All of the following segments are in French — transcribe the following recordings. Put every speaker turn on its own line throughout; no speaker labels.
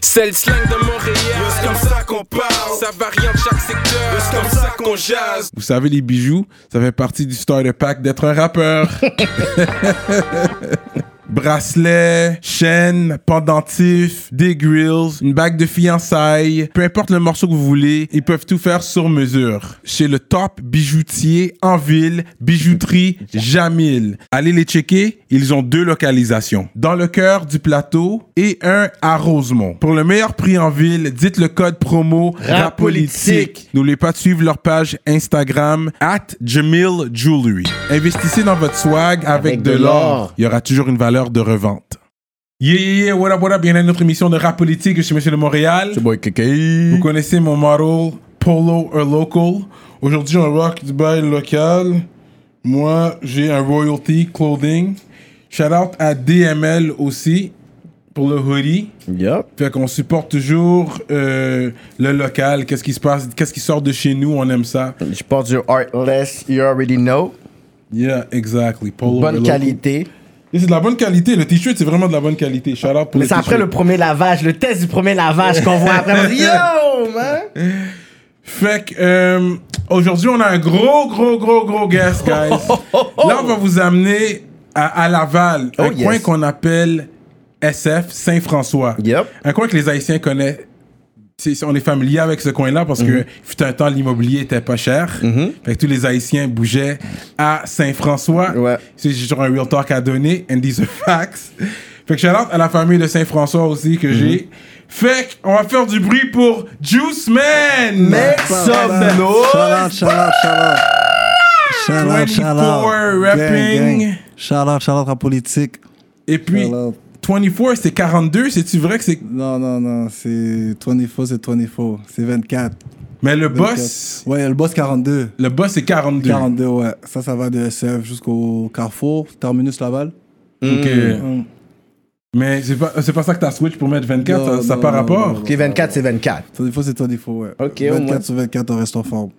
C'est le slang de Montréal.
C'est comme ça qu'on parle.
Ça varie en chaque secteur.
C'est comme ça qu'on jase.
Vous savez, les bijoux, ça fait partie du starter pack d'être un rappeur. Bracelet, chaîne, pendentif, des grills, une bague de fiançailles, peu importe le morceau que vous voulez, ils peuvent tout faire sur mesure. Chez le top bijoutier en ville, bijouterie Jamil. Allez les checker, ils ont deux localisations, dans le cœur du plateau et un à Rosemont. Pour le meilleur prix en ville, dites le code promo RAPOLITIQUE. N'oubliez pas de suivre leur page Instagram at Jamil Jewelry. Investissez dans votre swag avec,
Avec
de
de
l'or.
l'or.
Il y aura toujours une valeur de revente. Yeah, yeah, yeah, what up, what up, bienvenue à notre émission de rap politique, je suis Monsieur de Montréal. Vous connaissez mon model, Polo or Local. Aujourd'hui, on rock du bail local. Moi, j'ai un Royalty Clothing. Shout out à DML aussi pour le hoodie.
Yup.
Fait qu'on supporte toujours euh, le local, qu'est-ce qui se passe, qu'est-ce qui sort de chez nous, on aime ça.
Je porte du Artless, you already know.
Yeah, exactly. Polo or
Bonne
local.
qualité.
Et C'est de la bonne qualité, le t-shirt, c'est vraiment de la bonne qualité. Shout out pour
Mais c'est après
t-shirt.
le premier lavage, le test du premier lavage qu'on voit après. On dit, Yo, man!
Fait que, euh, aujourd'hui, on a un gros, gros, gros, gros guest, guys.
Oh,
Là, on va vous amener à, à Laval, un
Oh, yes.
coin qu'on appelle SF Saint-François.
Yep.
Un coin que les Haïtiens connaissent. C'est- on est familier avec ce coin-là parce que
Mm-hmm.
fut un temps, l'immobilier était pas cher. Fait que tous les Haïtiens bougeaient à Saint-François.
Ouais.
C'est genre un real talk à donner, and these are facts. Fait que shout out à la famille de Saint-François aussi
Mm-hmm.
que j'ai. Fait qu'on va faire du bruit pour Juice Man!
Make some
Shout out,
noise!
shout out, shout out. Shout out,
24
shout out.
rapping.
Gang, gang. Shout out, shout out à politique.
Et puis,
Shout out.
24, c'est 42, c'est-tu vrai que c'est.
Non, non, non, c'est 24, c'est 24. C'est 24.
Mais le
24.
boss,
Ouais, le boss 42.
le boss c'est 42.
42, ouais. Ça, ça va de SF jusqu'au Carrefour, terminus Laval.
Ok.
Hum.
Mais c'est pas, c'est pas ça que t'as switch pour mettre 24,
Non,
ça, ça
non,
par
non,
rapport.
non, non.
Ok, 24, c'est 24.
24, c'est 24, ouais.
Ok, au
24
moins.
sur 24, on reste en forme.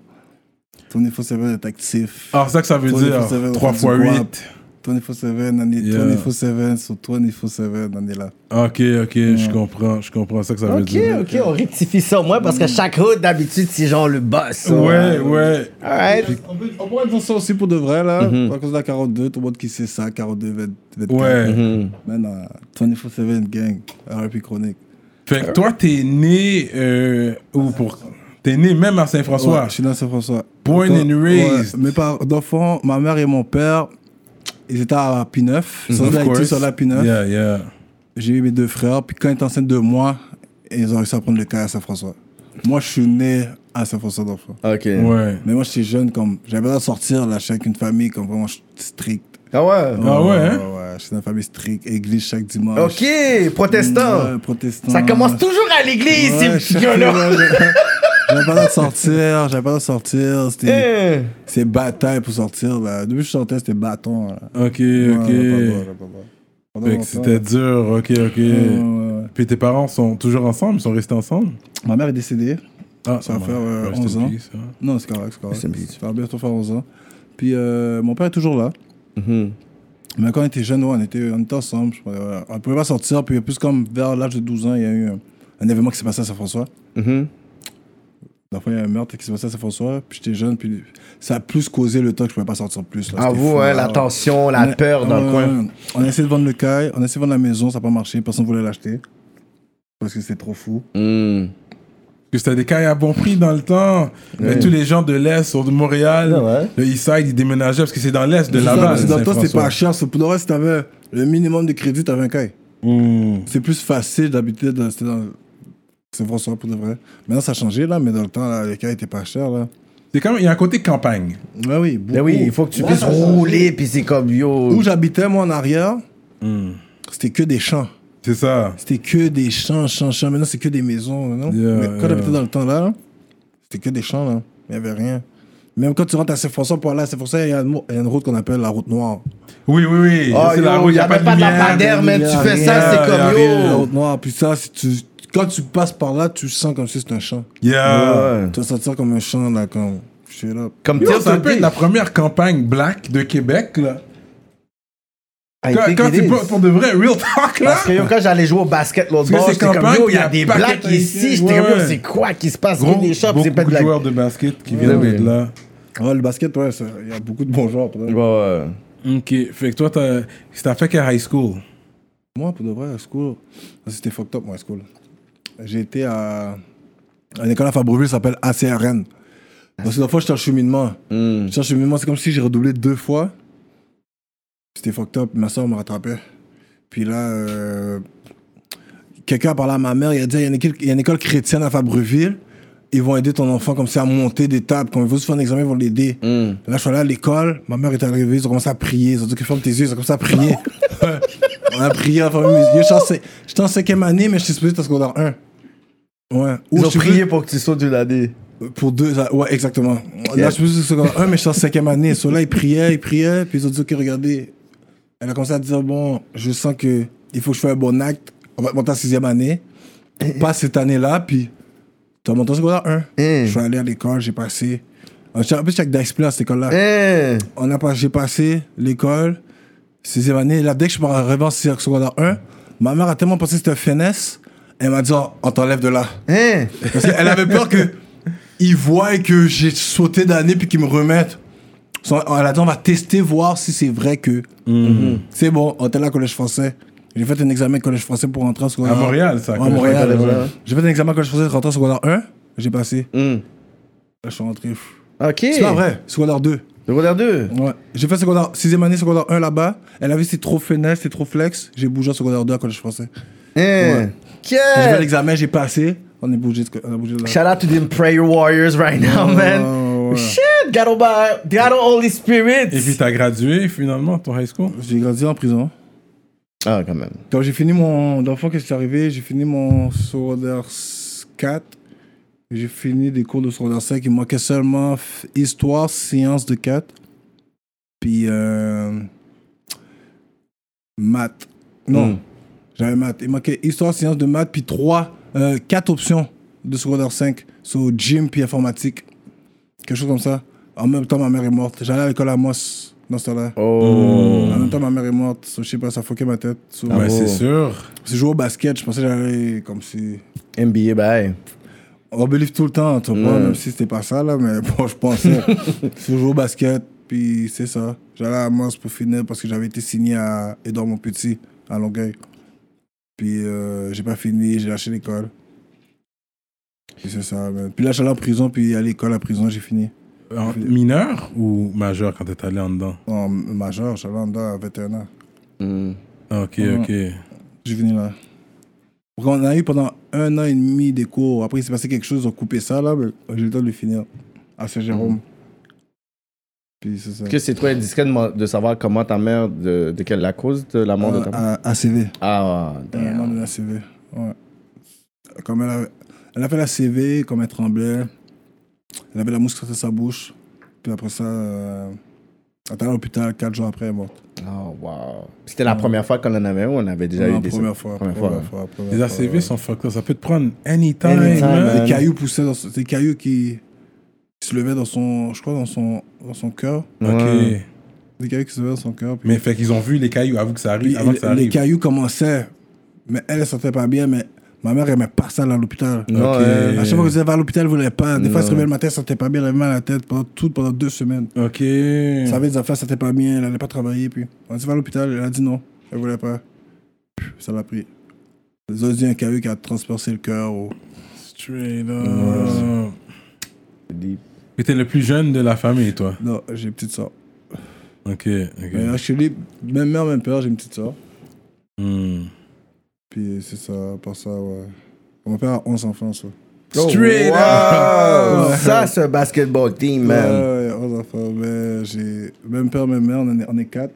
24, c'est vrai d'être actif.
Alors, ça que ça veut Ah, dire
24/7, on
3
fait
fois
du
8.
rap. 24-7, on est
Yeah.
24-7, sur 24-7, on est là.
Ok, ok, je comprends, je comprends ça que ça veut
Ok,
dire.
ok, on rectifie ça au moins parce que chaque route d'habitude, c'est genre le boss.
Ouais, ouais.
Alright.
On, peut, on pourrait dire ça aussi pour de vrai, là. À cause de la 42, tout le monde qui sait ça, 42, 20, 24.
Ouais.
Maintenant, 24-7 uh, gang, RIP chronique.
Fait que toi, t'es né. Euh, ou pour. T'es né même à Saint-François.
Ouais, je suis dans Saint-François.
Born
Encore-
and raised.
Ouais, mes parents d'enfants, ma mère et mon père, ils étaient à P9. Ils sont
Of
d'Haïti
course.
sur la P9.
Yeah, yeah.
J'ai eu mes deux frères. Puis quand ils étaient enceintes de moi, ils ont réussi à prendre le cas à Saint-François. Moi, je suis né à Saint-François d'enfant.
Ok.
Ouais.
Mais moi, j'étais jeune, comme j'avais besoin de sortir là, je suis avec une famille comme vraiment stricte.
Ah ouais.
Ah ouais, hein?
Ouais, ouais, je suis dans une famille stricte, église chaque dimanche.
Ok, protestant.
Ouais, protestant.
Ça commence toujours à l'église,
Ouais,
ces
je-
gars-là.
J'avais pas le droit de sortir, j'avais pas le droit de sortir. C'était
Hein.
c'est bataille pour sortir. Là. Depuis que je sortais, c'était bâton. Là.
Ok,
Ouais, j'avais pas le droit,
ok.
j'avais pas le droit. Pendant
Fait que
longtemps,
c'était dur, ok, ok.
ouais, ouais, ouais.
Puis tes parents sont toujours ensemble, ils sont restés ensemble.
Ma mère est décédée.
Ah,
Ça va
bah,
faire, euh,
rest in
11 ans.
peace, hein.
Non, c'est correct, c'est correct.
C'est bien.
Ça va bientôt faire 11 ans. Puis euh, mon père est toujours là.
Mm-hmm.
Mais quand on était jeune, ouais, on, était, on était ensemble. je crois, ouais. on ne pouvait pas sortir. Puis plus comme vers l'âge de 12 ans, il y a eu un, un événement qui s'est passé à Saint-François.
Mm-hmm.
Dans le fond, il y a un meurtre qui s'est passé à Saint-François. Puis j'étais jeune. Puis ça a plus causé le temps que je ne pouvais pas sortir plus. là.
Ah
C'était
vous,
fou,
hein,
là.
la tension,
On
la
a-
peur dans le
ouais,
coin.
ouais. On a essayé de vendre le caille. On a essayé de vendre la maison. Ça n'a pas marché. Personne ne voulait l'acheter. Parce que c'était trop fou. Mm.
Parce que c'était des cailles à bon prix dans le temps. Mais tous les gens de l'Est sont de Montréal.
Ouais, ouais.
Le East Side, ils déménageaient parce que c'est dans l'Est de
C'est ça,
là-bas.
parce que Dans toi, c'était pas cher. C'est Pour le reste, t'avais le minimum de crédit, t'avais un caille. C'est plus facile d'habiter dans. c'était dans- C'est François pour de vrai. Maintenant, ça a changé, là, mais dans le temps, là, les cailles étaient pas chers, là.
C'est quand même, il y a un côté campagne.
Ouais, oui. Beaucoup.
Mais Ben oui, il faut que tu
Là,
puisses
ça a changé.
rouler, puis c'est comme yo.
Où j'habitais, moi, en arrière, Hmm. c'était que des champs.
C'est ça.
C'était que des champs, champs, champs. Maintenant, c'est que des maisons. Non?
Yeah,
Mais quand
yeah.
j'habitais dans le temps, là, là, c'était que des champs, là. Il n'y avait rien. Même quand tu rentres à Saint-François, pour aller à Saint-François, il y, a une mo- il y a une route qu'on appelle la route noire.
Oui, oui, oui.
Ah,
Oh,
c'est
yo,
la route, il n'y a pas de lumière.
lampadaire, man. Tu
Y'a
fais
rien,
ça,
y'a
c'est comme
La
yo.
route noire, puis ça, si tu- quand tu passes par là, tu sens comme si c'était un champ.
Yeah.
Ouais.
Tu vas sentir comme un champ, là, comme. Shut up.
Comme
Yo,
Tell
ça
to
peut être
Be.
la première campagne black de Québec, là.
I
Quand,
think
quand
it
tu
is.
pour, pour de vrai real talk là.
Parce que yo, quand j'allais jouer au basket l'autre
Parce
bord,
que c'est
j'étais comme
campagne,
yo,
puis
il y a
il y
des
a pas
blacks
quelqu'un ici,
ici. J'étais comme
ouais.
yo, c'est quoi qui se passe?
Gros,
Qui des shops,
beaucoup
c'est pas de
de
blagues.
joueurs de basket qui viennent
oui.
de là.
Ouais, Ah, le basket, ouais, ça- il y a beaucoup de bons joueurs. pour de vrai.
Bah,
Ouais, ouais.
Ok, fait que toi, t'as t'as fait qu'à high school.
Moi, pour de vrai, à school, ça, c'était fucked up, moi, à school. J'étais à, à une école à Fabreville qui s'appelle ACRN. Parce que la fois, j'étais en cheminement.
Mm.
J'étais en cheminement, c'est comme si j'ai redoublé deux fois. C'était fucked up, ma soeur me rattrapait. Puis là, euh, quelqu'un a parlé à ma mère, il a dit il y a une école, il y a une école chrétienne à Fabreville. Ils vont aider ton enfant comme ça à monter des tables. Quand ils vont se faire un examen, ils vont l'aider.
Mm.
Là, je suis allé à l'école, ma mère est arrivée, ils ont commencé à prier. Ils ont dit que ferme tes yeux, ils ont commencé à prier. on a prié, on a fermé mes yeux. J'étais en cin- J'étais en cinquième année, mais je suis supposé être en secondaire 1. Ouais. Ou
Ils ont
je suis
prié pour que tu sautes du ladé.
plus- Pour deux. Ouais, exactement. Là, je suis supposé être secondaire 1, mais je suis en cinquième année. So, là, ils priaient, ils priaient, puis ils ont dit, OK, regardez. Elle a commencé à dire, bon, je sens que il faut que je fasse un bon acte. On va te monter en sixième année. Pas cette année-là, puis tu vas monter en secondaire 1. Je suis allé à l'école, j'ai passé. En plus, j'étais avec Dexplay à cette école-là
Hein?
on a pas, j'ai passé l'école, sixième année. Là, dès que je suis arrivé en secondaire 1, ma mère a tellement pensé que c'était un finesse, elle m'a dit Oh, on t'enlève de là.
Hein?
Parce qu'elle avait peur que ils voient que j'ai sauté d'année puis qu'ils me remettent. So, Elle a dit On va tester, voir si c'est vrai que.
Mhm.
C'est bon, on était là au collège français. J'ai fait un examen collège français pour rentrer en secondaire
À Montréal, ça,
Ouais, À
collège
Montréal,
français,
ouais.
ouais.
J'ai fait un examen collège français pour rentrer en secondaire 1, j'ai passé.
Mm.
Là, je suis rentré.
Ok.
C'est pas vrai, secondaire 2.
Secondaire 2.
Ouais. J'ai fait secondaire, sixième année, secondaire 1 là-bas. Elle avait ses trop fenêtres, ses trop flex. J'ai bougé en secondaire 2 à collège français.
Hein?
J'ai fait
Yeah.
l'examen, j'ai passé. On est bougé, de- on a bougé de là.
Shout out to them prayer warriors right now, man.
ouais.
Shit, God, Oba- God Holy Spirit.
Et puis t'as gradué finalement ton high school.
J'ai grandi en prison.
Ah, quand même.
Quand j'ai fini mon. D'enfant, qu'est-ce qui est arrivé J'ai fini mon secondaire 4. J'ai fini des cours de secondaire 5. Il manquait seulement f- histoire, sciences de 4. Puis. Euh, maths. Non.
Hmm.
Mm.
J'avais maths. Il manquait histoire, sciences de maths, puis trois, euh, quatre options de secondaire 5. So, gym, puis informatique. Quelque chose comme ça. En même temps, ma mère est morte. J'allais à l'école à Moss dans ce temps-là.
Oh.
En même temps, ma mère est morte. So, je sais pas, ça foquait ma tête. So,
Ah
Ouais,
bon.
c'est sûr.
J'ai joué au basket, je pensais que j'allais comme si.
NBA, bye.
On believe tout le temps, tu vois,
Ouais.
même si c'était pas ça, là, mais bon, je pensais. je jouais au basket, puis c'est ça. J'allais à Moss pour finir parce que j'avais été signé à Edouard Mon Petit, à Longueuil. Puis euh, j'ai pas fini, j'ai lâché l'école. Puis c'est ça. man. Puis là, j'allais en prison, puis à l'école, à prison, j'ai fini.
En mineur ou majeur quand t'es allé en dedans.
En majeur, j'allais en dedans à 21 ans.
Mm.
Ah, Ok,
Mm-hmm.
ok.
J'ai fini là. On a eu pendant un an et demi des cours. Après, il s'est passé quelque chose, ils ont coupé ça là, mais j'ai eu le temps de le finir. À Saint-Jérôme. Puis c'est
Est-ce
ça.
Mm-hmm. que c'est trop indiscret de, mo- de savoir comment ta mère, de, de quelle la cause de la mort de ta mère?
À, à ACV.
Ah,
Elle a
damn.
demandé la CV. Ouais. Comme elle, avait- elle a fait la CV, comme elle tremblait. Elle avait la mousse qui sortait de sa bouche. Puis après ça, euh, elle est allée à l'hôpital quatre jours après, elle est morte.
Oh, wow. C'était la première fois qu'on en avait ou on avait déjà
Mm. Non,
eu des
première fois,
Première fois,
première,
hein.
fois,
ouais.
première
Les
fois,
ACV
ouais.
sont fucked up. Ça peut te prendre anytime.
Anytime,
man.
man.
Des cailloux poussaient dans son- des cailloux qui, qui se levaient dans son, je crois, dans son, dans son cœur.
Ok.
Ouais.
Des cailloux qui se levaient dans son cœur. puis-
Mais fait qu'ils ont vu les cailloux avant que ça
puis
arrive. Avant que ça
les
arrive.
cailloux commençaient, mais elle, elle sortait pas bien, mais ma mère aimait pas ça aller à l'hôpital.
Non,
Ok.
euh,
À chaque fois que vous allez à l'hôpital, vous voulez pas. Des fois, elle
Non.
se réveillait le matin, elle sentait pas bien, elle avait mal à la tête pendant tout, pendant deux semaines.
Ok. Hmm.
Elle savait des affaires, ça sentait pas bien, elle allait pas travailler, puis on dit va à l'hôpital, elle a dit non, elle voulait pas. Puis, Ça l'a pris. Ils ont dit un caillou qui a transpercé le cœur. ou-
Straight
Ouais.
up.
deep.
Mais t'es le plus jeune de la famille, toi.
Non, j'ai une petite soeur.
Ok, ok.
Mais actually, même mère, même père, j'ai une petite soeur.
Hmm.
Puis c'est ça, par ça, ouais. Mon père a 11 enfants, ça.
Straight
Oh,
up.
wow. Ça, c'est un basketball team, man.
Ouais, ouais, 11 enfants. Mais j'ai même père, même mère, on en est, on est quatre.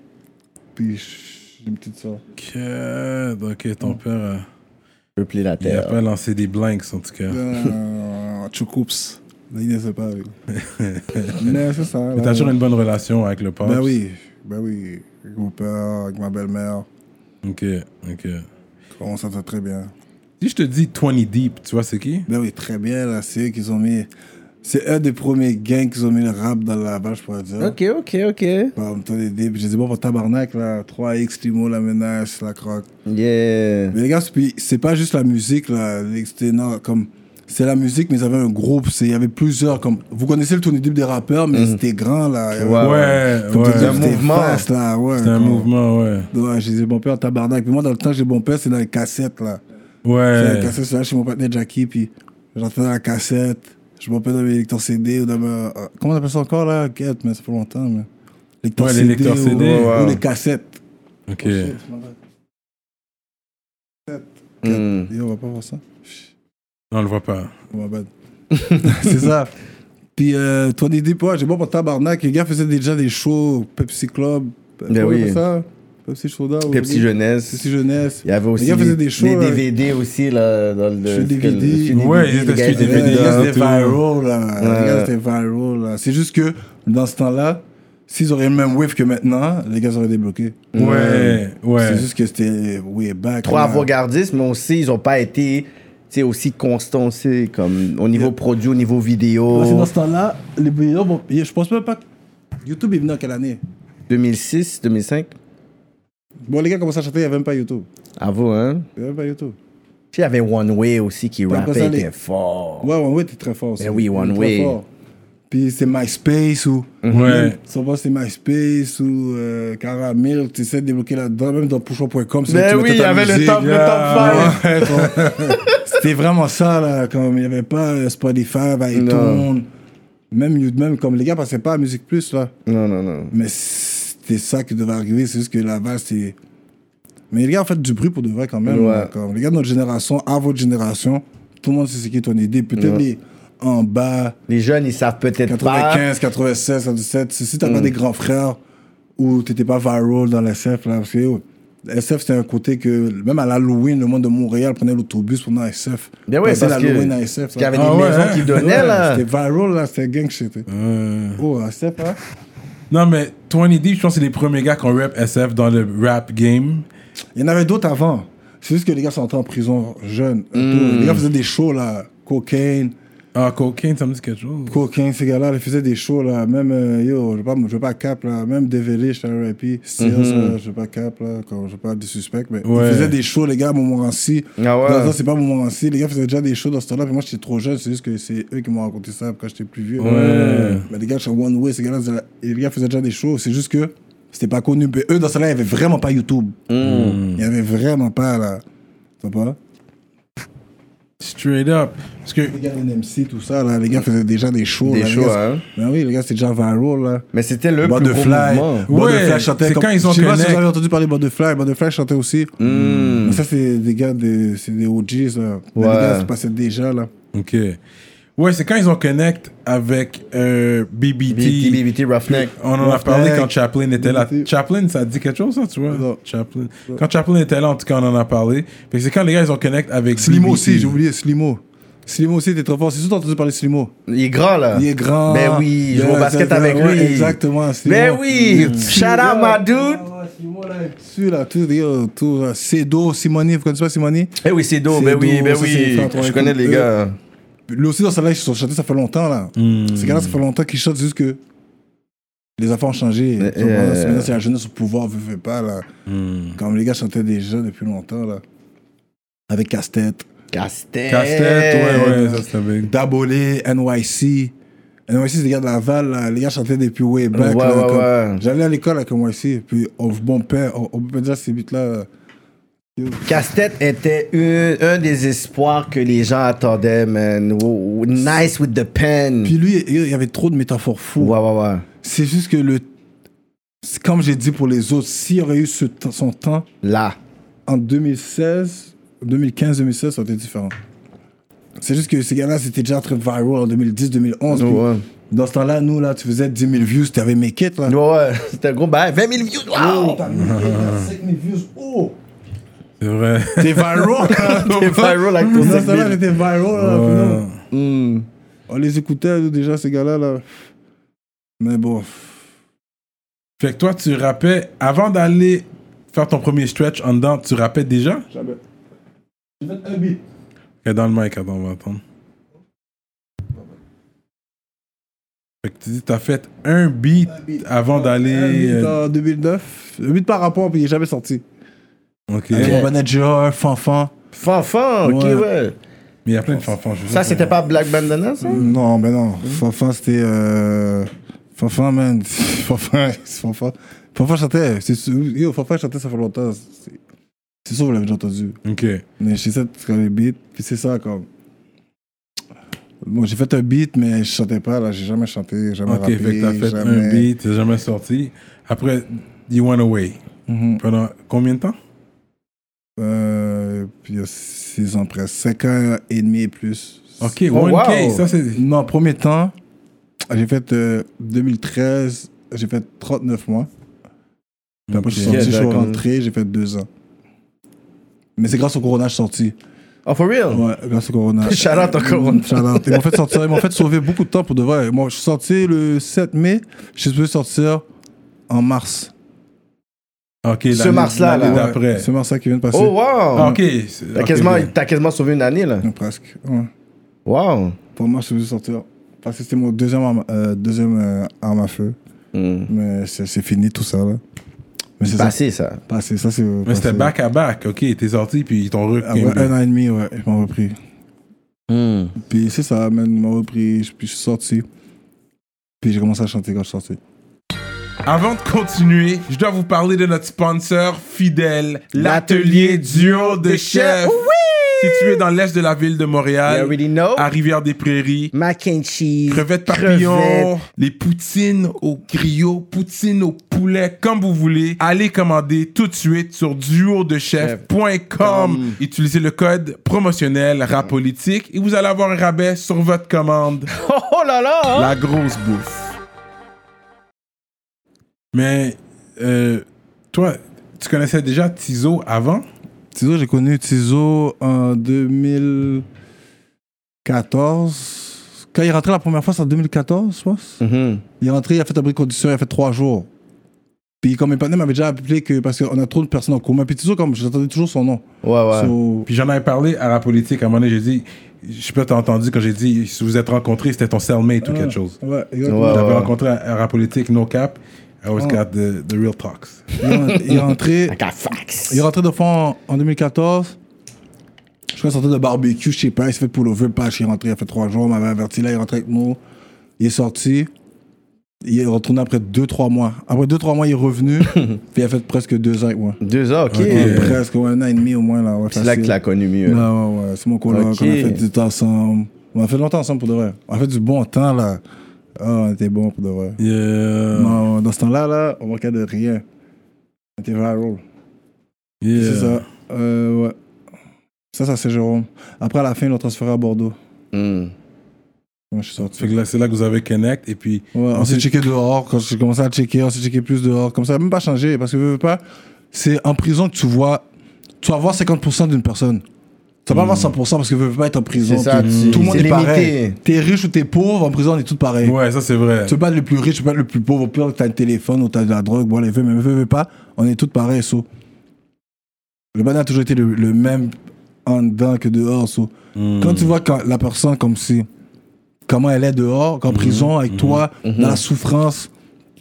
Puis j'ai une petite soeur.
Ok, ok, ton père, euh,
Peupler la
il a
terre.
pas lancé des blanks en tout cas.
Choucoups. Il ne sait pas. lui. Mais c'est ça.
Mais
là.
t'as toujours une bonne relation avec le père.
Ben oui, ben oui. Avec mon père, avec ma belle-mère.
Ok, ok.
On s'entend très bien.
Si je te dis 20 Deep, tu vois c'est qui
Ben oui, très bien, là. C'est eux qu'ils ont mis. C'est un des premiers gangs qui ont mis le rap dans la vache, je pourrais dire.
Ok, ok, ok.
Bah, en même temps, les dé- je dis bon, pour tabarnak, là, 3X, Primo, la menace, la croque.
Yeah.
Mais les gars, c'est- puis c'est pas juste la musique, là. les- c'était- non, comme, c'est la musique, mais ils avaient un groupe, c'est- il y avait plusieurs, comme, vous connaissez le tourne-dip des rappeurs, mais c'était grand, là. Il y avait-
Ouais,
Ouais,
Comme tu dis,
ouais.
un
c'était
mouvement.
vaste, là, ouais.
C'est un
comme-
mouvement, ouais.
Ouais, j'ai des bons pères tabarnak. Puis moi, dans le temps, j'ai bon père, c'est dans les cassettes, là. C'est dans les
Ouais.
cassettes, c'est là chez mon partenaire Jackie, puis j'entends dans la cassette. Je m'en dans mes lecteurs CD ou dans ma... euh, Comment on appelle ça encore, là Quête, mais ça fait longtemps, mais... Lecteurs
Ouais, les
CD,
lecteurs
ou,
CD.
ou
Ouais, ouais.
les cassettes.
Ok.
Oh, shit, je m'en vais. Mm.
Hmm.
Yo, on va pas voir ça.
Non, on le voit pas.
Oh, my bad. c'est ça. Puis, euh, toi, Didi, ouais, j'ai bon pour tabarnak. Les gars faisaient déjà des shows Pepsi Club.
Ben
Comment on
oui.
appelle ça Pepsi Soda. ou-
Pepsi Jeunesse.
Pepsi Jeunesse.
Il y avait aussi
gars faisaient des shows, hein.
les
là.
DVD aussi là, dans le.
Chez
le-
DVD.
le- chez
Ouais, ils étaient
les gars,
chez
ils faisaient
Ouais,
DVD.
les gars,
là,
c'était
tout.
viral, là. Les
Ouais.
gars, c'était viral, là. C'est juste que, dans ce temps-là, s'ils auraient le même wave que maintenant, les gars auraient débloqué.
Ouais, ouais.
C'est juste que c'était way back.
Trois
là.
avant-gardistes, mais aussi ils ont pas été tu sais, aussi constants aussi, comme au niveau produit, au niveau
Parce que
vidéo.
dans ce temps-là, les vidéos, bon, je pense même pas que YouTube est venu en quelle année
2006, 2005.
Bon, les gars commençaient à chanter, il n'y avait même pas YouTube.
À vous, hein.
Il n'y avait même pas YouTube.
Puis il y avait One Way aussi qui
Puis après
rappait,
ça,
était
les-
fort.
Ouais, One Way, t'es très fort. ça.
Ben oui, One
Très
Way.
fort. Puis c'est MySpace ou.
Ouais.
Sans pas, c'est MySpace ou euh, Caramel, tu essaies de débloquer là-dedans, même dans pushon.com. c'est là que
Ben
tu mettais
oui, il y
ta
avait le
musique.
top, le
Ah,
top 5.
Ouais, bon. C'était vraiment ça, là, comme il n'y avait pas euh, Spotify, iTunes, même, You- même comme les gars passaient pas à Musique Plus, là.
Non, non, non.
Mais c'était ça qui devait arriver, c'est juste que Laval, c'est... Mais les gars, en fait, du bruit pour de vrai quand même.
Ouais.
là, comme, les gars de notre génération, à votre génération, tout le monde sait ce qui est ton idée. Peut-être les en bas,
Les jeunes, ils savent peut-être pas.
95, 96, 97, si si t'as
Mm.
pas des grands frères ou t'étais pas viral dans la SF, là, parce que yo, SF, c'était un côté que, même à l'Halloween, le monde de Montréal prenait l'autobus pour dans SF.
Ben ouais,
Passer
parce que-
l'Halloween à SF.
Parce qu'il y avait
là.
des
Ah ouais,
maisons
hein.
qui
Ah,
donnaient,
ouais,
là. Mm.
C'était viral, là, c'était gang shit. hein.
Euh,
Oh, SF, là.
Non, mais 20 Deep, je pense que c'est les premiers gars qu'on rap SF dans le rap game.
Il y en avait d'autres avant. C'est juste que les gars sont entrés en prison jeunes.
Mm.
Tout. Les gars faisaient des shows, là. Cocaine.
Ah, Cocaine, ça me dit quelque chose.
Coquin, ces gars-là, ils faisaient des shows, là. Même, euh, yo, je veux pas, je veux pas cap, là. Même Develi, je t'avais rappé. Sears,
Mhm.
là, euh, je veux pas cap, là. Quand je parle des suspects, mais
Ouais.
ils faisaient des shows, les gars, à Montmorency.
Ah ouais.
Dans le temps, c'est pas Montmorency. Les gars faisaient déjà des shows dans ce temps-là. Puis moi, j'étais trop jeune. C'est juste que c'est eux qui m'ont raconté ça quand j'étais plus vieux.
Ouais.
Mais les gars, sur One Way, ces gars-là, ils- les gars faisaient déjà des shows. C'est juste que c'était pas connu. Mais eux, dans ce temps-là, il y avait vraiment pas YouTube.
Mm.
Il y avait vraiment pas, là. Tu vois pas?
Straight up. Parce que
Les gars, NMC, tout ça, là. Les gars faisaient déjà des shows.
Des
là. Les
shows,
gars,
hein.
Ben oui, les gars, c'était déjà viral, là.
Mais c'était le plus gros
Butterfly.
mouvement.
Ouais,
Butterfly chantait.
c'est
comme-
quand ils ont
Je sais pas si
connect.
vous avez entendu parler de Butterfly. Butterfly chantait aussi. Mais ça, c'est des gars, de, c'est des OGs. Là. Mais
Hmm. Ouais.
Les gars, ça passait déjà. Là.
Ok. Ouais, c'est quand ils ont connect avec euh, BBT.
BBT, BBT, Roughneck.
On en a
Roughneck.
parlé quand Chaplin était là.
BBT.
Chaplin, ça te dit quelque chose, ça, tu vois?
Non.
Chaplin. Quand Chaplin était là, en tout cas, on en a parlé. Fait que c'est quand les gars, ils ont connect avec
Slimo
BBT.
aussi, j'ai oublié Slimo. Slimo aussi était trop fort. C'est sûr que t'as entendu parler de Slimo.
Il est grand, là.
Il est grand.
Ben oui, je joue au
Ouais,
basket
c'est-
avec
ouais,
lui.
Exactement. Slimo. Hmm.
Ben oui,
Il est
shout out
petit,
my dude.
Dessus, là, tout, euh, tout, là, Cedo, Simoni, vous connaissez pas Simoni
Eh oui, c'est Do,
C'est
ben oui,
Do,
ben
ça, c'est les
oui.
frères
Je
Toronto.
connais les
Eux.
gars.
Lui aussi, dans sa live, ils sont chantés, ça fait longtemps, là.
Hmm.
Ces gars-là, ça fait longtemps qu'ils chantent, c'est juste que les affaires ont changé.
Mais,
Tu vois,
euh, Hmm.
c'est- Maintenant, c'est la jeunesse au pouvoir, veut, veut pas, là. Comme les gars chantaient déjà depuis longtemps, là. Avec Casse-Tête.
Castel.
Casse-tête,
Eh.
ouais, ouais, ça, c'était big.
Dabolé, NYC. NYC, c'est les gars de Laval, là. Les gars chantaient depuis way back,
Ouais,
là,
ouais,
comme-
ouais.
J'allais à l'école avec NYC, puis on bon père, on, on peut dire ces beats-là. là.
Casse-tête était une- un des espoirs que les gens attendaient, man. Wow, wow, Nice with the pen.
Puis lui, il y avait trop de métaphores fous.
Ouais, ouais, ouais.
C'est juste que le. c'est Comme j'ai dit pour les autres, s'il aurait eu ce temps- son temps,
Là.
en 2016, 2015, 2016, ça aurait été différent. C'est juste que ces gars-là, c'était déjà très viral en 2010, 2011. puis
Oh, Ouais.
Dans ce temps-là, nous, là, tu faisais 10 000 views, tu avais mes kits, là.
Ouais, ouais. C'était un gros bail. 20 000 views. Wow.
T'as mis mes kits, t'as 5 000 views, oh!
C'est vrai.
T'es viral, là!
T'es viral avec ton
Dans ce
5 000.
temps-là, j'étais viral, là. puis
Ouais.
non.
Hmm.
On Oh, les écoutait, nous, déjà, ces gars-là, là. Mais bon,
Fait que toi, tu rappais, avant d'aller faire ton premier stretch en dedans, tu rappais déjà?
jamais. J'ai fait un beat.
Ok, Dans le mic, attends, on va attendre. Fait que tu dis, t'as fait un beat avant d'aller. euh,
En 2009. Le 8 par rapport, puis il est jamais sorti.
Ok.
Avec
Mais
mon manager, Fanfan.
Fanfan, ok,
Ouais.
ouais.
il y a plein de fanfans. je veux
Ça,
dire.
c'était pas Black Bandana, ça?
Non, mais non. Fanfan, c'était. Euh... Fanfan, man. Fanfan, Fanfan. Fanfan chantait. C'est sûr- Yo, Fanfan chantait, ça fait longtemps. C'est- C'est sûr, vous l'avez déjà entendu.
Ok.
Mais je sais quand les beats, puis c'est ça, comme. Bon, j'ai fait un beat, mais je chantais pas, là. J'ai jamais chanté, jamais
Ok,
rappé.
fait que t'as fait
jamais...
un beat, t'es jamais sorti. Après, You Went Away.
Mhm.
Pendant combien de temps
Euh, puis il y a 6 ans presque. 5 ans et demi et plus.
Ok,
Oh,
1K,
wow.
ça c'est.
Non, premier temps, j'ai fait euh, 2013, j'ai fait 39 mois. Puis après, je suis
Ok.
sorti, je suis
d'accord.
rentré, j'ai fait 2 ans. Mais c'est grâce au Corona que je suis sorti.
Oh, for real?
Ouais, grâce au Corona.
Shout-out au Corona.
Mm, shout-out. Ils m'ont fait sortir, ils m'ont fait sauver beaucoup de temps pour de vrai. Moi, je suis sorti le 7 mai, je suis supposé sortir en mars.
Ok,
Ce
l'année-
mars-là, là.
l'année
Ouais,
d'après.
C'est mars ça qui vient de passer.
Oh, wow!
Ah, ok. c'est-
T'as
ok,
quasiment,
bien.
t'as quasiment sauvé une année, là.
Ouais, Presque. Ouais.
Wow!
Pour moi, je suis obligé de sortir. Parce que c'était mon deuxième arme, euh, deuxième, euh, arme à feu.
Hmm.
Mais c'est c'est fini tout ça, là. Mais c'est ça.
Passé, ça.
Passé, ça, c'est.
Mais c'était back à back, ok, t'es sorti puis ils t'ont
Après
recueilli.
un an et demi, ouais, ils m'ont repris. Puis c'est ça, man, ils m'ont repris. je- Puis je suis sorti. Puis j'ai commencé à chanter quand je suis sorti.
Avant de continuer, je dois vous parler de notre sponsor fidèle, l'atelier duo de chef. Situé dans l'est de la ville de
Ah,
You
Montréal,
Oh, already know?
à Rivière-des-Prairies.
Mac and cheese.
Crevettes papillons,
crevettes.
les poutines au griot, poutines au poulet, comme vous voulez. Allez commander tout de suite sur duodechef.com. Utilisez le code promotionnel rapolitique et vous allez avoir un rabais sur votre commande.
Oh, oh là là! hein?
La grosse bouffe. Mais, euh, toi, tu connaissais déjà Tizo avant?
Tizo, j'ai connu Tizo en 2014. Quand il est rentré la première fois, c'est en 2014, je pense.
Mhm.
Il est rentré, il a fait un bris de condition, il a fait trois jours. Puis comme mes partenaires m'avaient déjà appelé que parce qu'on a trop de personnes en commun. Puis Tizo, comme j'entendais toujours son nom.
Ouais, ouais.
So,
Puis j'en avais parlé à la politique à un moment donné, j'ai dit, je sais pas, t'as entendu quand j'ai dit, si vous êtes rencontrés, c'était ton cellmate ou
Ouais.
quelque chose.
ouais, exactement.
Ouais,
J'avais
ouais.
rencontré à Rapolitique, No Cap. I always got the, the real talks.
Il est- Il est rentré,
Avec la fax.
il est rentré de fond en, en 2014. Je crois qu'il sortait de barbecue, je sais pas, il s'est fait pour le pas, je suis rentré, il a fait trois jours, on m'avait averti, là, il est rentré avec nous. Il est sorti. Il est retourné après deux, trois mois. Après deux, trois mois, il est revenu. puis il a fait presque deux ans avec moi.
Deux ans, ok.
Ouais,
C'est
presque, ouais, un an et demi au moins, là. ouais,
là que
facile.
tu l'as connu mieux.
Ouais,
là.
ouais, ouais. C'est mon coloc.
Ok.
On a fait du temps ensemble. On a fait longtemps ensemble pour de vrai. On a fait du bon temps, là. Ah, on était bon pour de vrai.
Ah.
Yeah.
Non, dans ce temps-là, là, on manquait de rien. On était viral. C'est ça. Euh, ouais. Ça, ça, c'est Jérôme. Après, à la fin, ils l'ont transféré à Bordeaux.
Hmm.
Moi, je suis sorti.
Fait que là, c'est là que vous avez connect. Et puis,
Ouais, on s'est checké dehors. Quand j'ai commencé à checker, on s'est checké plus dehors. Comme ça, ça a même pas changé. Parce que, veux, veux pas, c'est en prison que tu vois. Tu vas voir 50% d'une personne. Tu vas pas voir 100% parce que, veux, veux pas être en prison.
C'est ça,
tout,
tu-
tout le monde
c'est
est
limité.
pareil. T'es riche ou t'es pauvre, en prison, on est tous pareils.
ouais, ça c'est vrai.
Tu peux pas être le plus riche, tu peux pas être le plus pauvre. Au pire, t'as le téléphone ou t'as de la drogue, bon, les veut, mais veut, veut pas. On est tous pareils, so. Le ban a toujours été le, le même en dedans que dehors, so. Quand tu vois quand la personne comme si, comment elle est dehors, qu'en prison, avec toi,
Hmm.
dans la souffrance,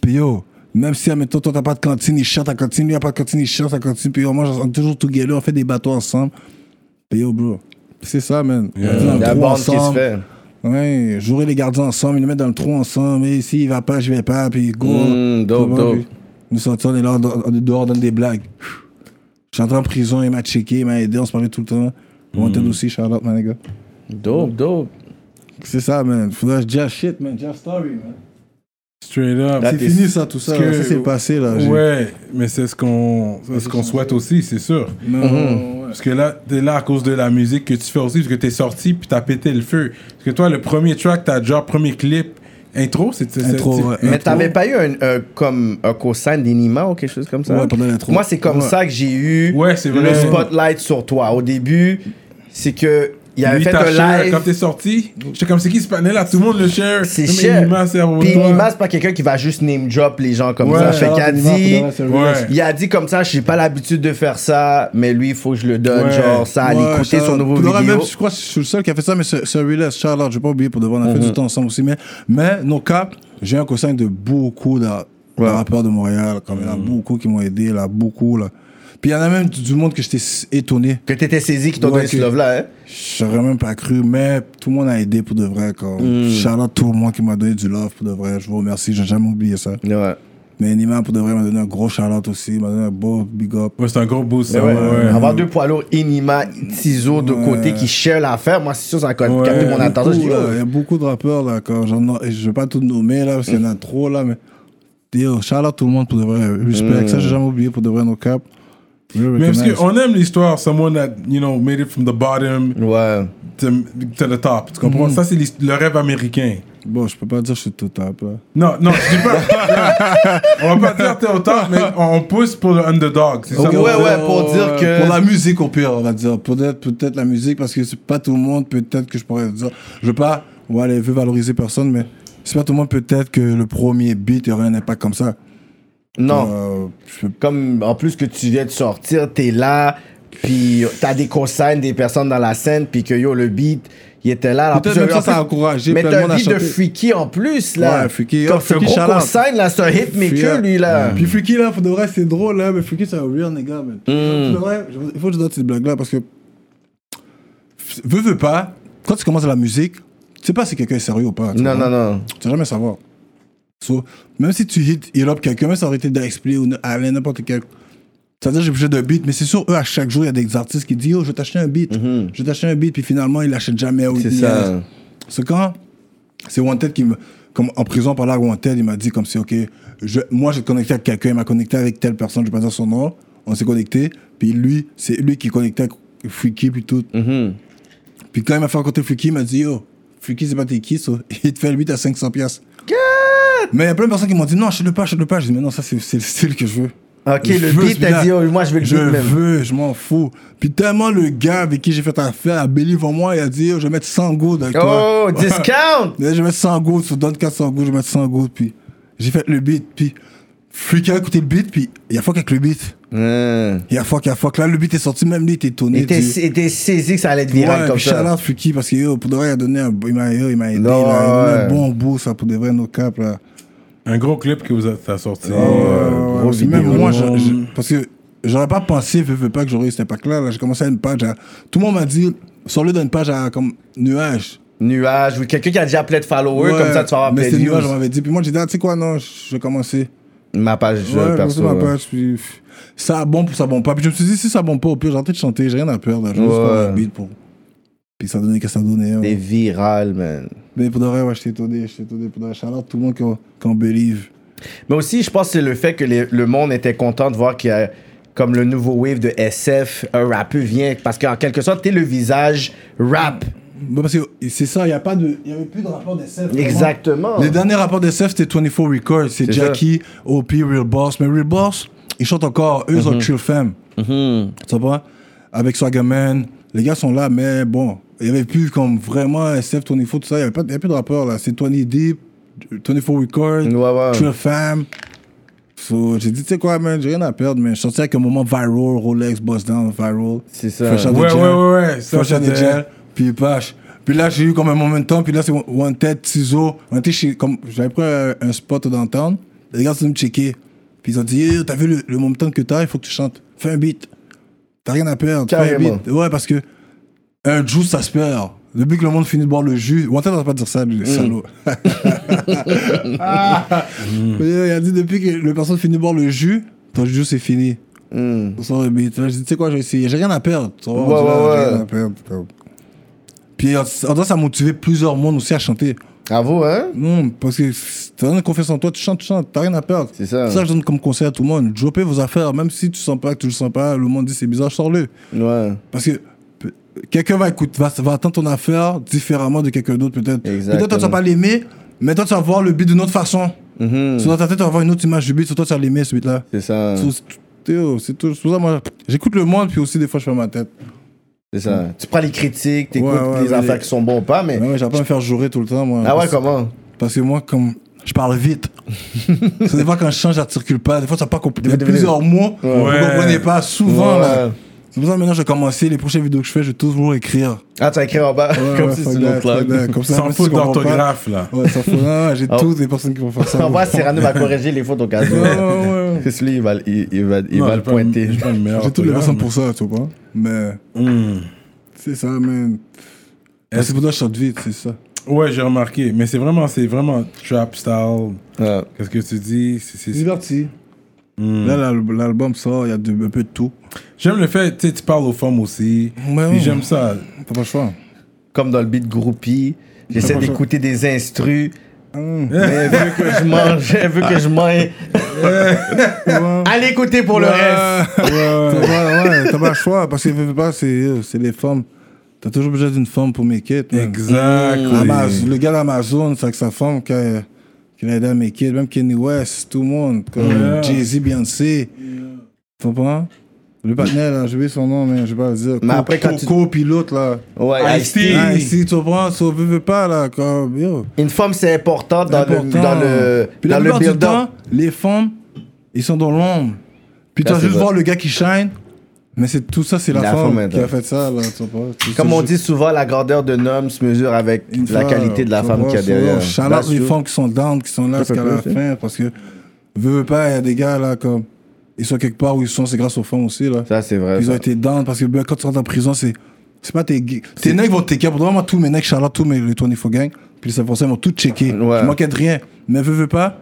puis yo, même si, admettons, toi, t'as pas de cantine, il cherche ta cantine, lui, il a pas de cantine, il cherche ta cantine, puis on mange, on est toujours together, on fait des bateaux ensemble. Puis yo, bro. C'est ça, man. On est dans le
La
trou
bande qui se fait.
Ouais, j'aurais les gardiens ensemble, ils nous mettent dans le trou ensemble, et s'il va pas, je vais pas, puis go.
Mm, dope,
Comment,
dope.
puis Nous sortons, on est là, on- on est dehors, on donne des blagues. Je suis entré en prison, il m'a checké, il m'a aidé, on se parlait tout le temps. On t'aide aussi, Charlotte, man, les gars.
Dope, dope.
C'est ça, man. Faudrait que je dise ah, shit, man. Just story, man.
Straight up.
C'est fini, ça, tout ça.
Parce
là.
Ah, que-
Ça, c'est passé, là. J'ai-
Ouais, mais c'est ce qu'on c'est ce qu'on souhaite aussi, c'est sûr.
Non, ouais.
Parce que là, t'es là à cause de la musique que tu fais aussi, parce que t'es sorti puis t'as pété le feu. Parce que toi, le premier track, t'as déjà premier clip, intro, c'est c'est-
Intro,
c'est-
ouais.
Mais
Intro.
t'avais pas eu un, un, comme, un cosign d'Enima ou quelque chose comme ça?
Ouais, pendant l'intro.
Moi, c'est comme
Ouais.
ça que j'ai eu
Ouais, c'est vrai.
le spotlight sur toi. Au début, c'est que il avait
Lui,
fait
t'as
un
share,
live.
Quand t'es sorti, j'étais comme c'est qui ce panel là, tout le monde le share.
C'est
Mais
cher.
Nima, c'est à mon
Puis
doigt.
Nima, c'est pas quelqu'un qui va juste name drop les gens comme
Ouais,
ça. Fait
Charlotte,
qu'il a
Nima,
dit.
faudrait se
Ouais.
relax.
Il a dit comme ça, j'ai pas l'habitude de faire ça, mais lui, il faut que je le donne,
Ouais.
genre, ça, à
Ouais,
l'écouter son
Charlotte.
nouveau
Pour de vrai,
vidéo.
Même, je crois
Mhm.
que je suis le seul qui a fait ça, mais c'est Relais, Charlotte, je vais pas oublier pour devoir, on a fait du temps ensemble aussi. Mais, mais nos cas, J'ai un conseil de beaucoup de, de rappeurs de Montréal. Comme il y en a
Mhm.
beaucoup qui m'ont aidé, là, beaucoup, là. Puis il y en a même du du monde que j'étais s- étonné.
Que t'étais saisi qui t'ont
Ouais,
donné ce
que-
love-là, hein?
J'aurais même pas cru, mais tout le monde a aidé pour de vrai.
Mhm.
Comme. Shout out tout le monde qui m'a donné du love pour de vrai. Je vous remercie, j'ai jamais oublié ça.
Ouais.
Mais Nima pour de vrai m'a donné un gros shout out aussi, m'a donné un beau big up.
Ouais, c'est un gros boost. ça,
Ouais,
ouais.
Avoir deux poids lourds, Inima, Tizo de côté qui cherchent l'affaire, moi, c'est sûr, ça a quand même capté mon
Il y a
attention. Je
beaucoup,
dis,
là,
oh,
Il y a beaucoup de rappeurs là, quand j'en ai- je vais pas tout nommer là parce qu'il y en a trop là, mais yo, shout out tout le monde pour de vrai. Respect,
Hmm.
ça j'ai jamais oublié pour de vrai nos caps.
Mais parce qu'on aime l'histoire, someone that, you know, made it from the bottom
oh, Ouais.
to, to the top. Tu comprends?
Mm.
Ça, c'est l'his- le rêve américain.
Bon, je peux pas dire que je suis tout top là.
Non, non, je dis pas. on va pas dire t'es au top, mais on pousse pour le underdog. C'est ça.
ouais, ouais, pour dire que-
Pour la musique au pire, on va dire. Peut-être peut la musique parce que c'est pas tout le monde, peut-être que je pourrais dire. Je veux pas ouais, aller- je veux valoriser personne, mais c'est pas tout le monde, peut-être que le premier beat aurait un impact comme ça.
Non.
Euh, je peux-
Comme en plus que tu viens de sortir, t'es là, puis t'as des consignes des personnes dans la scène, puis que yo, le beat, il était là. En
Peut-être
plus,
même
en
ça,
plus-
ça a encouragé
Mais
plein
t'as
de monde à
un beat de
chanter.
Freaky en plus, là.
Ouais, Freaky,
Comme
oh,
ce
Freaky,
gros
shout out.
consigne, là, c'est un hitmaker, lui, là.
Puis Freaky, là, pour de vrai, c'est drôle, là, mais Freaky, c'est un real nigga, man.
Mm.
Pour de vrai, je- il faut que je donne cette blague-là parce que. Veux, veux pas, quand tu commences la musique, tu sais pas si quelqu'un est sérieux ou pas. tu
Non,
comprends?
non, non.
Tu vas jamais savoir. So, même si tu hit il up quelqu'un, même si ça aurait été d'expliquer ou Alain, n'importe quel. C'est-à-dire, j'ai besoin d'un beat, mais c'est sûr, eux, à chaque jour, il y a des artistes qui disent Yo, je vais t'acheter un beat. Je vais t'acheter un beat, puis finalement, ils l'achètent jamais. ou
Mm-hmm. C'est
ils- euh,
ça.
C'est quand c'est Wanted qui me. Comme en prison, par là, Wanted, il m'a dit comme si, ok, je, moi, j'ai connecté avec quelqu'un, il m'a connecté avec telle personne, je vais pas dire son nom, on s'est connecté, puis lui, c'est lui qui connectait avec Freaky, puis tout. Puis quand il m'a fait rencontrer Freaky, il m'a dit Yo, Freaky, c'est pas tes qui, ça il te fait le 8 à 500 piastres. Mais il y a plein de personnes qui m'ont dit Non, achète-le pas, achète-le pas. J'ai dit Mais non, ça, c'est c'est le style que je veux.
Ok,
Je
le
veux
beat,
celui-là.
t'as dit, oh, moi, je vais le
Je
beat même.
veux, je m'en fous. Puis tellement le gars avec qui j'ai fait affaire a believe en moi, il a dit Yo, je vais mettre 100 go avec toi.
Oh, discount!
Là, je vais mettre 100 go, tu donnes 400 go, je vais mettre 100 go. Puis j'ai fait le beat, puis Freaky a écouté le beat, puis il y a fuck avec le beat.
Hum.
Il y a fuck, il y a fuck. Là, le beat est sorti, même lui, il était étonné.
Il était
du-
il était saisi que ça allait être viral
Ouais,
comme
puis shout
ça.
out Fuki parce que yo, pour de vrai, il a donné un, il m'a, yo, il m'a aidé,
Non,
il a donné
ouais.
un bon bout, ça, pour de vrai, nos caps, là.
Un gros clip que vous avez t'as sorti.
Oh,
euh,
Ouais,
grosse
parce que même
vidéo.
moi, je- je- parce que j'aurais pas pensé, veux, veux pas, que j'aurais eu cet impact-là, là. J'ai commencé à une page à, tout le monde m'a dit, sors-le d'une page à, comme, nuage.
Nuage, ou quelqu'un qui a déjà plein de followers,
Ouais,
comme ça, tu vas avoir
Mais
plein de
c'était nuage, on
views.
m'avait dit. Puis moi, j'ai dit, ah, tu sais quoi, non, je vais commencer.
Ma page
Ouais,
euh,
j'ai commencé
perso.
ma
ouais.
page, puis pff, ça bombe ou ça bombe pas. Puis je me suis dit, si ça bombe pas, au pire, j'ai de chanter, j'ai rien à perdre, là. Je vais juste
Ouais.
prendre un beat pour. Puis ça donnait, qu'est-ce que ça donnait. hein.
Des virales, man.
Mais pour de vrai, ouais, je t'ai étonné, je t'ai étonné. Pour de vrai, shout out tout le monde qui en- qui en believe.
Mais aussi, je pense que c'est le fait que les- le monde était content de voir qu'il y a, comme le nouveau wave de SF, un rappeur vient. Parce qu'en quelque sorte, t'es le visage rap.
Bon, parce que c'est ça, il n'y a pas de. Il y avait plus de rapport d'SF. vraiment.
Exactement.
Les derniers rapports d'SF, c'était 24 Records. C'est
ça.
Jackie, OP, Real Boss. Mais Real Boss, ils chantent encore. Eux, ils
Mhm.
ont Chill Femme. Tu vois Avec Swagaman. Les gars sont là, mais bon, il n'y avait plus comme vraiment SF, 24, tout ça. Il n'y avait, pas- il y avait plus de rapport là. C'est 20 Deep, 24 Records,
Ouais, ouais.
Chill Femme. So, j'ai dit, tu sais quoi, man, j'ai rien à perdre, mais je suis sorti avec un moment viral, Rolex, Boss Down, viral.
C'est ça.
Fresh out the
Ouais,
jail.
ouais, ouais, ouais. Ça,
Fresh out the
c'était-
jail. Puis Pache. Puis là, j'ai eu comme un momentum. Puis là, c'est Wanted, Ciseaux. On était chez. Comme, j'avais pris un, un spot downtown. Les gars sont venus me checker. Puis ils ont dit Yo, T'as vu le, le momentum que t'as Il faut que tu chantes. Fais un beat. T'as rien à perdre. Fais un
Carrément.
beat. Ouais, parce que un juice, ça se perd. Depuis que le monde finit de boire le jus, Wanted on va pas dire ça, le salaud. Ah. Mais, euh, Il a dit depuis que le personne finit de boire le jus, ton jus c'est fini. Sans le beat. Là, je dis, tu sais quoi, je vais essayer. J'ai rien à perdre. Tu vois,
Hmm. Ouais,
on dirait,
ouais,
j'ai
ouais.
rien à perdre. Comme. Puis en en disant, ça a motivé plusieurs mondes aussi à chanter.
Bravo, hein?
Non, parce que t'as rien de confiance en toi, tu chantes, tu chantes, t'as rien à perdre.
C'est ça.
C'est ça que je donne comme conseil à tout le monde. Dropez vos affaires, même si tu sens pas, que tu le sens pas, le monde dit c'est bizarre, sors-le.
Ouais.
Parce que pe- quelqu'un va écouter, va, va attendre ton affaire différemment de quelqu'un d'autre, peut-être.
Exactement.
Peut-être toi, tu vas pas l'aimer, mais toi, tu vas voir le beat d'une autre façon.
Mm-hmm.
Sur dans ta tête, tu vas avoir une autre image du beat, sur toi, tu vas l'aimer, ce beat-là.
C'est ça.
So, c'est tout- Théo, oh, c'est tout. c'est pour ça, moi, j'écoute le monde, puis aussi, des fois, je fais ma tête.
C'est ça. Tu prends les critiques, t'écoutes
Ouais, ouais,
les
mais
affaires
les-
qui sont bons ou pas, mais.
Mais ouais, j'ai pas à me faire jurer tout le temps, moi.
Eh. Ah ouais,
Parce-
comment?
Parce que moi, comme, je parle vite. c'est des fois, quand je change, j'articule pas. Des fois, ça pas compliqué. Il y a plusieurs mots, vous comprenez pas. Souvent,
Ouais.
là. C'est pour ça que maintenant, j'ai commencé. Les prochaines vidéos que je fais, je vais toujours écrire.
Ah, t'as écrit en bas.
Ouais,
comme
ouais,
si
fuck
c'était
that,
nos
fuck that.
clubs.
Comme ça,
Sans
même si
faute
tu comprends pas.
d'orthographe, là.
Ouais, sans faute. Ah, ouais, j'ai
Oh.
toutes les personnes qui vont faire ça.
En bas, Cyrano va corriger les fautes au cas où.
Ouais, ouais, ouais. Ah,
Parce que lui, il va, il, il va, il
Non,
va
j'ai
le
pas-
pointer.
j'ai pas le meilleur
J'ai toutes les personnes
orthographe,
pour ça, tu vois. Mais Hmm. c'est ça, man. Ah, C'est pour ça que je chante vite, c'est ça.
mais- Ouais, j'ai remarqué. Mais c'est vraiment, c'est vraiment trap style.
Ouais.
Qu'est-ce que tu dis? C'est- c'est- c'est-
Diverti. Là, l'al- l'album sort, il y a de- un peu de tout.
J'aime le fait, tu sais, tu parles aux femmes aussi.
Ouais,
Puis
ouais.
j'aime ça.
T'as pas le choix.
Comme dans le beat groupie, j'essaie d'écouter des instrus.
Hum.
Mais vu que je mange, vu que je mange. Allez écouter pour le reste.
T'as pas, ouais, t'as pas le choix, parce que veux, veux pas, c'est euh, c'est les femmes. T'as toujours besoin d'une femme pour mes kids. man.
Exact.
Mm. Amaz- le gars d'Amazon, c'est que sa femme qui a, qui l'a aidé à mes kids, même Kenny West, tout le monde, comme
Yeah.
Jay-Z, Beyoncé. Tu comprends? Le partenaire, là, j'ai oublié son nom, mais je vais pas le dire.
Mais après, quand tu-
Coco, pilote, là.
Ouais,
Ice-T.
Ice-T.
Ah, ici, tu comprends? Ça veut, veut pas, là. Comme, yo.
Une femme, c'est important dans le,
Important.
dans le,
Puis la
dans le
plupart du temps,
build-up.
les femmes, ils sont dans l'ombre. Puis
Ça,
tu vas
c'est
juste
vrai.
voir le gars qui shine. Mais c'est tout ça, c'est la,
La
femme,
femme,
qui a
attends.
fait ça, là. Tu vois pas? C'est-
Comme
c'est
on
juste
dit souvent, la grandeur d'un homme se mesure avec
une
la
femme,
qualité de la
tu
femme
vois,
qu'il y a
c'est vrai.
derrière.
Shout out
That's
les
true.
femmes qui sont down, qui sont là
Ça fait
jusqu'à la
plaisir.
fin. Parce que, veux, veux pas, il y a des gars, là, comme. Ils sont quelque part où ils sont, c'est grâce aux femmes aussi, là.
Ça, c'est vrai.
Ils ont
ça.
été down parce que ben, quand tu rentres en prison, c'est. C'est pas tes gays. Tes necks vont te checker. Pour de vrai, moi, tous mes necks, Charlotte, tous mes les 24 gang, puis les influenceurs, ils m'ont tout checké.
Ouais.
Je manquais de rien. Mais veux, veux pas.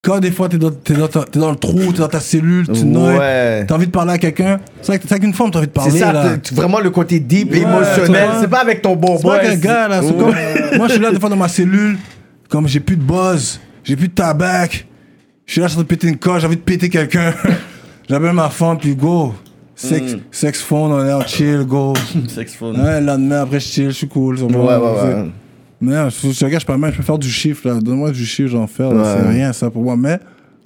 Quand des fois, t'es dans, t'es dans, ta- t'es dans le trou, t'es dans ta cellule, tu
Ouais.
noies, t'as envie de parler à quelqu'un. C'est vrai que t'as qu'une femme, t'as envie de parler.
C'est
là.
ça, t- vraiment le côté deep, et émotionnel.
toi.
C'est pas avec ton bon
C'est pas
boy.
qu'un gars là, c'est
Ouais.
comme- Moi je suis là des fois dans ma cellule, comme j'ai plus de buzz, j'ai plus de tabac, je suis là je suis en train de péter une coche, j'ai envie de péter quelqu'un. J'appelle ma femme puis go. Sex,
Mm.
sex phone, on est en chill, go. Ouais, le lendemain après je chill, je suis cool. ça va.
Ouais, ouais, ouais.
Mais non, je je regarde, je suis pas mal, je peux faire du chiffre là. Donne-moi du chiffre, j'en fais. là.
Ouais.
C'est rien ça pour moi, mais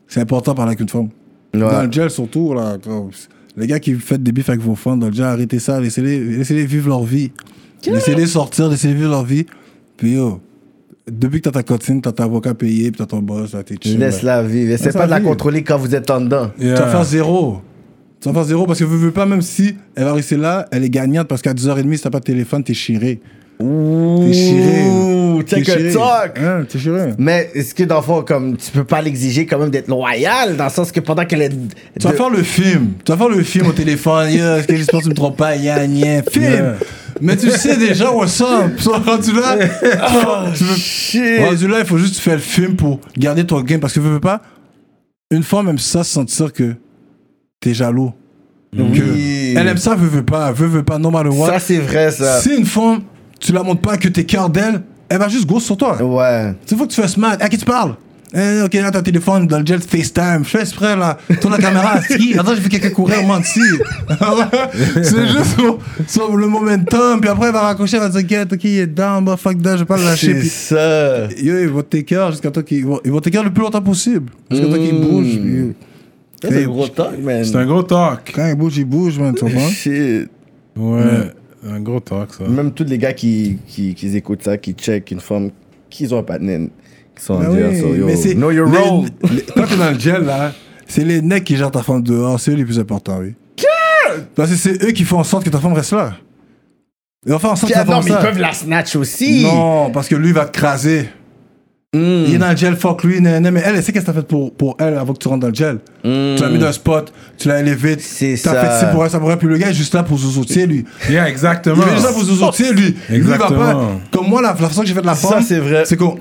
c'est important de parler avec une femme.
Ouais.
Dans le gel surtout là. comme- Les gars qui faites des bifs avec vos fans dans le gel, arrêtez ça, laissez-les laissez-les vivre leur vie. Laissez-les sortir, laissez-les vivre leur vie. Puis yo, depuis que t'as ta cotine, t'as ton avocat payé, puis t'as ton boss, là, t'es chill.
Laisse
là.
la vivre. Essaie
Laisse
pas de
la
la
vivre.
contrôler quand vous êtes en dedans.
Tu vas
Yeah.
faire zéro. Tu vas faire zéro parce que vous veux pas, même si elle va rester là, elle est gagnante parce qu'à 10h30, si t'as pas de téléphone, t'es chiré. T'es chiré.
Ouh, check
T'es
a
chiré.
talk.
Hein, T'es chiré.
Mais est-ce que dans le fond, comme, tu peux pas l'exiger quand même d'être loyal, dans le sens que pendant qu'elle est.
Tu vas
de-
faire le film. Tu vas faire le film au téléphone. Yeah, est-ce que j'espère que tu me trompes pas? Yeah, yeah. Film!
Yeah.
Mais tu sais déjà what's up. Tu vois, Rendu là, tu veux-
Shit.
rendu là, il faut juste faire le film pour garder ton game. Parce que veux, veux pas, une fois même ça, sentir que t'es jaloux. Que
Oui.
Elle aime ça, veut, veut pas. Veut, veut pas, no matter what.
Ça, c'est vrai, ça.
si une femme, tu la montres pas que t'es cœur d'elle, elle va juste go sur toi.
Ouais.
C'est faut que tu fasses mal. À qui tu parles Eh, Ok, là, ton téléphone dans le jet FaceTime. Je fais exprès, là. Tourne la caméra. Si, attends, j'ai vu quelqu'un courir au menti. c'est juste sur, sur le momentum. Puis après, elle va raccrocher. Elle va dire, get, ok, il est down, bah, fuck that, je vais pas le lâcher.
C'est
Puis,
ça.
yo, ils vont t'écœurer jusqu'à temps qu'ils vont, ils vont t'écœurer le plus longtemps possible. Jusqu'à temps qu'ils bougent. puis-
Ça, C'est un gros talk, man.
C'est un gros talk.
Quand ils bougent, ils bougent, man, tu comprends?
Shit.
Ouais. Un gros talk, ça.
Même tous les gars qui, qui, qui écoutent ça, qui check une femme, qui ont un patin, qui sont
Ben
en dire,
oui,
so, yo,
mais c'est-
know your
les-
role.
les- quand t'es dans le gel, là, c'est les necks qui gèrent ta femme dehors, c'est eux les plus importants, oui. Parce que c'est eux qui font en sorte que ta femme reste là. Ils vont faire en sorte que
Ah,
ta
non,
femme
mais ils
reste là.
peuvent la snatch aussi.
Non, parce que lui va te craser.
Mm.
Il est dans le gel, fuck lui, nan, nan, mais elle, elle sait qu'est-ce que t'as fait pour, pour elle avant que tu rentres dans le gel. Tu l'as mis dans un spot, tu l'as élevé,
Hmm. C'est
t'as
ça.
fait ci pour elle, ça pour elle, puis le gars est juste là pour se soutirer, lui.
Yeah,
Il
exactement.
fait juste là pour se soutirer, lui. Lui, il va pas-
Exactement.
Comme moi, la, la façon que j'ai fait de la
Ça,
femme,
c'est vrai.
C'est qu'on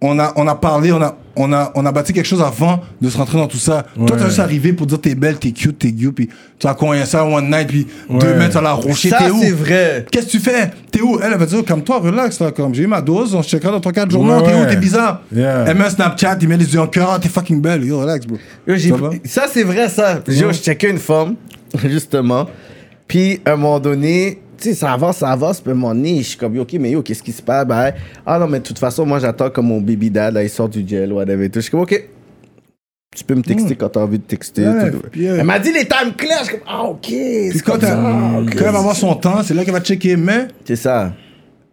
on a, on a parlé, on a, on, a, on a bâti quelque chose avant de se rentrer dans tout ça. Toi,
Ouais.
t'as juste arrivé pour dire t'es belle, t'es cute, t'es cute, puis tu as connu ça one night, puis
Ouais.
deux mètres à la rocher,
Ça,
t'es où
c'est vrai.
Qu'est-ce que tu fais T'es où Elle, elle va dire, comme toi, relax, là, comme j'ai eu ma dose, on se checkera dans 3-4 jours.
Ouais,
non, t'es
ouais.
où T'es bizarre.
Yeah.
Elle met un Snapchat, il met les yeux en cœur, Ah, t'es fucking belle, yo, relax, bro.
Yo, j'ai-
Ça va
Ça, c'est vrai, ça. Yo, je checkais une femme, justement. Puis, à un moment donné, tu sais, ça avance, ça avance. Puis, à un moment donné, je suis comme, yo, OK, mais yo, qu'est-ce qui se passe? Ben, ah non, mais de toute façon, moi, j'attends comme mon baby dad, là, il sort du gel, whatever. et tout. Je suis comme, OK. Tu peux me texter quand t'as envie de texter.
Hmm. Ouais,
tout.
puis, euh,
Elle m'a dit les times clairs. Je suis comme, ah, OK.
Puis
C'est
quand, Ah,
comme
elle,
ça,
quand
ok.
elle va avoir son temps, c'est là qu'elle va checker, mais
C'est ça.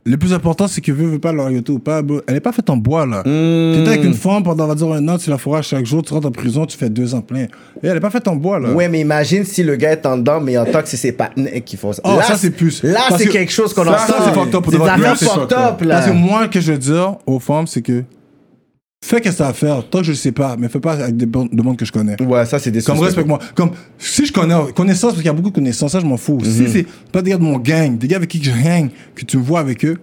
Le plus important, c'est que veut, veut pas la loyauté ou pas. bro, Elle est pas faite en bois, là.
Hmm.
T'étais avec une femme pendant, on va dire, un an, tu la fourras chaque jour, tu rentres en prison, tu fais deux ans plein. Et elle est pas faite en bois, là.
Ouais, mais imagine si le gars est en dedans, mais en tant que c'est ses partenaires qui font ça.
Oh, ça, c'est plus.
Là,
Parce
c'est
que
quelque chose qu'on
ça,
entend.
ça, c'est fucked up pour
C'est
de vrai.
de la
Là, c'est
fucked
fucked
up, là.
Parce que moi, que je veux dire aux femmes, c'est que fais qu'est-ce que t'as à faire, toi que je le sais pas, mais fais pas avec des bon- de monde que je connais.
Ouais, ça, c'est des
Comme respecte-moi. Comme si je connais connaissance, parce qu'il y a beaucoup de connaissances, ça je m'en fous.
Mhm.
Si c'est pas des gars de mon gang, des gars avec qui je hang, que tu me vois avec eux,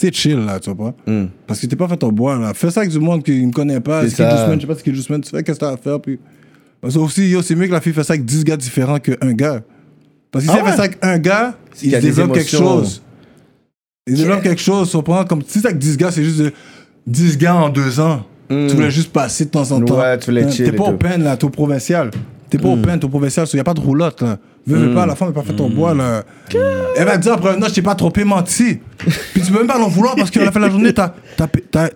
c'est chill là, tu vois pas. Parce que t'es pas fait en bois là. Fais ça avec du monde qui ne me connaît pas,
Mm. C'est
c'est deux
ça.
semaines, je sais pas ce qu'il semaines, tu fais qu'est-ce que t'as à faire. Puis... Parce que aussi, yo, c'est mieux que la fille fasse ça avec 10 gars différents qu'un gars. Parce que si
Ah
elle
ouais?
fait ça avec un gars,
qu'il y
il
a des
développe quelque
émotions.
chose. Il développe quelque chose, tu comprends? Comme si c'est avec 10 gars, c'est juste de 10 gars en deux ans. Tu voulais juste passer de temps en temps.
Hmm. Ouais, tu voulais
Hein,
chill
T'es
et
pas
tout. Hmm.
au peine, là, t'es au provincial. T'es pas au peine, t'es au provincial, il n'y a pas de roulotte, là. Veux, veux pas, la femme n'est pas faite en bois, là.
Hmm.
Elle va te dire après, non, je t'ai pas trompé, menti. Puis tu peux même pas l'en vouloir parce qu'à la fin de la journée, t'as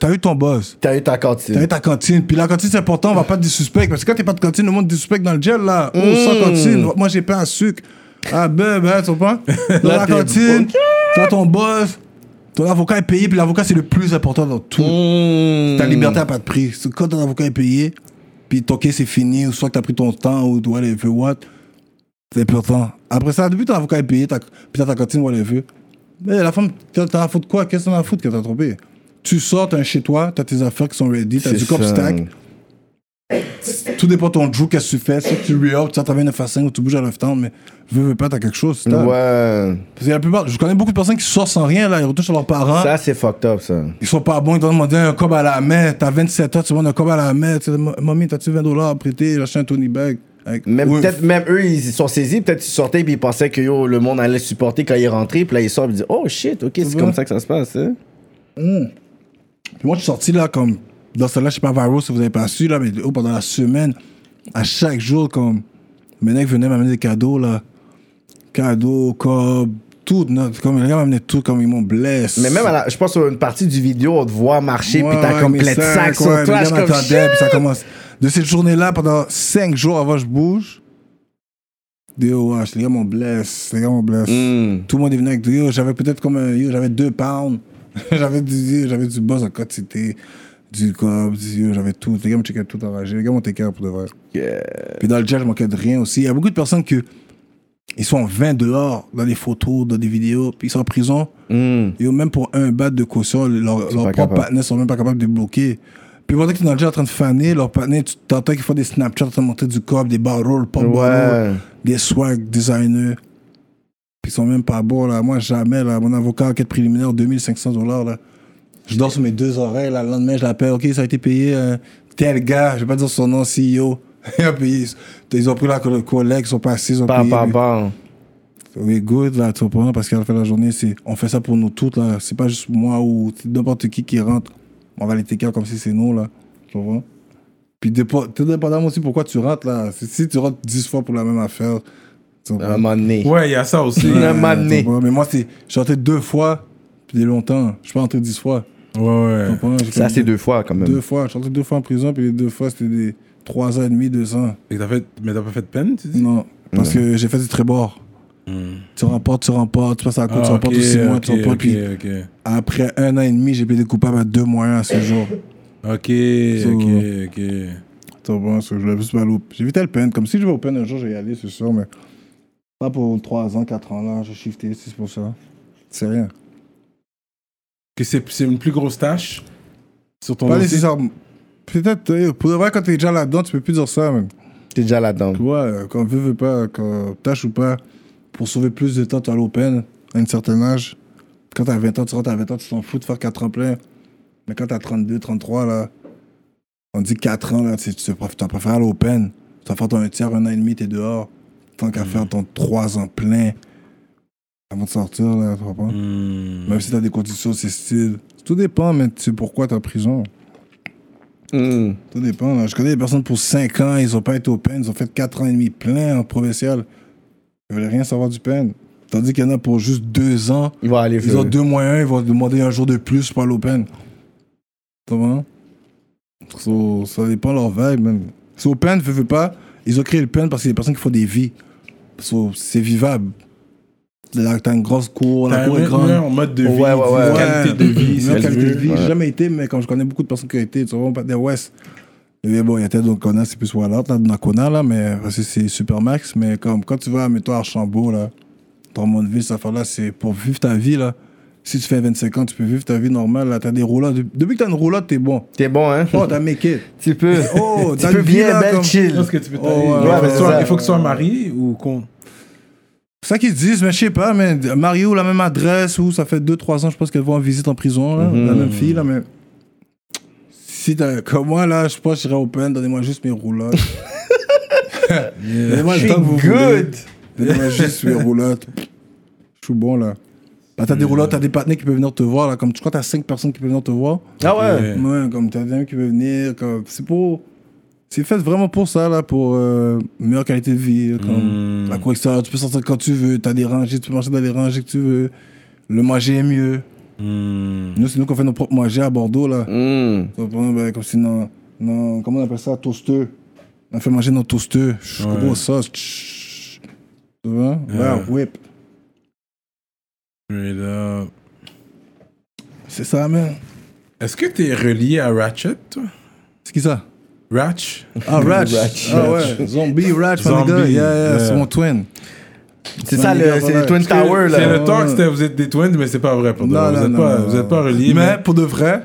as, eu ton boss.
T'as eu ta
T'as
cantine.
eu ta cantine. Puis la cantine, c'est important, on va pas te suspect Parce que quand t'es pas de cantine, le monde te suspect dans le gel, là. Oh, sans cantine, moi j'ai pas un sucre. Ah ben, ben, tu comprends? Dans la
t'es-
cantine,
Ok.
t'as ton boss, ton avocat est payé, puis l'avocat, c'est le plus important dans tout.
Mmh.
Ta liberté n'a pas de prix. C'est Quand ton avocat est payé, puis ton case c'est fini, ou soit que tu as pris ton temps, ou whatever, what, c'est important. Après ça, depuis ton avocat est payé, ta- puis t'as ta cantine, whatever. Mais la femme, t'en as à foutre quoi Qu'est-ce que t'en as à foutre que t'as trompé Tu sors, t'as un chez toi, t'as tes affaires qui sont ready, t'as
C'est
du cop
ça.
stack. Tout dépend de ton drew, qu'est-ce que tu fais. Si tu re-up, tu travailles 9 à 5 ou tu bouges à 9 temps, mais veux, veux pas, t'as quelque chose. c'est ça.
Ouais.
Parce que la plupart, je connais beaucoup de personnes qui sortent sans rien, là, ils retournent chez leurs parents
Ça, c'est fucked up, ça.
ils sont pas bons, ils t'ont demandé un cob à la mer, t'as 27 ans, tu demandes un cob à la mer, tu dis, mamie, t'as-tu 20 dollars à prêter, j'ai acheté un Tony Bag. Avec...
Même
Ouais,
peut-être même eux ils sont saisis, peut-être ils sortaient puis ils pensaient que yo, le monde allait supporter quand ils rentraient, puis là ils sortent ils disent "Oh shit, OK, c'est
Ouais.
comme ça que ça se passe." hein.
Puis moi, je suis sorti là, comme, dans celle-là, je sais pas, Varo, si vous avez pas su, là, mais oh, pendant la semaine, à chaque jour, comme, mes mecs venaient m'amener des cadeaux, là. Cadeaux, cob, tout, non, comme, les gars m'amenaient tout, comme, ils m'ont blessé.
Mais même à la- je pense sur une partie du vidéo, on te voit marcher puis t'as
Ouais,
comme
mes
plein de sacs sur
ouais,
toi,
mes
je suis
gars
comme
m'attendaient,
shit.
puis ça commence. De cette journée-là, pendant 5 jours avant que je bouge, DOH, les gars m'ont blessé, les gars m'ont blessé.
Mm.
Tout le monde est venu avec du yo, j'avais peut-être comme un yo, j'avais 2 pounds. j'avais du yo, j'avais du boss en quantité, du cob, du yo, j'avais tout. Les gars me checkaient tout enragé, les gars m'ont écœuré pour de vrai. Puis dans le chat, je manquais de rien aussi. Il y a beaucoup de personnes que ils sont 20 dehors dans des photos, dans des vidéos, puis ils sont en prison.
Mm.
Yo, même pour un bat de caution, leurs leur
pas
propres
capable.
partenaires sont même pas capables de bloquer. Puis pendant qu'ils sont déjà en train de faner, leurs partenaires, tu t'entends qu'ils font des Snapchats en train de monter du corps, des barrels, pop
Ouais.
des swag designers. Puis ils sont même pas bons, là. Moi, jamais, là. Mon avocat, enquête préliminaire, 2500 dollars, là. Je dors sur mes deux oreilles, là. Le lendemain, je l'appelle. OK, ça a été payé. euh, tel gars, je vais pas dire son nom, CEO. Puis ils, ils ont pris la le collègue, ils sont passés, ils ont
Bam,
payé.
bam,
mais-
bam.
oui, good, là, tu comprends, parce qu'à la fin de la journée, c'est, on fait ça pour nous toutes, là. C'est pas juste moi ou n'importe qui qui rentre. On va les TK comme si c'est nous, là. Tu comprends? Puis, dépo- tout dépendamment aussi pourquoi tu rentres, là. Si, si tu rentres 10 fois pour la même affaire, tu
À un
comprends?
moment donné.
Ouais, il y a ça aussi.
Ouais.
Ouais,
un moment donné.
tu comprends? Mais moi, c'est, je suis rentré deux fois, puis des longtemps. Je suis pas rentré 10 fois.
ouais.
Tu comprends? J'ai
Ça
fait
c'est deux fois quand même.
Deux fois. Je suis rentré deux fois en prison, puis les deux fois, c'était des 3 ans et demi, 2 ans.
Et t'as fait... Mais t'as pas fait de peine, tu dis
Non, parce que j'ai fait du trébord. Tu remportes, tu remportes, tu passes à la cour,
Hmm.
tu
Ah,
remportes
ok,
aussi mois, tu
ok,
remportes,
ok,
puis
ok.
Après un an et demi, j'ai plaidé coupable à deux moyens à ce jour.
Ok,
So-
ok, ok.
Tu comprends ce que je voulais plus mal au... J'évitais le peine. Comme si je vais au peine un jour, je vais y aller, c'est sûr, mais... Pas pour 3 ans, 4 ans, là, j'ai shifté, c'est pour ça. C'est rien.
Que c'est c'est une plus grosse tâche sur ton
pas
dossier?
nécessairement... Peut-être, euh, pour de vrai, quand t'es déjà là-dedans, tu peux plus dire ça, même.
T'es déjà là-dedans.
Tu vois, euh, quand veux, veux pas, quand tâche ou pas, pour sauver plus de temps, tu as l'open à un certain âge. Quand t'as 20 ans, tu rentres à 20 ans, tu t'en fous de faire 4 ans plein. Mais quand t'as 32, 33, là, on dit 4 ans, là, tu tu préf- t'as préféré à l'open. Tu vas faire ton un tiers, un an et demi, t'es dehors. Tant qu'à faire ton 3 ans plein avant de sortir, là, tu comprends?
Hmm.
Même si t'as des conditions, c'est style. Tout dépend, mais tu sais pourquoi t'es en prison.
Mm.
Tout dépend. Là. Je connais des personnes pour 5 ans, ils ont pas été au peine, ils ont fait 4 ans et demi plein en provincial. Ils voulaient rien savoir du peine. Tandis qu'il y en a pour juste 2 ans,
Il va aller
ils ont deux moyens, ils vont demander un jour de plus pour aller au peine. Tu vois? So, ça dépend de leur vibe, même. Si au peine, veux, veux pas, ils ont créé le peine parce que c'est des personnes qui font des vies. So, c'est vivable. là, T'as une grosse cour, la
T'as
cour est
un
grande.
meilleur mode de vie,
Ouais, ouais, ouais.
une qualité de vie.
meilleure
si elle
qualité
veut.
de vie. J'ai jamais été, mais quand je connais beaucoup de personnes qui ont été, tu vois, on parlait West. Et bon, il y a peut-être d'autres connards, c'est plus Wallat, là, Nakona, là, mais parce que c'est Supermax. Mais comme quand tu vas, mets-toi à Archambault, là, dans mon ville, cette affaire-là, c'est pour vivre ta vie, là. Si tu fais 25 ans, tu peux vivre ta vie normale, là. T'as des roulottes. Depuis que t'as une roulotte, t'es bon.
T'es bon, hein?
Oh, t'as make it.
Tu peux.
Oh,
tu
t'as
peux
une vie,
bien,
là,
belle
comme-
chill.
Est-ce que tu peux
Oh, ouais,
t'aller? Il faut
ouais,
que
c'est
tu sois-
ça.
Il faut que tu sois marié ou con.
C'est ça qu'ils disent, mais je sais pas, mais marié ou la même adresse, ou ça fait 2-3 ans, je pense qu'elle va en visite en prison, là, la même fille, là, mais. Si t'as. Comme moi, là, je pense que je serais open, donnez-moi juste mes roulottes. Donnez-moi
Je suis
le temps que vous voulez.
good.
Donnez-moi juste mes roulottes. Je suis bon, là. Bah, t'as des roulottes, t'as des partenaires qui peuvent venir te voir, là, comme tu crois, t'as 5 personnes qui peuvent venir te voir.
Ah ouais?
Ouais.
Ouais, comme t'as des gens qui veulent venir, comme. C'est pour. C'est fait vraiment pour ça, là, pour euh, meilleure qualité de vie. Comme La cour extérieure, tu peux sortir quand tu veux, t'as des rangées, tu peux manger dans les rangées que tu veux. Le manger est mieux.
Hmm,
Nous, c'est nous qu'on fait nos propres mangers à Bordeaux, là.
Hmm.
Donc, par exemple, ben, comme si, non, non, comment on appelle ça, toasteux. On fait manger nos toasteux. Gros sauce. tch. Tu vois? Ouais, whip.
Straight up.
C'est ça, man.
Est-ce que t'es relié à Ratchet, toi?
C'est qui ça?
Ratch?
Ah, Ratch.
Ratch.
Ah ouais. Zombie Ratch, my
Zombie.
nigga. Yeah, yeah,
Yeah.
c'est mon twin.
C'est ça,
Zombie,
le- c'est
voilà.
les Twin Towers,
C'est
là. Ah
le talk, c'était vous êtes des twins, mais c'est pas vrai. Pour de
Non,
vrai. vous
non,
êtes
non,
pas,
non,
vous
non.
êtes pas reliés.
Mais pour de vrai,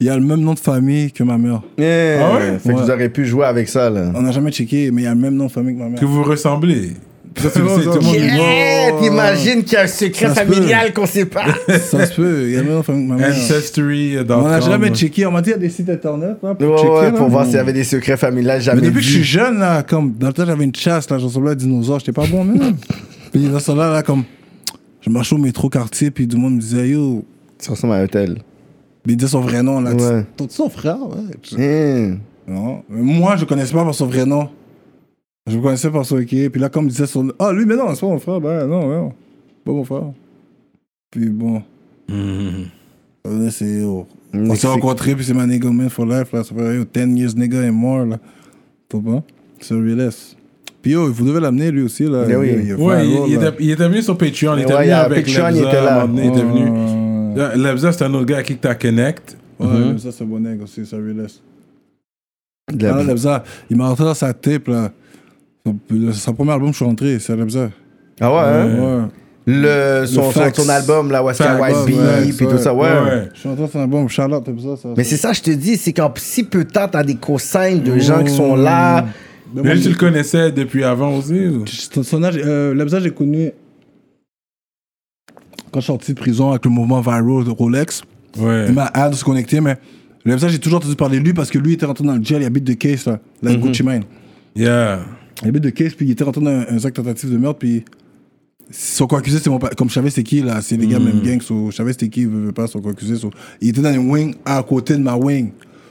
il y a le même nom de famille que ma mère.
Yeah.
Ah ouais?
Fait que
Ouais.
vous auriez pu jouer avec ça, là.
On n'a jamais checké, mais il y a le même nom de famille que ma mère.
que vous ressemblez. Ça, tu le sais, tout le monde le voit.
Yeah! T'imagines qu'il y a un secret
Ça se peut.
familial qu'on sait pas.
Ça se peut, il y a le même nom de famille que ma mère.
Ancestry. euh,
On n'a jamais checké. On m'a dit, il y a des sites internet là,
Ouais,
pour checker.
ouais,
là.
pour voir s'il y avait des secrets familiales
Mais
jamais
depuis que je suis
vus.
jeune, là, comme dans le temps, j'avais une chasse, là, je ressemblais à un dinosaure, j'étais pas bon, même. puis dans ce là là, comme, je marchais au métro quartier, puis tout le monde me disait, yo,
Tu ressembles à un hôtel.
mais il disait son vrai nom, là.
Ouais.
T'as son frère, ouais.
Hmm.
Non. Mais Moi, je ne connaissais pas par son vrai nom. Je le connaissais par son ok. Puis là, comme il disait son. Ah, lui, mais non, c'est pas mon frère. Ben non, non. Pas mon frère. Puis bon.
Mm-hmm.
Euh, c'est- oh. On s'est
Mexique.
rencontrés, puis c'est ma nigga, man, for life. Là. Ça fait yo, 10 years, nigga, and more. Là. T'as pas? C'est realist. Puis yo, vous devez l'amener lui aussi. Là.
Eh oui.
Il- il a fait un
Ouais, il,
rôle,
il
là.
était, il était venu sur Patreon. Il était
Ouais, il y
venu
a
avec
Patreon,
Lebza.
il était là.
à un moment donné, Il était venu.
Euh,
Là, Lebza, c'est un autre gars à qui t'as connect.
Ouais, Lebza, c'est bon nigga aussi, c'est realist.
De Mm-hmm. la-
Ah, Lebza, il m'a rentré dans sa tape, là. Son, son premier album, je suis rentré, c'est Lebza.
Ah ouais, hein?
Ouais.
Le, son,
Le
son,
fax.
son album, la Waska
Fax,
White Bee,
ouais,
puis tout
ouais,
ça, ouais.
ouais.
Je suis en train de faire un bon Charlotte comme ça. ça
Mais c'est ça, je te dis, c'est qu'en si peu de temps, t'as des cosignes de gens qui sont là.
Mais tu le connaissais depuis avant aussi. ou?
Son, son âge, euh, Lebza, j'ai connu quand je suis sorti de prison avec le mouvement viral de Rolex.
Ouais.
Il m'a hâte de se connecter, mais Lebza, j'ai toujours entendu parler de lui parce que lui il était rentré dans le gel, il habite de case, là, la Gucci Mane.
Yeah.
Il habite de case, puis il était rentré dans un, un sac tentative de meurtre, puis. Son co-accusé, c'est mon pa- Comme je savais c'était qui, là, c'est les gars même gang, so, je savais c'était qui, il veut, veut pas son co-accusé. so, il était dans les wings à côté de ma wing.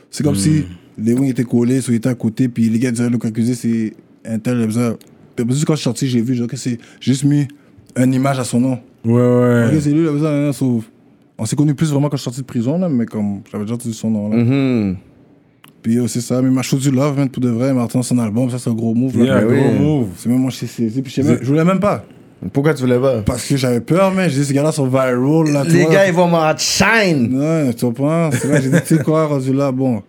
C'est comme si les wings étaient collés, so, il était à côté, puis les gars disaient le co-accusé, c'est un tel, un tel. Puis après, juste quand je suis sorti, j'ai vu, j'ai dit, ok, c'est j'ai juste mis une image à son nom.
Ouais,
Ok,
ouais.
c'est lui, là, ça, là, là, so, On s'est connus plus vraiment quand je suis sorti de prison, là, mais comme j'avais déjà entendu son nom, là.
Mhm.
Puis euh, c'est ça, mais ma chose du love, même pour de vrai, Martin, son album, ça, c'est un gros move, là.
Yeah,
Mais
gros
oui.
move.
C'est même moi, je sais- c'est- c'est- puis je sais même- je voulais même pas.
Pourquoi tu voulais pas?
Parce que j'avais peur, mais j'ai dit, ces gars-là sont viral, là, tu
Les
vois.
gars, ils vont m'en shine.
Ouais, tu comprends? C'est là, j'ai dit, tu sais quoi, rendu là, bon.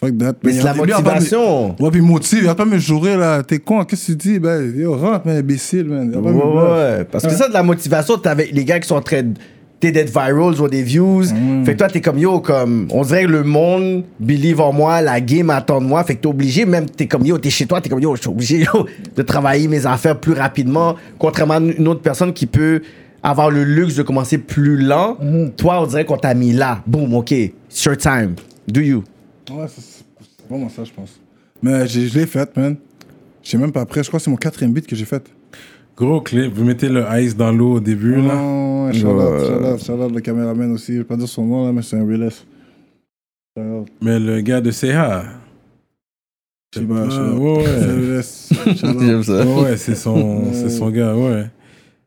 Fuck that.
Mais c'est la
regarde- lui, regarde pas
motivation.
mes- Ouais, puis il motive, il va pas me jouer, là. T'es con, qu'est-ce que tu dis? Ben, yo, rentre, mais imbécile, man. Il va
Ouais,
pas me
ouais,
bluff.
ouais. Parce que ça, de la motivation, t'as avec les gars qui sont en train de. T'es d'être viral, sur des views. Fait que toi, t'es comme yo, comme. On dirait que le monde believe en moi, la game attend de moi. Fait que t'es obligé, même t'es comme yo, t'es chez toi, t'es comme yo, je suis obligé yo, de travailler mes affaires plus rapidement. Contrairement à une autre personne qui peut avoir le luxe de commencer plus lent. Toi, on dirait qu'on t'a mis là. Boom, ok. It's your time. Do you.
Ouais, c'est- c'est c'est vraiment ça, je pense. Mais j'ai- je l'ai faite, man. Je sais même pas après, je crois que c'est mon quatrième beat que j'ai fait.
Gros clip. Vous mettez le ice dans l'eau au début, là.
Non, Charlotte, Charlotte, Charlotte, le caméraman aussi. Je vais pas dire son nom, là, mais c'est un realist. Shout-out.
Mais le gars de CH.
Je sais pas,
Ouais,
je sais pas.
ouais.
C'est un realist. Shout-out.
ça.
Ouais, ouais, c'est son, c'est son gars, ouais.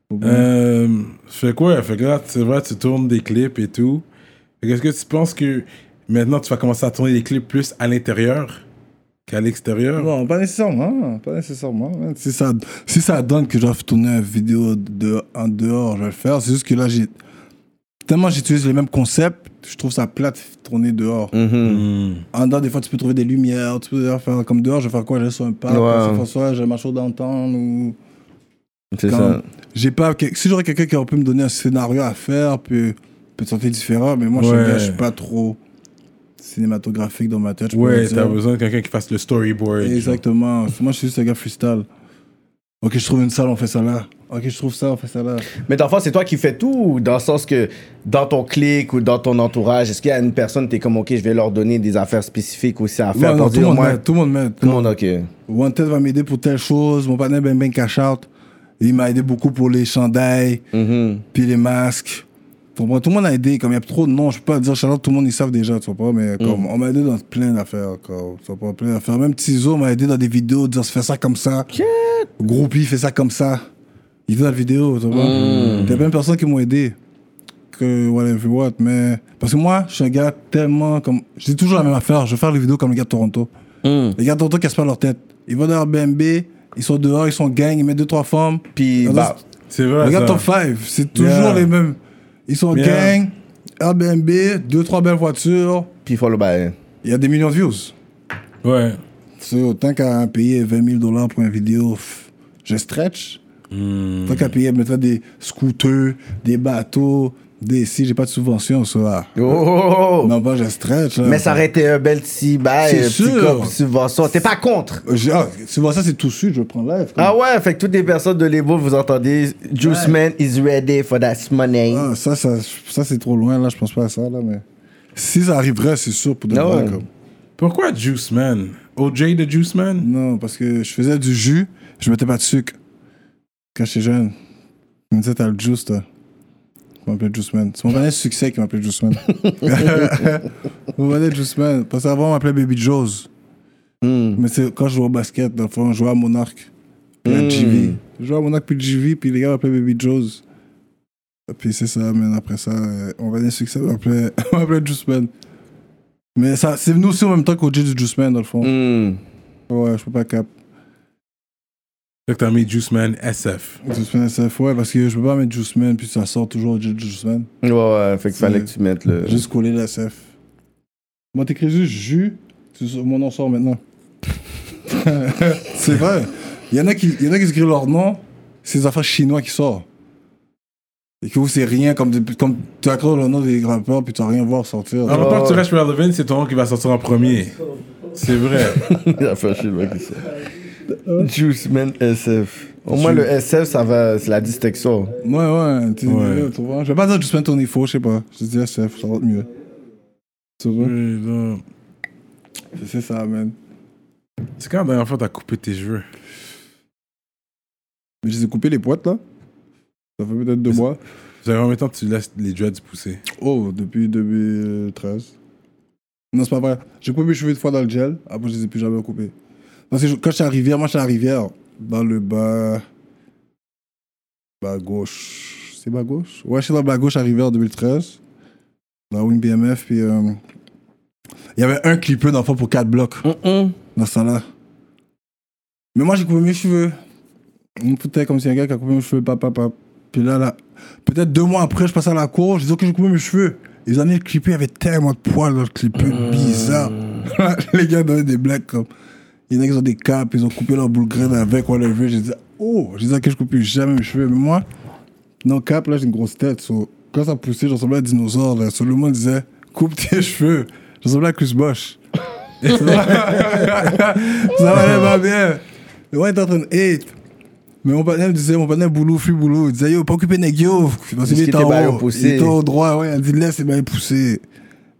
Faut bien.
Euh, fait que ouais, fait que là, c'est vrai, tu tournes des clips et tout. Fait que Est-ce que tu penses que maintenant tu vas commencer à tourner des clips plus à l'intérieur qu'à l'extérieur.
Non, pas nécessairement, hein. pas nécessairement. man. Si ça, si ça donne que je dois tourner une vidéo de, en dehors, je vais le faire. C'est juste que là, j'ai tellement j'utilise les mêmes concepts, je trouve ça plate tourner dehors.
Mm-hmm.
Hmm.
En dehors, des fois, tu peux trouver des lumières, tu peux d'ailleurs faire comme dehors, je vais faire quoi, je vais sur un parc,
Ouais.
comme François, je vais marcher au downtown ou
C'est
quand-
ça.
J'ai pas. que- Si j'aurais quelqu'un qui aurait pu me donner un scénario à faire, puis peut-être sortir différent, mais moi, je suis un
Ouais.
gars, je suis pas trop cinématographique dans ma tête. je peux
Ouais,
le dire.
t'as besoin de quelqu'un qui fasse le storyboard.
Exactement. Moi, je suis juste un gars freestyle. Ok, je trouve une salle, on fait ça là. Ok, je trouve ça, on fait ça là.
Mais dans le fond, c'est toi qui fais tout, ou dans le sens que dans ton clic ou dans ton entourage, est-ce qu'il y a une personne, t'es comme, ok, je vais leur donner des affaires spécifiques aussi à faire
Ouais,
pour
non, tout,
dire,
le monde
moi,
m'aide, tout le monde m'aide.
tout le monde, ok.
Wanted va m'aider pour telle chose. Mon partenaire Ben Ben Cashout, il m'a aidé beaucoup pour les chandails,
Mm-hmm.
Mhm.
puis les masques. Pour moi, tout le monde a aidé. Comme il y a trop de noms, je peux pas dire Charlotte, tout le monde, ils savent déjà, tu vois pas. Mais comme,
Mm.
on m'a aidé dans plein d'affaires, comme, tu vois pas, plein d'affaires. Même Tizo m'a aidé dans des vidéos, dire fais ça comme ça. Groupie, fais ça comme ça. Il était dans la vidéo, tu vois.
Mm.
Il y a plein de personnes qui m'ont aidé. Que whatever what, mais. Parce que moi, je suis un gars tellement comme. Je dis toujours la même affaire, je vais faire les vidéos comme les gars de Toronto.
Mm.
Les gars de Toronto cassent pas leur tête. Ils vont dans leur BMB, ils sont dehors, ils sont gang, ils mettent deux, trois formes.
Puis,
Dans
bah,
C'est vrai.
Regarde
ça.
top 5, c'est toujours
Yeah.
les mêmes. Ils sont
Yeah.
gang, Airbnb, 2-3 belles voitures,
puis follow by.
il y a des millions de views.
Ouais.
C'est autant qu'à payer 20 000 dollars pour une vidéo, pff, je stretch.
Hmm.
Autant qu'à payer, mettre des scooters, des bateaux, des si j'ai pas de subvention, ça.
Oh, oh, oh, oh.
Non, pas je stretch. là.
Mais ça aurait été un bel petit bail,
C'est
un petit
sûr.
cop, subvention. T'es pas contre.
Je- ah, tu vois, ça, c'est tout suite, je prends live.
Ah ouais, fait que toutes les personnes de l'Ebo, vous entendez, Juice
Mm. Ouais.
Man is ready for that money.
Ah, ça, ça, ça c'est trop loin, là, je pense pas à ça, là, mais. Si ça arriverait, c'est sûr, pour de
Ah
vrai,
ouais.
comme.
Pourquoi Juice Man OJ de Juice Man
Non, parce que je faisais du jus, je mettais pas de sucre. Quand j'étais jeune, je me disais, t'as le juice, toi. Je m'appelais Juice Man. C'est mon dernier succès qui m'appelait Juice Man. mon dernier Juice Man. Parce qu'avant, on m'appelait Baby Joe's. Mais c'est quand je jouais au basket, dans le fond, je jouais à Monarch. Puis à JV. Je jouais à Monarch puis JV, puis les gars m'appelaient Baby Joe's. Puis c'est ça, mais après ça, euh, mon dernier succès m'appelait on m'appelait Juice Man. Mais ça, c'est venu aussi en même temps qu'au J du Juice Man, dans le fond.
Hmm.
Ouais, je peux pas cap.
Fait que t'as mis Juice Man SF.
Juice Man SF, ouais, parce que je peux pas mettre Juice Man, puis ça sort toujours Ju- Juice Man.
Ouais, ouais, fait que fallait
C'est-
que tu mettes le.
Juste coller la SF. Moi, t'écris juste Ju, tu- mon nom sort maintenant. c'est vrai. Il y, en a qui, il y en a qui écrivent leur nom, c'est des affaires chinois qui sortent. Et que vous, c'est rien, comme, des- comme tu accroches le nom des grimpeurs, puis tu vas rien voir sortir.
En même temps que tu restes relevant, c'est ton nom qui va sortir en premier. C'est vrai.
Il a fait chier, le mec, ça. Juice Man SF. Au moins, le SF, ça va, c'est la distinction.
Ouais, ouais, tu
Ouais.
tu vois. Je vais pas dire Juice Man Tony Faux, je sais pas. Je dis SF, ça va être mieux. Tu
Mm.
vois? C'est ça, man.
C'est quand la dernière fois t'as coupé tes cheveux
Mais je les ai coupés les boîtes là. Ça fait peut-être deux mois.
Vous avez combien de temps que tu laisses les dreads pousser
Oh, depuis 2013. Non, c'est pas vrai. J'ai coupé mes cheveux une fois dans le gel, après je les ai plus jamais coupés. Parce que je- quand je suis à Rivière, moi je suis à Rivière, dans le bas. bas gauche. C'est bas gauche Ouais, je suis dans le bas gauche à Rivière en 2013. Dans Wing BMF, puis. euh, Il y avait un clipeux d'enfant pour 4 blocs dans ce temps-là. Mais moi j'ai coupé mes cheveux. On me foutait comme si un gars qui a coupé mes cheveux, papa, papa. Puis là, là, peut-être deux mois après, je passais à la cour, je disais que j'ai coupé mes cheveux. Ils en le clippé, il y avait tellement de poils dans le clippé, bizarre. les gars donnaient des blagues comme. Il y en a qui ont des capes, ils ont coupé leur boule graine avec, whatever. Je disais, oh, je disais que je coupais jamais mes cheveux. Mais moi, non, cap, là, j'ai une grosse tête. so, quand ça poussait, j'ressemblais à un dinosaure. Là. So, le monde disait, coupe tes cheveux. J'ressemblais à Chris Bosch. ça m'allait pas bien. Le monde était en train de hate. Mais mon partenaire me disait, mon partenaire Boulou, Free Boulou, il disait, yo, pas occuper Negio. Parce qu'il
Parce qu'il
était
était bien
en haut. Il
poussé.
était au droit, ouais. Elle dit, laisse, c'est bien poussé.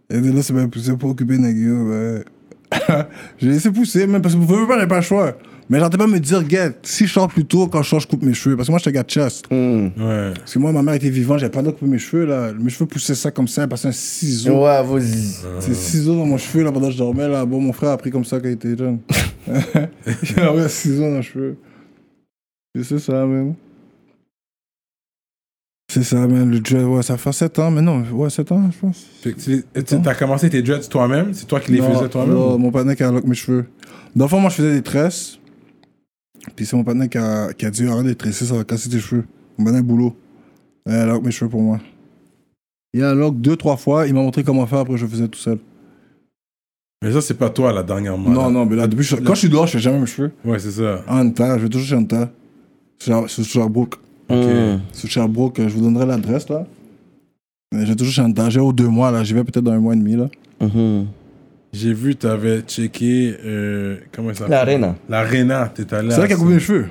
Elle dit, laisse, c'est bien poussé, pas occuper Negio, ouais. J'ai laissé pousser, même parce que vous pouvez pas, j'avais pas le choix. Mais j'entends pas me dire, get, si je sors plus tôt, quand je sors, je coupe mes cheveux. Parce que moi, je te garde chasse.
Ouais.
Parce que moi, ma mère était vivante, j'avais pas le droit de couper mes cheveux, là. Mes cheveux poussaient ça comme ça, elle passait un ciseau.
Ouais, vous.
C'est ciseau dans mon cheveu, là, pendant que je dormais, là. Bon, mon frère a pris comme ça quand il était jeune. il a pris un ciseau dans le cheveu. Et c'est ça, même. C'est ça, man. Le dread, ouais, ça fait 7 ans maintenant. Ouais, 7 ans, je pense.
Fait que tu les- tu- t'as commencé tes dreads toi-même C'est toi qui les
Non,
faisais toi-même
non, mon partenaire qui a lock mes cheveux. Dans le fond, moi, je faisais des tresses. Puis c'est mon partenaire qui a, qui a dit arrête de tresser, ça va casser tes cheveux. Mon partenaire boulot. Elle a lock mes cheveux pour moi. Il a lock deux, trois fois. Il m'a montré comment faire, après, je faisais tout seul.
Mais ça, c'est pas toi, la dernière mois.
Non, non, mais là, depuis, je- quand je suis dehors, je fais jamais mes cheveux.
Ouais, c'est ça.
En tas, je vais toujours chez Anta. Sur sur Sherbrooke.
Mm.
Sur Sherbrooke, je vous donnerai l'adresse, là. Mais J'ai toujours chez Anta. J'ai au deux mois, là. J'y vais peut-être dans un mois et demi, là.
Mhm.
J'ai vu, t'avais checké. Euh, comment ça s'appelle
L'Arena.
L'Arena, t'es allé.
C'est
à
là qu'elle a
ça.
coupé mes cheveux.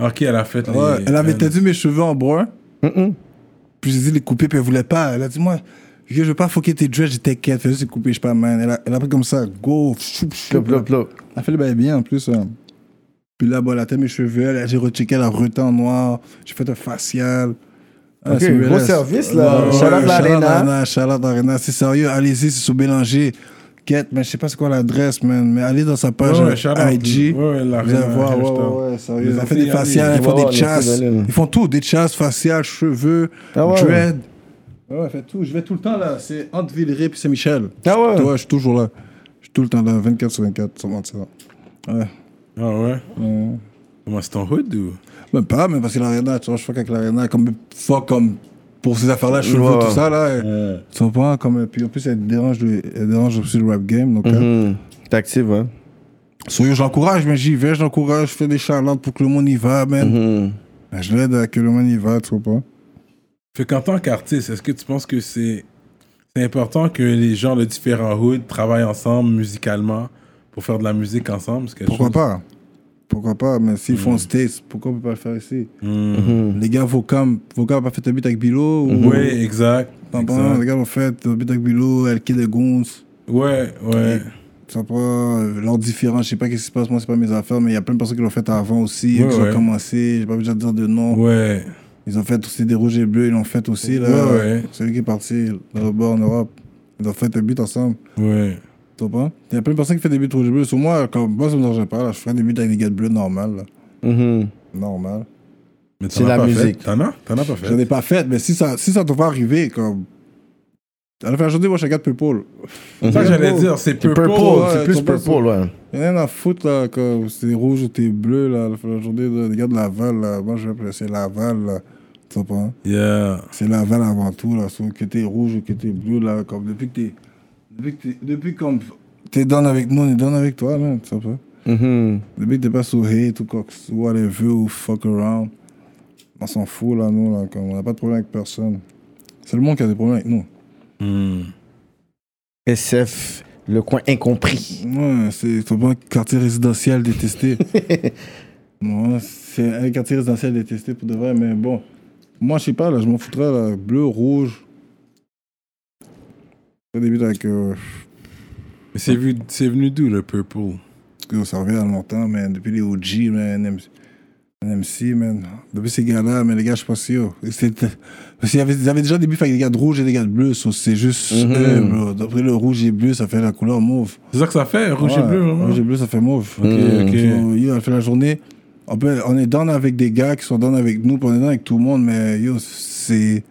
Ok, elle a fait. les-
Ouais, elle avait tendu mes cheveux en brun. Puis j'ai dit les couper, puis elle voulait pas. Elle a dit, moi, je veux pas foquer tes dreads, j'étais quête, fais juste les couper, je sais pas, man. Elle a, elle a pris comme ça, go, choup, choup.
Plop, plop, plop.
Elle a fait le bail bien en plus. hein. Puis là, bon, elle a teint mes cheveux, elle a- j'ai rechecké, elle a reteint en noir, j'ai fait un facial. Ah,
Ok,
c'est
gros
relax.
service, là.
Ouais,
Shout out
ouais,
l'Arena.
Charlotte Arena, c'est sérieux, allez-y, c'est sous Bélanger. Quête, mais je sais pas c'est quoi l'adresse, man. Mais allez dans sa page
Ouais, ouais,
euh,
shout out.
IG.
Ouais, ouais, l'Arena,
Vous allez voir,
hashtag.
ouais, ouais, ouais, sérieux.
Les
Ils ont fait
filles,
des faciales,
allez.
ils font
Ouais,
des
ouais, les
chasses.
filles, allez, là.
Ils font tout, des chasses faciales, cheveux,
Ah ouais,
dread. Ouais, ouais, fait tout. Je vais tout le temps là. C'est entre Villeray puis Saint-Michel.
Ah ouais.
Tu vois, je suis toujours là. Je suis tout le temps là, 24 sur 24, sans mentir. Ouais.
Ah ouais
Mm.
Comment c'est ton hood ou
Même pas, mais parce que l'arena, tu vois, je fuck avec l'arena, comme fuck, comme pour ces affaires-là, cheveux,
Ouais.
tout ça là. Tu comprends? Comme, puis en plus, elle dérange, le- elle dérange aussi le rap game. Donc, euh,
Mhm. T'actives, hein?
Sérieux, j'encourage, mais j'y vais, j'encourage, je fais des charlantes pour que le monde y va, man.
Mhm.
Ben, Je l'aide à que le monde y va, tu comprends?
Fait qu'en tant qu'artiste, est-ce que tu penses que c'est c'est important que les gens de différents hoods travaillent ensemble musicalement pour faire de la musique ensemble C'est quelque
Pourquoi
chose-
pas? Pourquoi pas? Mais s'ils
Mhm.
font States, pourquoi on peut pas le faire ici?
Hmm.
Les gars, Vocam, Vocam a pas fait un beat avec Bilo? ou-
Oui,
Mhm.
exact.
Mm-hmm. T'en
exact.
penses? Les gars ont fait un beat avec Bilo, El Kid et Goons.
Ouais, ouais.
Tu vois pas, euh, leurs différents, je sais pas qu'est-ce qui se passe, moi c'est pas mes affaires, mais il y a plein de personnes qui l'ont fait avant aussi,
Ouais,
qui
ouais.
ont commencé, j'ai pas besoin de dire de nom.
Ouais.
Ils ont fait aussi des rouges et bleus, ils l'ont fait aussi là.
Ouais, ouais.
Celui qui est parti dans le bord en Europe, ils ont fait un beat ensemble.
Ouais.
Tu vois pas? Il y a plein de personnes qui font des beats rouges et bleus. Sur moi, comme moi ça me dérangeait pas, là, je ferais des beats avec des gars de bleu normal. là.
Mhm.
Normal.
Mais t'en
C'est
as
la
pas fait.
musique.
T'en as T'en as pas
J'en
fait.
ai pas fait, mais si ça, si ça te va arriver, comme. À la fin de la journée, moi, je regarde Purple.
Ça, j'allais dire, c'est
C'est
purple.
purple,
ouais,
c'est plus
ton purple.
purple, ouais.
Il y en a à foutre, là, quand c'est rouge ou t'es bleu, là, à la fin de la journée, là, les gars de Laval, là, moi, je vais appeler, c'est Laval, là, tu vois pas, hein?
Yeah.
C'est Laval avant tout, là, sauf que t'es rouge ou que t'es bleu, là, comme, depuis que t'es, depuis que t'es, depuis comme, t'es down avec nous, on est down avec toi, là, tu vois pas?
Mhm.
Depuis que t'es pas sous hate ou quoi, que ce- ou whatever, ou fuck around, on s'en fout, là, nous, là, comme, on a pas de problème avec personne. C'est le monde qui a des problèmes avec nous.
Hmm.
SF, le coin incompris.
Ouais, c'est c'est pas un quartier résidentiel détesté. Ouais, c'est un quartier résidentiel détesté pour de vrai, mais bon. Moi, je sais pas, là, je m'en foutrais, là. Bleu, rouge. Au début, avec. Euh,
Mais c'est vu- c'est venu d'où le purple
que ça revient à longtemps, mais depuis les OG, man, NMC, NMC, man. Depuis ces gars-là, mais les gars, je suis pas sûr. C'était- Parce qu'il y avait, ils avaient déjà des bifs avec des gars de rouge et des gars de bleu, so c'est juste eux, bro. D'après le rouge et bleu, ça fait la couleur mauve.
C'est ça que ça fait, rouge
Ouais,
et bleu, vraiment
Rouge et bleu, ça fait mauve.
Mmh.
Ok, ok.
So, yo, elle fait la journée. On, peut- on est down avec des gars qui sont down avec nous, puis on est down avec tout le monde, mais yo, c'est.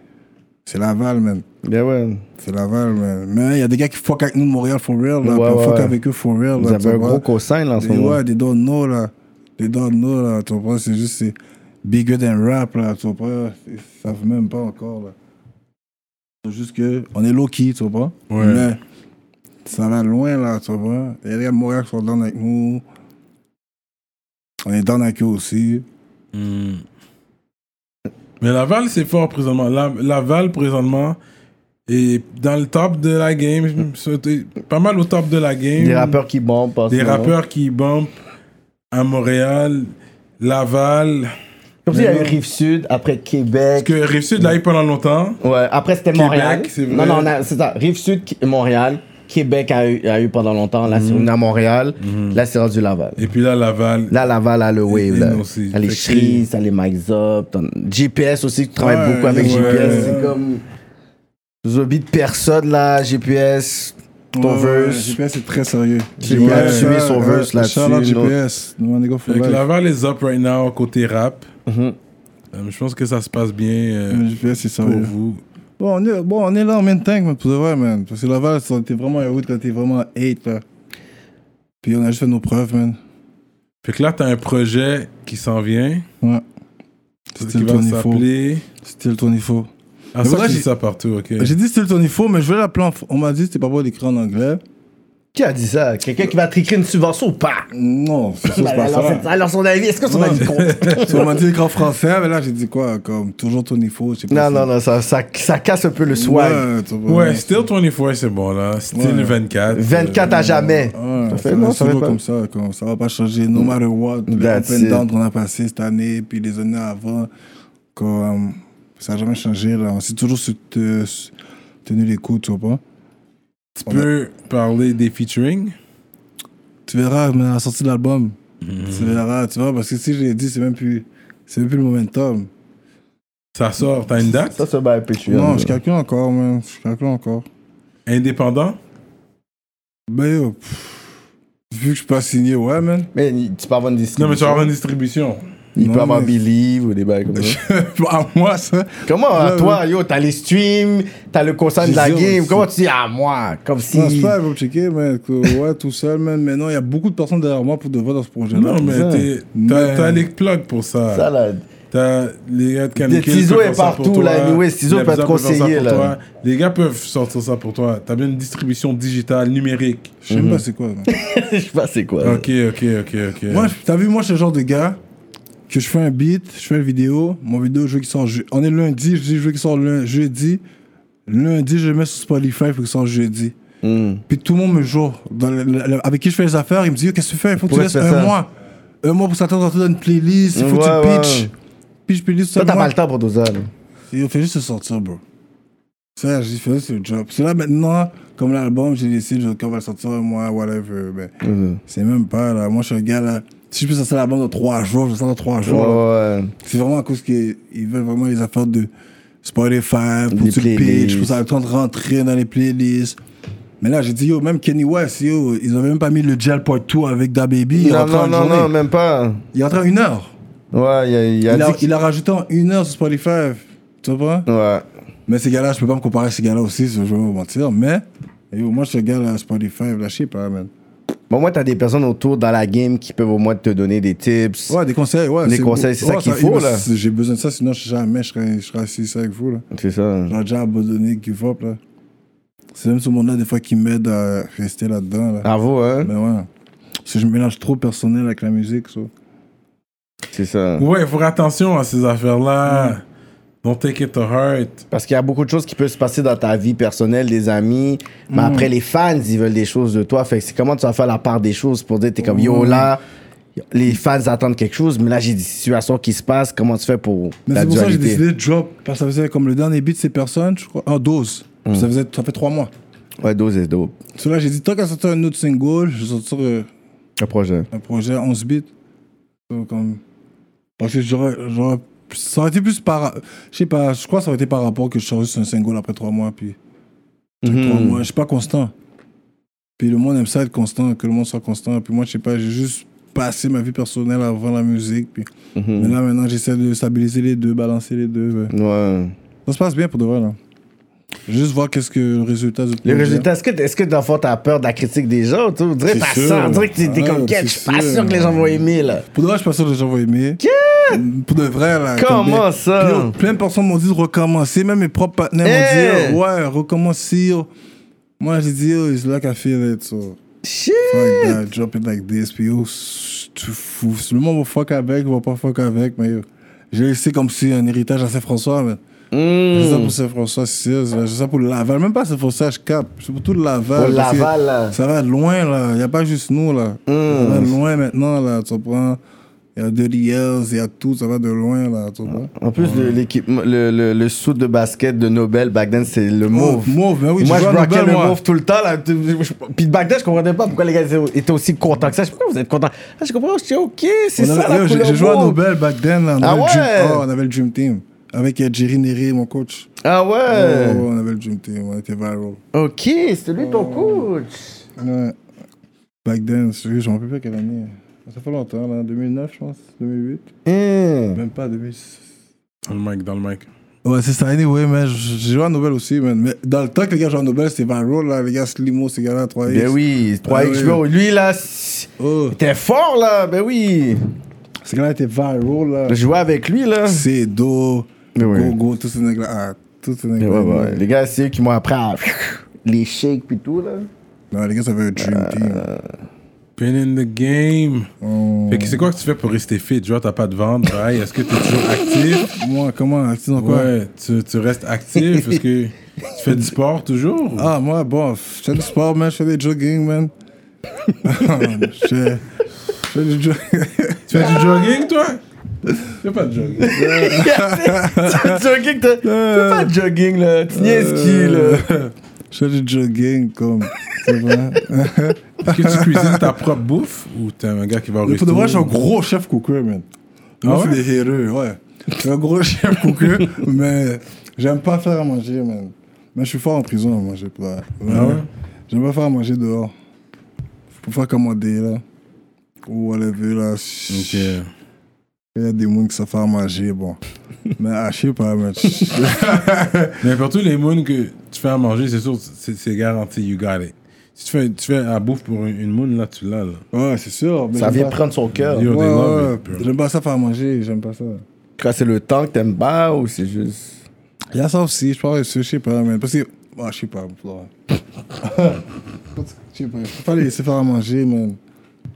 C'est Laval, man.
Ben ouais.
C'est Laval, man. Mais il y a des gars qui fuck avec nous de Montréal for real,
Ouais,
là. puis on
ouais,
fuck
ouais.
avec eux for real,
Vous
là.
avez
tu
un
vois.
gros cosign là, en ce
Des,
moment.
ouais, des don't know, là. Des don't know, là. Tu comprends? C'est juste, c'est bigger than rap, là. Tu comprends? Ils savent même pas encore, là. C'est juste que, on est low-key, tu comprends?
Ouais.
Mais, ça va loin, là, tu comprends? Il y a des gars de Montréal qui sont down avec nous. On est down avec eux aussi.
Hmm. Mais Laval, c'est fort présentement. La- Laval, présentement, est dans le top de la game. C'est Pas mal au top de la game.
Des rappeurs qui bombent. en ce
Des
moment.
rappeurs qui bumpent à Montréal, Laval.
Comme s'il y avait Rive-Sud, après Québec.
Parce que Rive-Sud, là, il pendant longtemps.
Ouais, après c'était Montréal.
c'est vrai.
Non, non, on a- c'est ça. Rive-Sud, Qui- Montréal. Québec a eu, a eu pendant longtemps. Là, c'est on est Mm-hmm. à Montréal. Là, c'est rendu Laval.
Et puis là, Laval.
Là, Laval a le
Et-
wave.
et
Là.
nous aussi.
T'as les
Fait que-
Shrees, t'as les Mike's Up. t'en- GPS aussi, tu travailles
Ouais,
beaucoup avec
ouais.
GPS. C'est comme. Zobie de personne, là, GPS. Ton
Ouais,
verse.
GPS est très sérieux.
J'ai pas assumé son verse
Charlotte
là-dessus, non.
GPS. Nous, on est go for
Fait que
life.
Mhm.
Laval is up right now côté rap. Euh, je pense que ça se passe bien euh,
Mais je fais, c'est Mm, ça.
pour
ouais.
vous.
Bon, on est, bon, on est là en même temps, man, pour de vrai, man. Parce que Laval, ça, t'es vraiment à route quand t'es vraiment hate, là. Puis on a juste fait nos preuves, man.
Fait que là, t'as un projet qui s'en vient.
Ouais.
Qui
Still
va
24.
s'appeler.
Still 24.
Ah,
Mais
ça,
moi,
tu dis
j'ai-
ça partout, ok.
J'ai dit Still 24, mais je voulais l'appeler en... fr- On m'a dit c'était pas pour l'écrire en anglais.
Qui a dit ça? Quelqu'un qui va triquer une subvention ou pas?
Non, c'est sûr, c'est
Ben,
pas
alors,
ça.
c'est- alors, son avis, est-ce que son avis compte?
Parce qu'on m'a dit écrire en français, mais là, j'ai dit quoi Comme toujours 24, je sais pas.
Non,
si-
non, non, ça, ça, ça casse un peu le swag.
Ouais, tu vois,
Ouais,
non,
Still 24, c'est bon, là. euh, Still
Ouais.
24.
24 à jamais.
Ouais,
Ça fait,
c'est
non,
un
ça fait
solo
pas. Mm.
comme ça, comme ça va pas changer, no matter what, les
That's
up and
it.
down qu'on a passé cette année, puis les années avant, comme, ça a jamais changé, là. On s'est toujours su- te- su- tenu les coudes, tu vois pas.
Tu peux parler des featuring
Tu verras, mais à la sortie de l'album,
Mm.
tu verras, tu vois, parce que si je l'ai dit, c'est même plus, c'est même plus le momentum.
Ça sort, t'as une date
Ça, c'est bien pétueux.
non, je calcule encore, man, je calcule encore.
Indépendant
Ben, yo, pff, vu que je suis pas signé, ouais, man.
Mais il- tu peux avoir une
Non, mais tu
distribution.
vas avoir une distribution.
Il peut
Non,
avoir
mais-
Believe ou des bails comme ça.
à moi, ça.
Comment, à
Ouais,
toi, yo, t'as les streams, t'as le concert de
J'ai
la
zéro
game.
stream.
Comment tu dis à moi? Comme si.
Non, c'est pas, ils vont checker, mais que, ouais, tout seul, man. Mais non, il y a beaucoup de personnes derrière moi pour de vrai dans ce projet-là.
Non, mais t'es- t'as
Mais-
t'as les plugs pour ça.
Ça, là.
T'as les gars de Canicule.
Le ciseau
peuvent
est
faire ça pour
partout,
toi.
là, anyway, ciseau
Les
peut te
gens peuvent faire ça
conseiller,
pour
là.
toi. Les gars peuvent sortir ça pour toi. T'as bien une distribution digitale, numérique.
Je sais même
Mhm.
pas c'est quoi. man.
Je sais pas c'est quoi. ça.
Ok, ok, ok, ok.
moi, je- t'as vu, moi, je suis le genre de gars que je fais un beat, je fais une vidéo, mon vidéo, je veux qu'il sort. je- On est lundi, je dis, je veux qu'il sort le- jeudi. Lundi, je le mets sur Spotify pour qu'il sorte jeudi.
Hmm.
Puis tout le monde me joue. Dans le- le- le- avec qui je fais les affaires, il me dit Yo, qu'est-ce que tu fais Il faut que tu
Pourquoi
laisses
tu
un
fais ça
mois. Un mois pour s'attendre à dans une playlist, il faut que
Ouais,
tu pitches.
ouais.
Pitch, playlist, tout
Toi,
ça.
t'as
Moi,
pas le temps pour tout ça. là.
Et on fait juste se sortir, bro. Ça, j'ai fait juste le job. C'est là maintenant, comme l'album, j'ai décidé, je- qu'on va le sortir, moi, whatever. Ben,
Mhm.
C'est même pas, là. Moi, je suis un gars, là. Si je peux sortir l'album dans trois jours, je le sors dans trois jours. là.
Ouais, ouais.
C'est vraiment à cause qu'ils ils veulent vraiment les affaires de Spotify, pour
Des
tout le
playlists.
pitch, pour ça le temps de rentrer dans les playlists. Mais là, j'ai dit, yo, même Kenny West, yo, ils ont même pas mis le gel part 2 avec Da Baby. il
Non,
rentre
non,
en
non,
journée.
non, même pas.
Il rentre en une heure.
Ouais, il a, il a
Il a,
dit. qu'il-
il a rajouté en une heure sur Spotify. Tu vois
Ouais.
mais ces gars-là, je peux pas me comparer à ces gars-là aussi, je vais pas vous mentir. Mais, et au moins, ce gars-là, Spotify, là, je sais pas, man.
Bon, au moins, t'as des personnes autour dans la game qui peuvent au moins te donner des tips.
Ouais, des conseils, ouais.
Des conseils, c'est ça qu'il faut,
mais
là.
c'est- J'ai besoin de ça, sinon, je- jamais je serais, je serais assis ici avec vous, là.
C'est ça.
J'aurais déjà abandonné Give Up, là. C'est même ce monde-là, des fois, qui m'aide à rester là-dedans, là.
Bravo, hein.
Mais ouais. Parce que je mélange trop personnel avec la musique, ça.
C'est ça.
Ouais, faut faire attention à ces affaires-là.
Mm.
Don't take it to heart.
Parce qu'il y a beaucoup de choses qui peuvent se passer dans ta vie personnelle, des amis. Mais après, les fans, ils veulent des choses de toi. Fait que c'est comment tu vas faire la part des choses pour dire, t'es comme, yo, là, les fans attendent quelque chose, mais là, j'ai des situations qui se passent. Comment tu fais pour
Mais
la
c'est pour ça que j'ai
dualité?
décidé de drop. Parce que ça faisait comme le dernier beat, c'est personne, je crois. En dose.
Mm.
Ça faisait, ça fait trois mois.
Ouais, dose et dope.
Sur là, j'ai dit, tant qu'à sortir un autre single, je vais sortir. euh,
Un projet.
un projet 11 bits. Donc, comme... Parce que j'aurais. j'aurais- Ça aurait été plus par. Je sais pas, je crois que ça aurait été par rapport que je sors juste un single après trois mois. Puis. trois mois, je suis pas constant. Puis le monde aime ça être constant, que le monde soit constant. Puis moi, je sais pas, j'ai juste passé ma vie personnelle avant la musique. Puis. Mais là, maintenant, j'essaie de stabiliser les deux, balancer les deux. ouais.
Ouais.
Ça se passe bien pour de vrai, là. Juste voir qu'est-ce que le résultat du
Le
projet.
résultat, est-ce que, est-ce que dans le fond, t'as peur de la critique des gens? Tu sais? on dirait
C'est
pas
sûr.
ça. On dirait que t'es t'es
Ah,
comme,
c'est
quête, je suis pas
sûr.
sûr que les gens vont aimer, là.
Pour de vrai, je suis pas sûr que les gens vont aimer. Pour de vrai, là.
Comment
comme des-
ça?
Puis, yo, plein de personnes m'ont dit de recommencer. Même mes propres partenaires
Hey!
m'ont dit, oh, ouais, recommencer. oh. Moi, j'ai dit, oh, it's like I feel it. So,
Shit!
fuck that, drop it like this. Puis, yo, s- tu fous. Si Le monde va fuck avec, va pas fuck avec. Mais, yo, j'ai laissé comme si un héritage à Saint-François, man. J'ai ça pour Saint-François, c'est sûr. J'ai ça pour Laval. Même pas Saint-François, je capte. C'est pour tout le Laval.
Pour
parce que
Laval, là. Mm.
Ça va loin, là. Il n'y a pas juste nous, là. Ça va loin maintenant, là. Tu comprends? Il y a de l'IELTS, il y a tout. Ça va de loin, là. Tu comprends?
En plus, le- l'équipement- le, le, le suit de basket de Nobel, back then, c'est le mauve.
mauve, ben oui,
moi,
je
je
jouais à
braquais
Nobel,
le
moi.
mauve tout le temps. Là. Puis back then, je comprenais pas pourquoi les gars étaient aussi contents que ça. Je sais pas pourquoi vous êtes contents. Ah, je comprends, je dis, OK, c'est
On
ça.
avait-
la
yo, J'ai
couleur
j'ai joué à
mauve.
Nobel back then, là. On
Ah
avait le
ouais?
Dream- oh, on avait le Dream Team. Avec euh, Jerry Neri, mon coach.
Ah
Oh, ouais,
ouais.
on avait le Dream Team. On était viral.
OK, c'est lui ton coach.
Ouais. Back then, sérieux, je me rappelle pas quelle année. Ça fait longtemps, là. 2009, je pense. 2008.
Hein.
Même pas 2006.
Dans le mic, dans le mic.
Ouais, c'est ça. Anyway, mais j'ai joué à Nobel aussi, man. Mais dans le temps que les gars jouaient à Nobel, c'était Viral, là, les gars Slimo, ces gars-là, 3X.
Ben oui, 3X,
oui.
bro. Lui, là, c-
Oh,
il était fort, là. Ben oui.
ces gars-là étaient Viral, là.
Je jouais avec lui, là.
C'est Do,
Mais ouais.
Go Go, tous ces nègres-là. Ah, tous ces
Ben Ouais,
nègres-là.
ouais, ouais. Ben Les gars, c'est eux qui m'ont appris à... Les shakes puis tout, là.
Non, les gars, ça avait un Dream
Euh.
Team.
Been in the game. Fait que c'est quoi que tu fais pour rester fit? Genre, t'as pas de ventre, pareil. Est-ce que t'es toujours actif?
Moi, comment Actif dans quoi
Ouais, tu, tu restes actif parce que tu fais du sport toujours?
Ah, moi, bon, je fais du sport, man. Je fais des jogging, man. Je fais- je fais du jogging.
Tu fais du jogging, toi? Tu fais pas de jogging.
Tu jogging, t'as... Tu fais pas de jogging, là. Tu niaises qui, là?
Je fais du jogging, comme. C'est vrai.
Est-ce que tu cuisines ta propre bouffe ou t'es un gars qui va au
Mais
resto?
pour de vrai, je suis un gros chef cooker, man. Moi,
Ah
c'est des héros, ouais. Je suis un gros chef cooker, mais j'aime pas faire à manger, man. Mais je suis fort en prison, moi, je sais pas. Ah Ouais. J'aime pas faire à manger dehors. Faut pas commander, là. Ou whatever, là.
Ok.
Il y a des gens qui savent faire à manger, bon. mais ah, je sais pas, man.
Mais pour tous les mounes que tu fais à manger, c'est sûr, c'est c'est garanti, you got it. Si tu fais, tu fais à bouffe pour une, une moune, là, tu l'as, là.
Ouais, c'est sûr. mais
Ça
j'aime
vient
pas-
prendre son cœur.
Yo,
Ouais,
they love
ouais,
it, bro.
J'aime pas ça faire à manger, j'aime pas ça.
Quand c'est le temps que t'aimes pas ou c'est juste...
Il y a ça aussi, je parle de ça, je sais pas, mais parce que. Ah, je sais pas, pour de vrai. Je sais pas, faut pas les laisser faire à manger, man.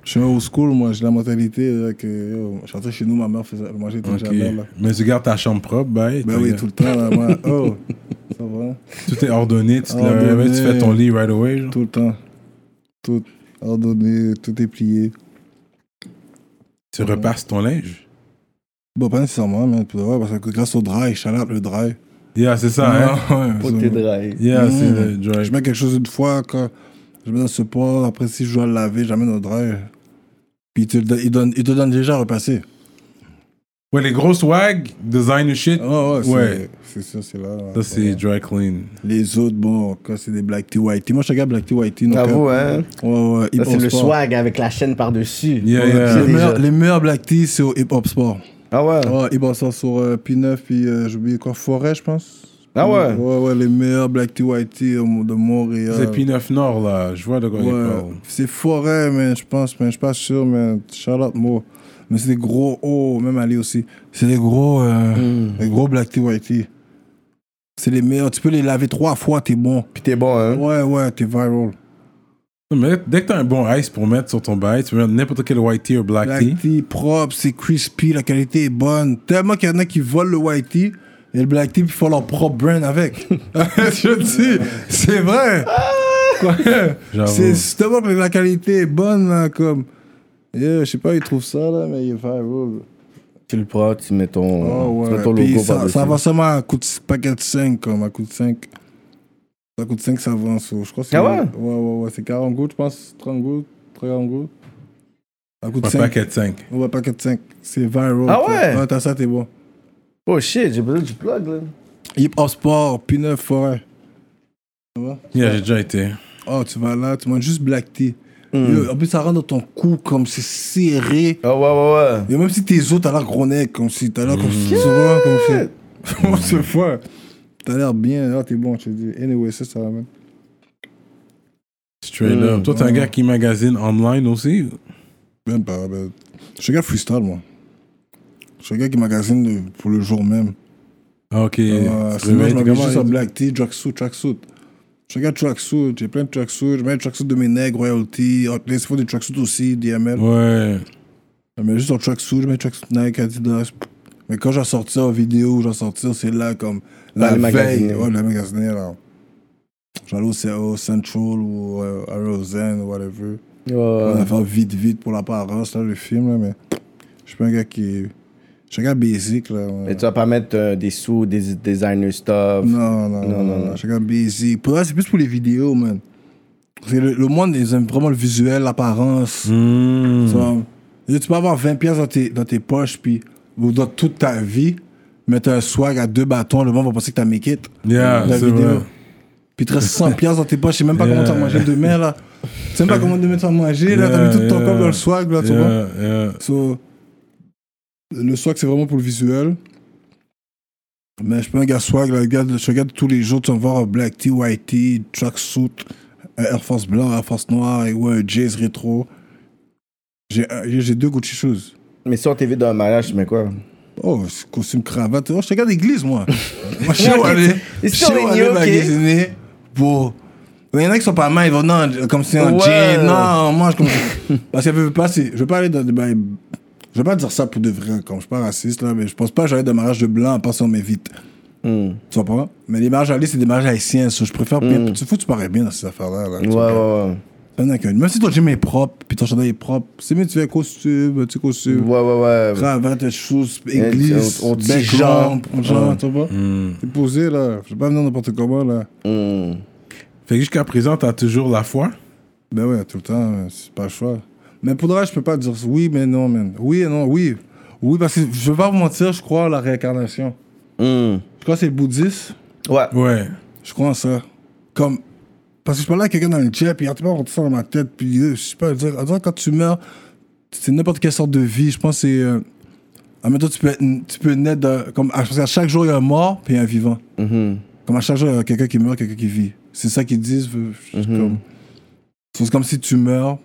Je suis un old school, moi, j'ai la mentalité là, que. yo, je suis rentré chez nous, ma mère faisait manger tout
Ok.
jamais, là.
Mais tu gardes ta chambre propre, bye.
Ben
tu
oui,
regardes-
tout le temps, là, moi. Oh, ça va,
Tout est ordonné, tu te lèves,
Ordonné.
tu fais ton lit right away. genre.
tout le temps. Tout ordonné, tout est plié.
Tu repasses ton linge.
Bon, pas nécessairement, man, pour de vrai, parce que grâce au dry, chalap, le dry.
Yeah, c'est ça, hein?
ouais,
Faut
ça-
que t'es dry.
Yeah, c'est
Mm.
le dry.
Je mets quelque chose une fois, quand je mets dans ce pot, après si je dois le laver, j'amène au dry. Puis il te, le- il donne, il te donne déjà à repasser.
Ouais, les gros swag, designer shit,
Ah ouais, c'est-
Ouais.
c'est ça, c'est là.
ça c'est dry clean.
Les autres, bon, quand c'est des black tea white tea. Moi, je regarde black tea white tea. donc,
J'avoue,
euh,
hein.
Ouais, ouais, hip
Ça,
hop
c'est le
sport.
swag avec la chaîne par-dessus.
Yeah, yeah.
Ouais, les,
déjà.
meilleurs, les meilleurs black tea, c'est au hip hop sport.
Ah ouais?
Ouais, hip hop sport sur euh, P9, puis euh, j'ai oublié quoi, Forêt, je pense.
Ah ouais?
Ouais, ouais, les meilleurs black tea white tea euh, de Montréal.
C'est P9 Nord, là. Je vois de quoi il
Ouais,
parle.
c'est forêt, mais je pense, mais je suis pas sûr, mais Charlotte, moi. Mais c'est des gros, oh, même Ali aussi. C'est des gros, euh, des gros black tea white tea. C'est les meilleurs. Tu peux les laver trois fois, t'es bon.
Puis t'es bon, hein?
Ouais, ouais, t'es viral.
Non, mais dès que t'as un bon ice pour mettre sur ton bail, tu peux mettre n'importe quel white tea ou black,
Black
tea.
tea, propre, c'est crispy, la qualité est bonne. Tellement qu'il y en a qui volent le white tea et le black tea, puis ils font leur propre brand avec. je te dis, c'est vrai.
Ah! J'avoue.
C'est justement que la qualité est bonne, là, comme. Yeah, je sais pas, ils trouvent ça, là, mais il est viral.
Tu le prends, tu mets ton,
Ah,
Oh,
tu mets ton
ouais. Puis
logo
ça,
par-dessus.
ça va seulement à coup de paquet de 5, comme à coup de 5. Ça coûte 5, ça avance. Je crois que c'est.
Ah ouais?
Ouais, ouais, ouais, c'est 40 gouttes, je pense. 30 gouttes, 30 gouttes. À coup de
Un
5.
paquet de 5.
Ouais, paquet de 5. C'est viral.
Ah
toi.
ouais?
Ouais, t'as ça, t'es bon.
Oh shit, j'ai besoin du plug, là.
Hip Hop Sport, P9 Forêt.
Yeah, j'ai déjà été.
Oh, tu vas là, tu manges juste black tea.
Hmm.
Yo, En plus, ça rentre dans ton cou comme c'est serré.
Ah ouais, ouais, ouais.
Et même si tes os, t'as l'air gros nez, comme si t'as l'air comme
Hmm.
si. Tu vois, comme si. On se voit. T'as l'air bien, là, t'es bon, je te dis. Anyway, ça, ça ramène.
Straight up. Mm. Toi, t'es un gars qui magasine online aussi?
Même pas, ben, je suis un gars freestyle, moi. Je suis un gars qui magasine le- pour le jour même.
Ah, Ok.
Euh,
Tu
sinon,
réveilles,
je
t'es
m'habille
comment?
juste en black tee, tracksuit, tracksuit. Je suis un gars tracksuit, j'ai plein de tracksuit. Je mets des tracksuit de mes nègres, royalty, Outlets, il faut des tracksuit aussi, DML.
Ouais.
Je mets juste en tracksuit, je mets tracksuit Nike, Adidas. Mais quand j'en sortir en vidéo, j'en sortir, c'est là comme la
le
veille.
magasiné.
Ouais, le magasiné, là. J'allais au CAO Central ou euh, à Roseanne, whatever. On
Ouais.
va faire vite, vite pour l'apparence, là, le film, là, mais je suis pas un gars qui. Je suis un gars basic, là. ouais.
Mais tu vas pas mettre euh, des sous, des designer stuff.
Non, non, non, non, Je suis un gars basic. Pour vrai, c'est plus pour les vidéos, man. Parce que le, le monde, ils aiment vraiment le visuel, l'apparence.
Hmm.
Tu vois, yo, tu peux avoir 20 pièces dans tes, dans tes poches, puis ou dans toute ta vie, mettre un swag à deux bâtons, le monde va penser que t'as make it.
Yeah,
la
Ah, c'est
vidéo.
vrai.
Puis tu restes 100 pièces dans tes poches, je sais même pas
Yeah.
comment t'as mangé demain, là. Tu sais même pas comment demain t'as mangé, là. t'as mis
Yeah,
tout ton
yeah.
corps dans le swag, là, tu vois.
Yeah, yeah.
So, le swag, c'est vraiment pour le visuel. Mais je suis pas un gars swag, là, le gars, je regarde tous les jours, tu vas me voir en black tee, white tee, tracksuit, un Air Force blanc, Air Force noir, et ouais, un Jays rétro. J'ai un- j'ai j'ai deux Gucci shoes.
Mais si on t'évite d'un mariage, tu mets quoi
Oh, c'est costume cravate. Oh, je te regarde l'église, moi. moi, je
Ouais,
sais où
ok.
aller. Je
Ils sont
sais où
mignons,
aller
ok.
magasiner pour. Mais Il y en a qui sont pas mal, ils vont, non, comme si un
Ouais.
jean. Non, moi, je comme. Parce que je veux pas, c'est- je veux pas aller dans des. bails- Je veux pas dire ça pour de vrai, comme je suis pas raciste, là, mais je pense pas que j'allais dans un mariage de blanc à part si on m'évite.
Hmm.
Tu comprends? Mais les mariages allés, c'est des mariages haïtiens, so je préfère bien. Tu fous, tu parais bien dans ces affaires-là. Là, tu
Ouais, ouais,
vois.
ouais.
Y'en a qu'un. Même si ton gym est propre, puis ton chandail est propre, c'est mieux, tu fais un costume, un petit costume
Ouais, ouais, ouais.
cravate, choses, église,
on- on
on
tire genre.
genre, genre, tu vois. C'est posé, là. Je vais pas venir n'importe comment, là.
Hmm.
Fait que jusqu'à présent, t'as toujours la foi.
Ben ouais, tout le temps, euh, c'est pas le choix. Mais pour le reste, je peux pas dire oui, mais non, man. Oui et non, oui. Oui, parce que je veux pas vous mentir, je crois à la réincarnation.
Hmm.
Je crois que c'est le bouddhiste.
Ouais.
Ouais.
Je crois en ça. Comme. Parce que je parlais à quelqu'un dans le chat, puis il arrête pas rentrer ça dans ma tête, puis euh, je sais pas, dire, attends, quand tu meurs, c'est n'importe quelle sorte de vie. Je pense que c'est. Euh, admettons, tu peux, être- tu peux naître. d'un- comme, à, parce qu'à chaque jour, il y a un mort, puis il y a un vivant.
Mhm.
Comme à chaque jour, il y a quelqu'un qui meurt, quelqu'un qui vit. C'est ça qu'ils disent. euh, je-
Mhm.
comme- C'est comme si tu meurs,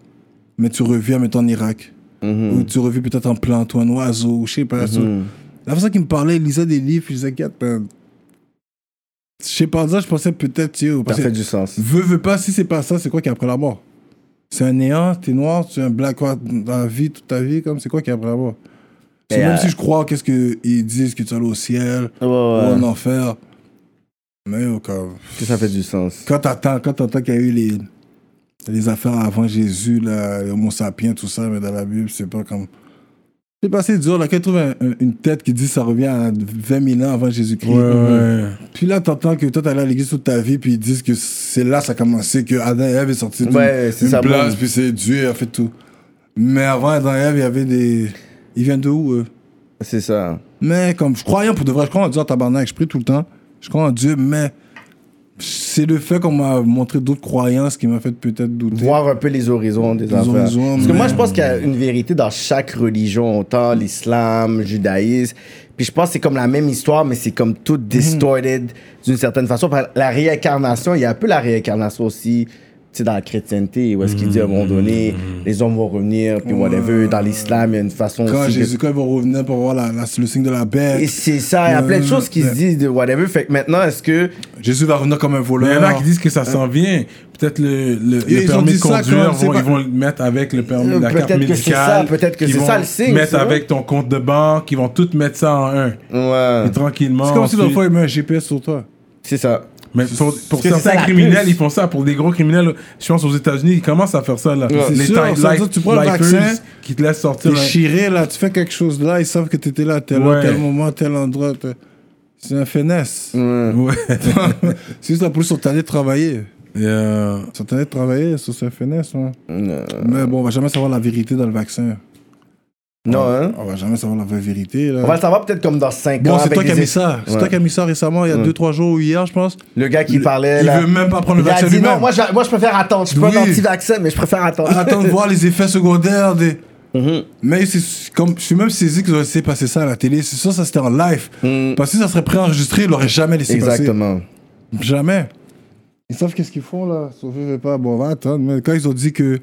mais tu reviens, mettons, en Irak.
Mhm.
Ou tu revis peut-être en plante ou un oiseau, ou je sais pas. ça-
Mhm.
la façon qu'il me parlait, il lisait des livres, il disait, Gat, ben, je sais pas, ça, je pensais peut-être, yo,
Ça
parce
fait
que
du sens.
veux, veux pas, si c'est pas ça, c'est quoi qui est après la mort C'est un néant, t'es noir, tu es un black quoi, dans la vie, toute ta vie, comme, c'est quoi qui est après la mort C'est
Mais,
Même
euh,
si je crois, qu'est-ce qu'ils disent, que tu vas aller au ciel,
Ouais,
ou en
ouais.
enfer. Mais yo, comme,
Que Ça fait du sens.
quand t'entends, quand t'entends qu'il y a eu les, les affaires avant Jésus, là, les Homo sapiens, tout ça, mais dans la Bible, c'est pas comme. C'est passé dur, là, quand tu trouves un- un- une tête qui dit que ça revient à 20 000 ans avant Jésus-Christ. Puis là, t'entends que toi, t'es allé à l'église toute ta vie, puis ils disent que c'est là ça a commencé, que Adam et Ève est sorti d'une
Ouais, c'est
d'une
ça,
place,
bon.
puis c'est Dieu, il a fait tout. Mais avant Adam et Ève, il y avait des. Ils viennent de où, eux
C'est ça.
mais comme je croyais pour de vrai, je crois en Dieu en tabarnak, je prie tout le temps. Je crois en Dieu, mais c'est le fait qu'on m'a montré d'autres croyances qui m'a fait peut-être douter.
voir un peu les horizons des affaires.
horizons,
Parce que
mais-
moi, je pense qu'il y a une vérité dans chaque religion, autant l'islam, le judaïsme. Puis je pense que c'est comme la même histoire, mais c'est comme
Mhm.
tout distorted d'une certaine façon. Par- La réincarnation, il y a un peu la réincarnation aussi tu sais, dans la chrétienté, où est-ce qu'il dit à un moment donné, les hommes vont revenir, puis whatever. Dans l'islam, il y a une façon
Mhm. Quand
aussi de-
Jésus, quand ils vont revenir pour voir la, la- le signe de la bête,
Et c'est ça, il y a
Le-
plein de choses qui
le-
se disent de whatever. Fait que maintenant, est-ce que...
Jésus va revenir comme un
Mais il y
voleur.
en a qui disent que ça s'en vient. Peut-être le, le, le
Ils ont
permis
dit
de
ça
conduire,
quand c'est
vont-
pas-
ils vont le mettre avec le permis,
Euh,
la carte
peut-être que c'est ça,
médicale.
peut-être que
qu'ils
c'est
vont
ça le signe,
Mettre
ça.
avec ton compte de banque, ils vont tout mettre ça en un.
Ouais,
Et tranquillement.
C'est comme si
ensuite-
l'enfant il met un GPS sur toi.
c'est ça.
Mais pour, pour
que c'est ça,
certains
la
criminels,
puce.
ils font ça. Pour des gros criminels, je pense aux États-Unis, ils commencent à faire ça. Là.
Ouais.
C'est
Les
sûr,
Thai-
ça veut
life-
dire que tu prends le
lifers
vaccin,
qui te laissent sortir.
T'es
un-
chiré là, tu fais quelque chose là, ils savent que t'étais là, tel,
Ouais.
tel moment, tel endroit. tel- C'est un finesse.
Ouais.
Ouais.
c'est juste la police sont allés travailler.
Yeah.
Ils sont allés travailler, ça, c'est un finesse. hein.
Non,
Mais bon, on va jamais savoir la vérité dans le vaccin.
Non, hein?
On va jamais savoir la vraie vérité. Là.
On va le savoir peut-être comme dans 5 ans.
Bon, c'est
avec
toi qui as
des-
mis ça. C'est
Ouais.
toi qui as mis ça récemment, il y a 2-3 jours ou hier, je pense.
Le gars qui parlait.
Il
là,
veut même pas prendre le
il a
vaccin
dit,
lui-même.
Non, moi je, moi je préfère attendre. Je suis pas
Oui.
un anti-vaccin, mais je Mm-hmm. préfère attendre.
Attends de voir les effets secondaires. Des... Mais c'est comme, je suis même saisi qu'ils ont essayé de passer ça à la télé. C'est sûr, ça c'était en live. Parce que si ça serait préenregistré, ils l'auraient jamais laissé
Mm. Exactement.
passer. Jamais. Ils savent qu'est-ce qu'ils font là. Sauf que je vais pas. Bon, on va attendre. Mais quand ils ont dit que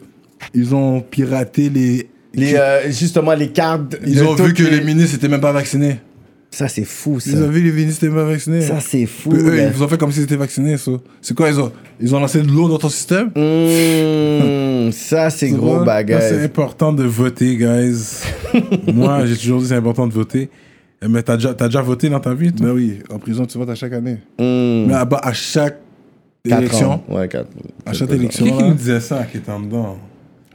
ils ont piraté les.
Les, euh, justement, les cartes.
Ils
de
ont vu
toutes
que les ministres étaient même pas vaccinés.
Ça, c'est fou, ça.
Ils ont vu les ministres étaient même pas vaccinés.
Ça, c'est fou.
Puis eux,
là.
ils vous ont fait comme s'ils étaient vaccinés. ça. C'est quoi, ils ont, ils ont lancé de l'eau dans ton système
Mmh, ça, c'est
C'est
gros
vrai.
Là, C'est
bagage.
important de voter, guys. Moi, j'ai toujours dit c'est important de voter.
Eh,
Mais t'as déjà, t'as déjà voté dans ta vie, toi?
Ben oui, en prison, tu votes à chaque année.
Mmh,
Mais à, à chaque
quatre
élection,
ans. Ouais, quatre.
à chaque
Quatre ans.
élection,
Qui qui
là,
nous disait ça qui était en dedans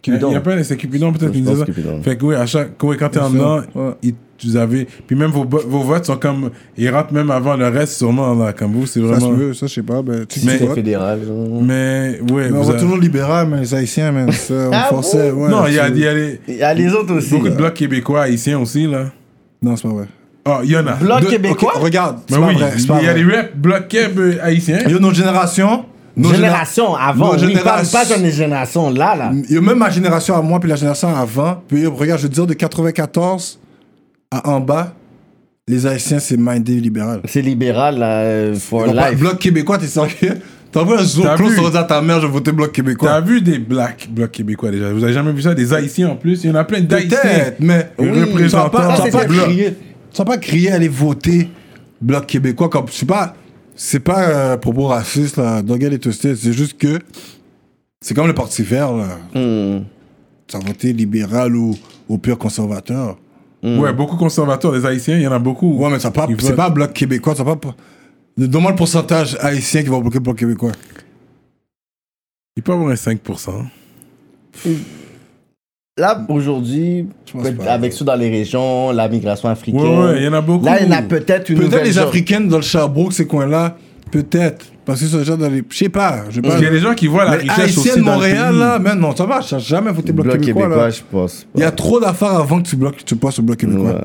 Cupidon.
Il y a pas c'est Cupidon peut-être
Je
qui nous disait
pense
ça.
Cupidon.
Fait que oui, à chaque, ouais, quand t'es en dedans,
Ouais.
ils- vous avez. Puis même vos, bo- vos votes sont comme. Ils rentrent même avant le reste, sûrement, là, comme vous, c'est
ça se
vraiment.
peut, ça, je sais pas. Ben, tu
Si
mais,
c'est
votes.
fédéral. genre.
Mais, ouais.
Mais on
vous
voit
avez-
toujours libéral, mais les haïtiens, man, ça, on
Ah
forçait.
bon
ouais,
Non, il y a,
tu-
il y a les-
Il y a ah, les autres aussi.
beaucoup de blocs québécois haïtiens aussi, là.
Non, c'est pas vrai.
Ah, il y en a.
Bloc
De-
québécois?
ok, regarde, c'est
Mais
pas
oui,
vrai. c'est pas
il y a
vrai.
des rap blocs québécois haïtiens.
Yo, notre génération. nos
Génération
généra-
avant,
nos
oui, parle
générations-
pas de mes générations là, là.
Yo, même ma génération à moi, puis la génération avant, puis yo, regarde, je veux dire, de 94 à en bas, Les Haïtiens, c'est mindé libéral.
C'est libéral, là, euh, for
Ils ont pas-
life.
Bloc québécois, t'es sérieux? T'as vu un jour,
T'as
Claude
vu?
se redit à ta mère, je votais bloc
T'as
québécois.
vu des blacks blocs québécois déjà Vous avez jamais vu ça Des haïtiens en plus Il y en a plein d'haïtiens.
Peut-être, mais.
Le
Oui,
représentant.
t'as pas-
Ça,
t'as pas
c'était bloc.
crié- T'as pas crié, aller voter bloc québécois comme. Je sais pas. C'est pas euh, propos raciste, là. Dogel est toasté. C'est juste que. C'est comme le parti vert, là.
Hmm.
T'as voté libéral ou, ou pur conservateur.
Ouais, beaucoup conservateurs, les haïtiens, il y en a beaucoup.
Mm. Ouais, mais t'as pas.
Ils
C'est
votent.
pas bloc québécois, t'as pas. Demande le pourcentage haïtien qui va bloquer bloc québécois.
Il peut avoir un 5%.
Là, aujourd'hui,
pense
peut-
pas.
avec ceux dans les régions, la migration africaine.
Ouais, ouais, il y en a beaucoup.
Là, il y en a peut-être une
Peut-être
nouvelle
les
chose.
Africaines dans le Sherbrooke, ces coins-là, peut-être. Parce que ce genre dans les. Je sais pas. Je sais pas.
Il y a des gens qui voient la
Mais
richesse aussi
Haïtienne,
dans
Montréal,
le pays.
là, mais non, ça va, ça a jamais voté bloc,
Bloc
québécois,
québécois,
là.
je pense.
Il y a trop d'affaires avant que tu bloques, tu passes au bloc québécois.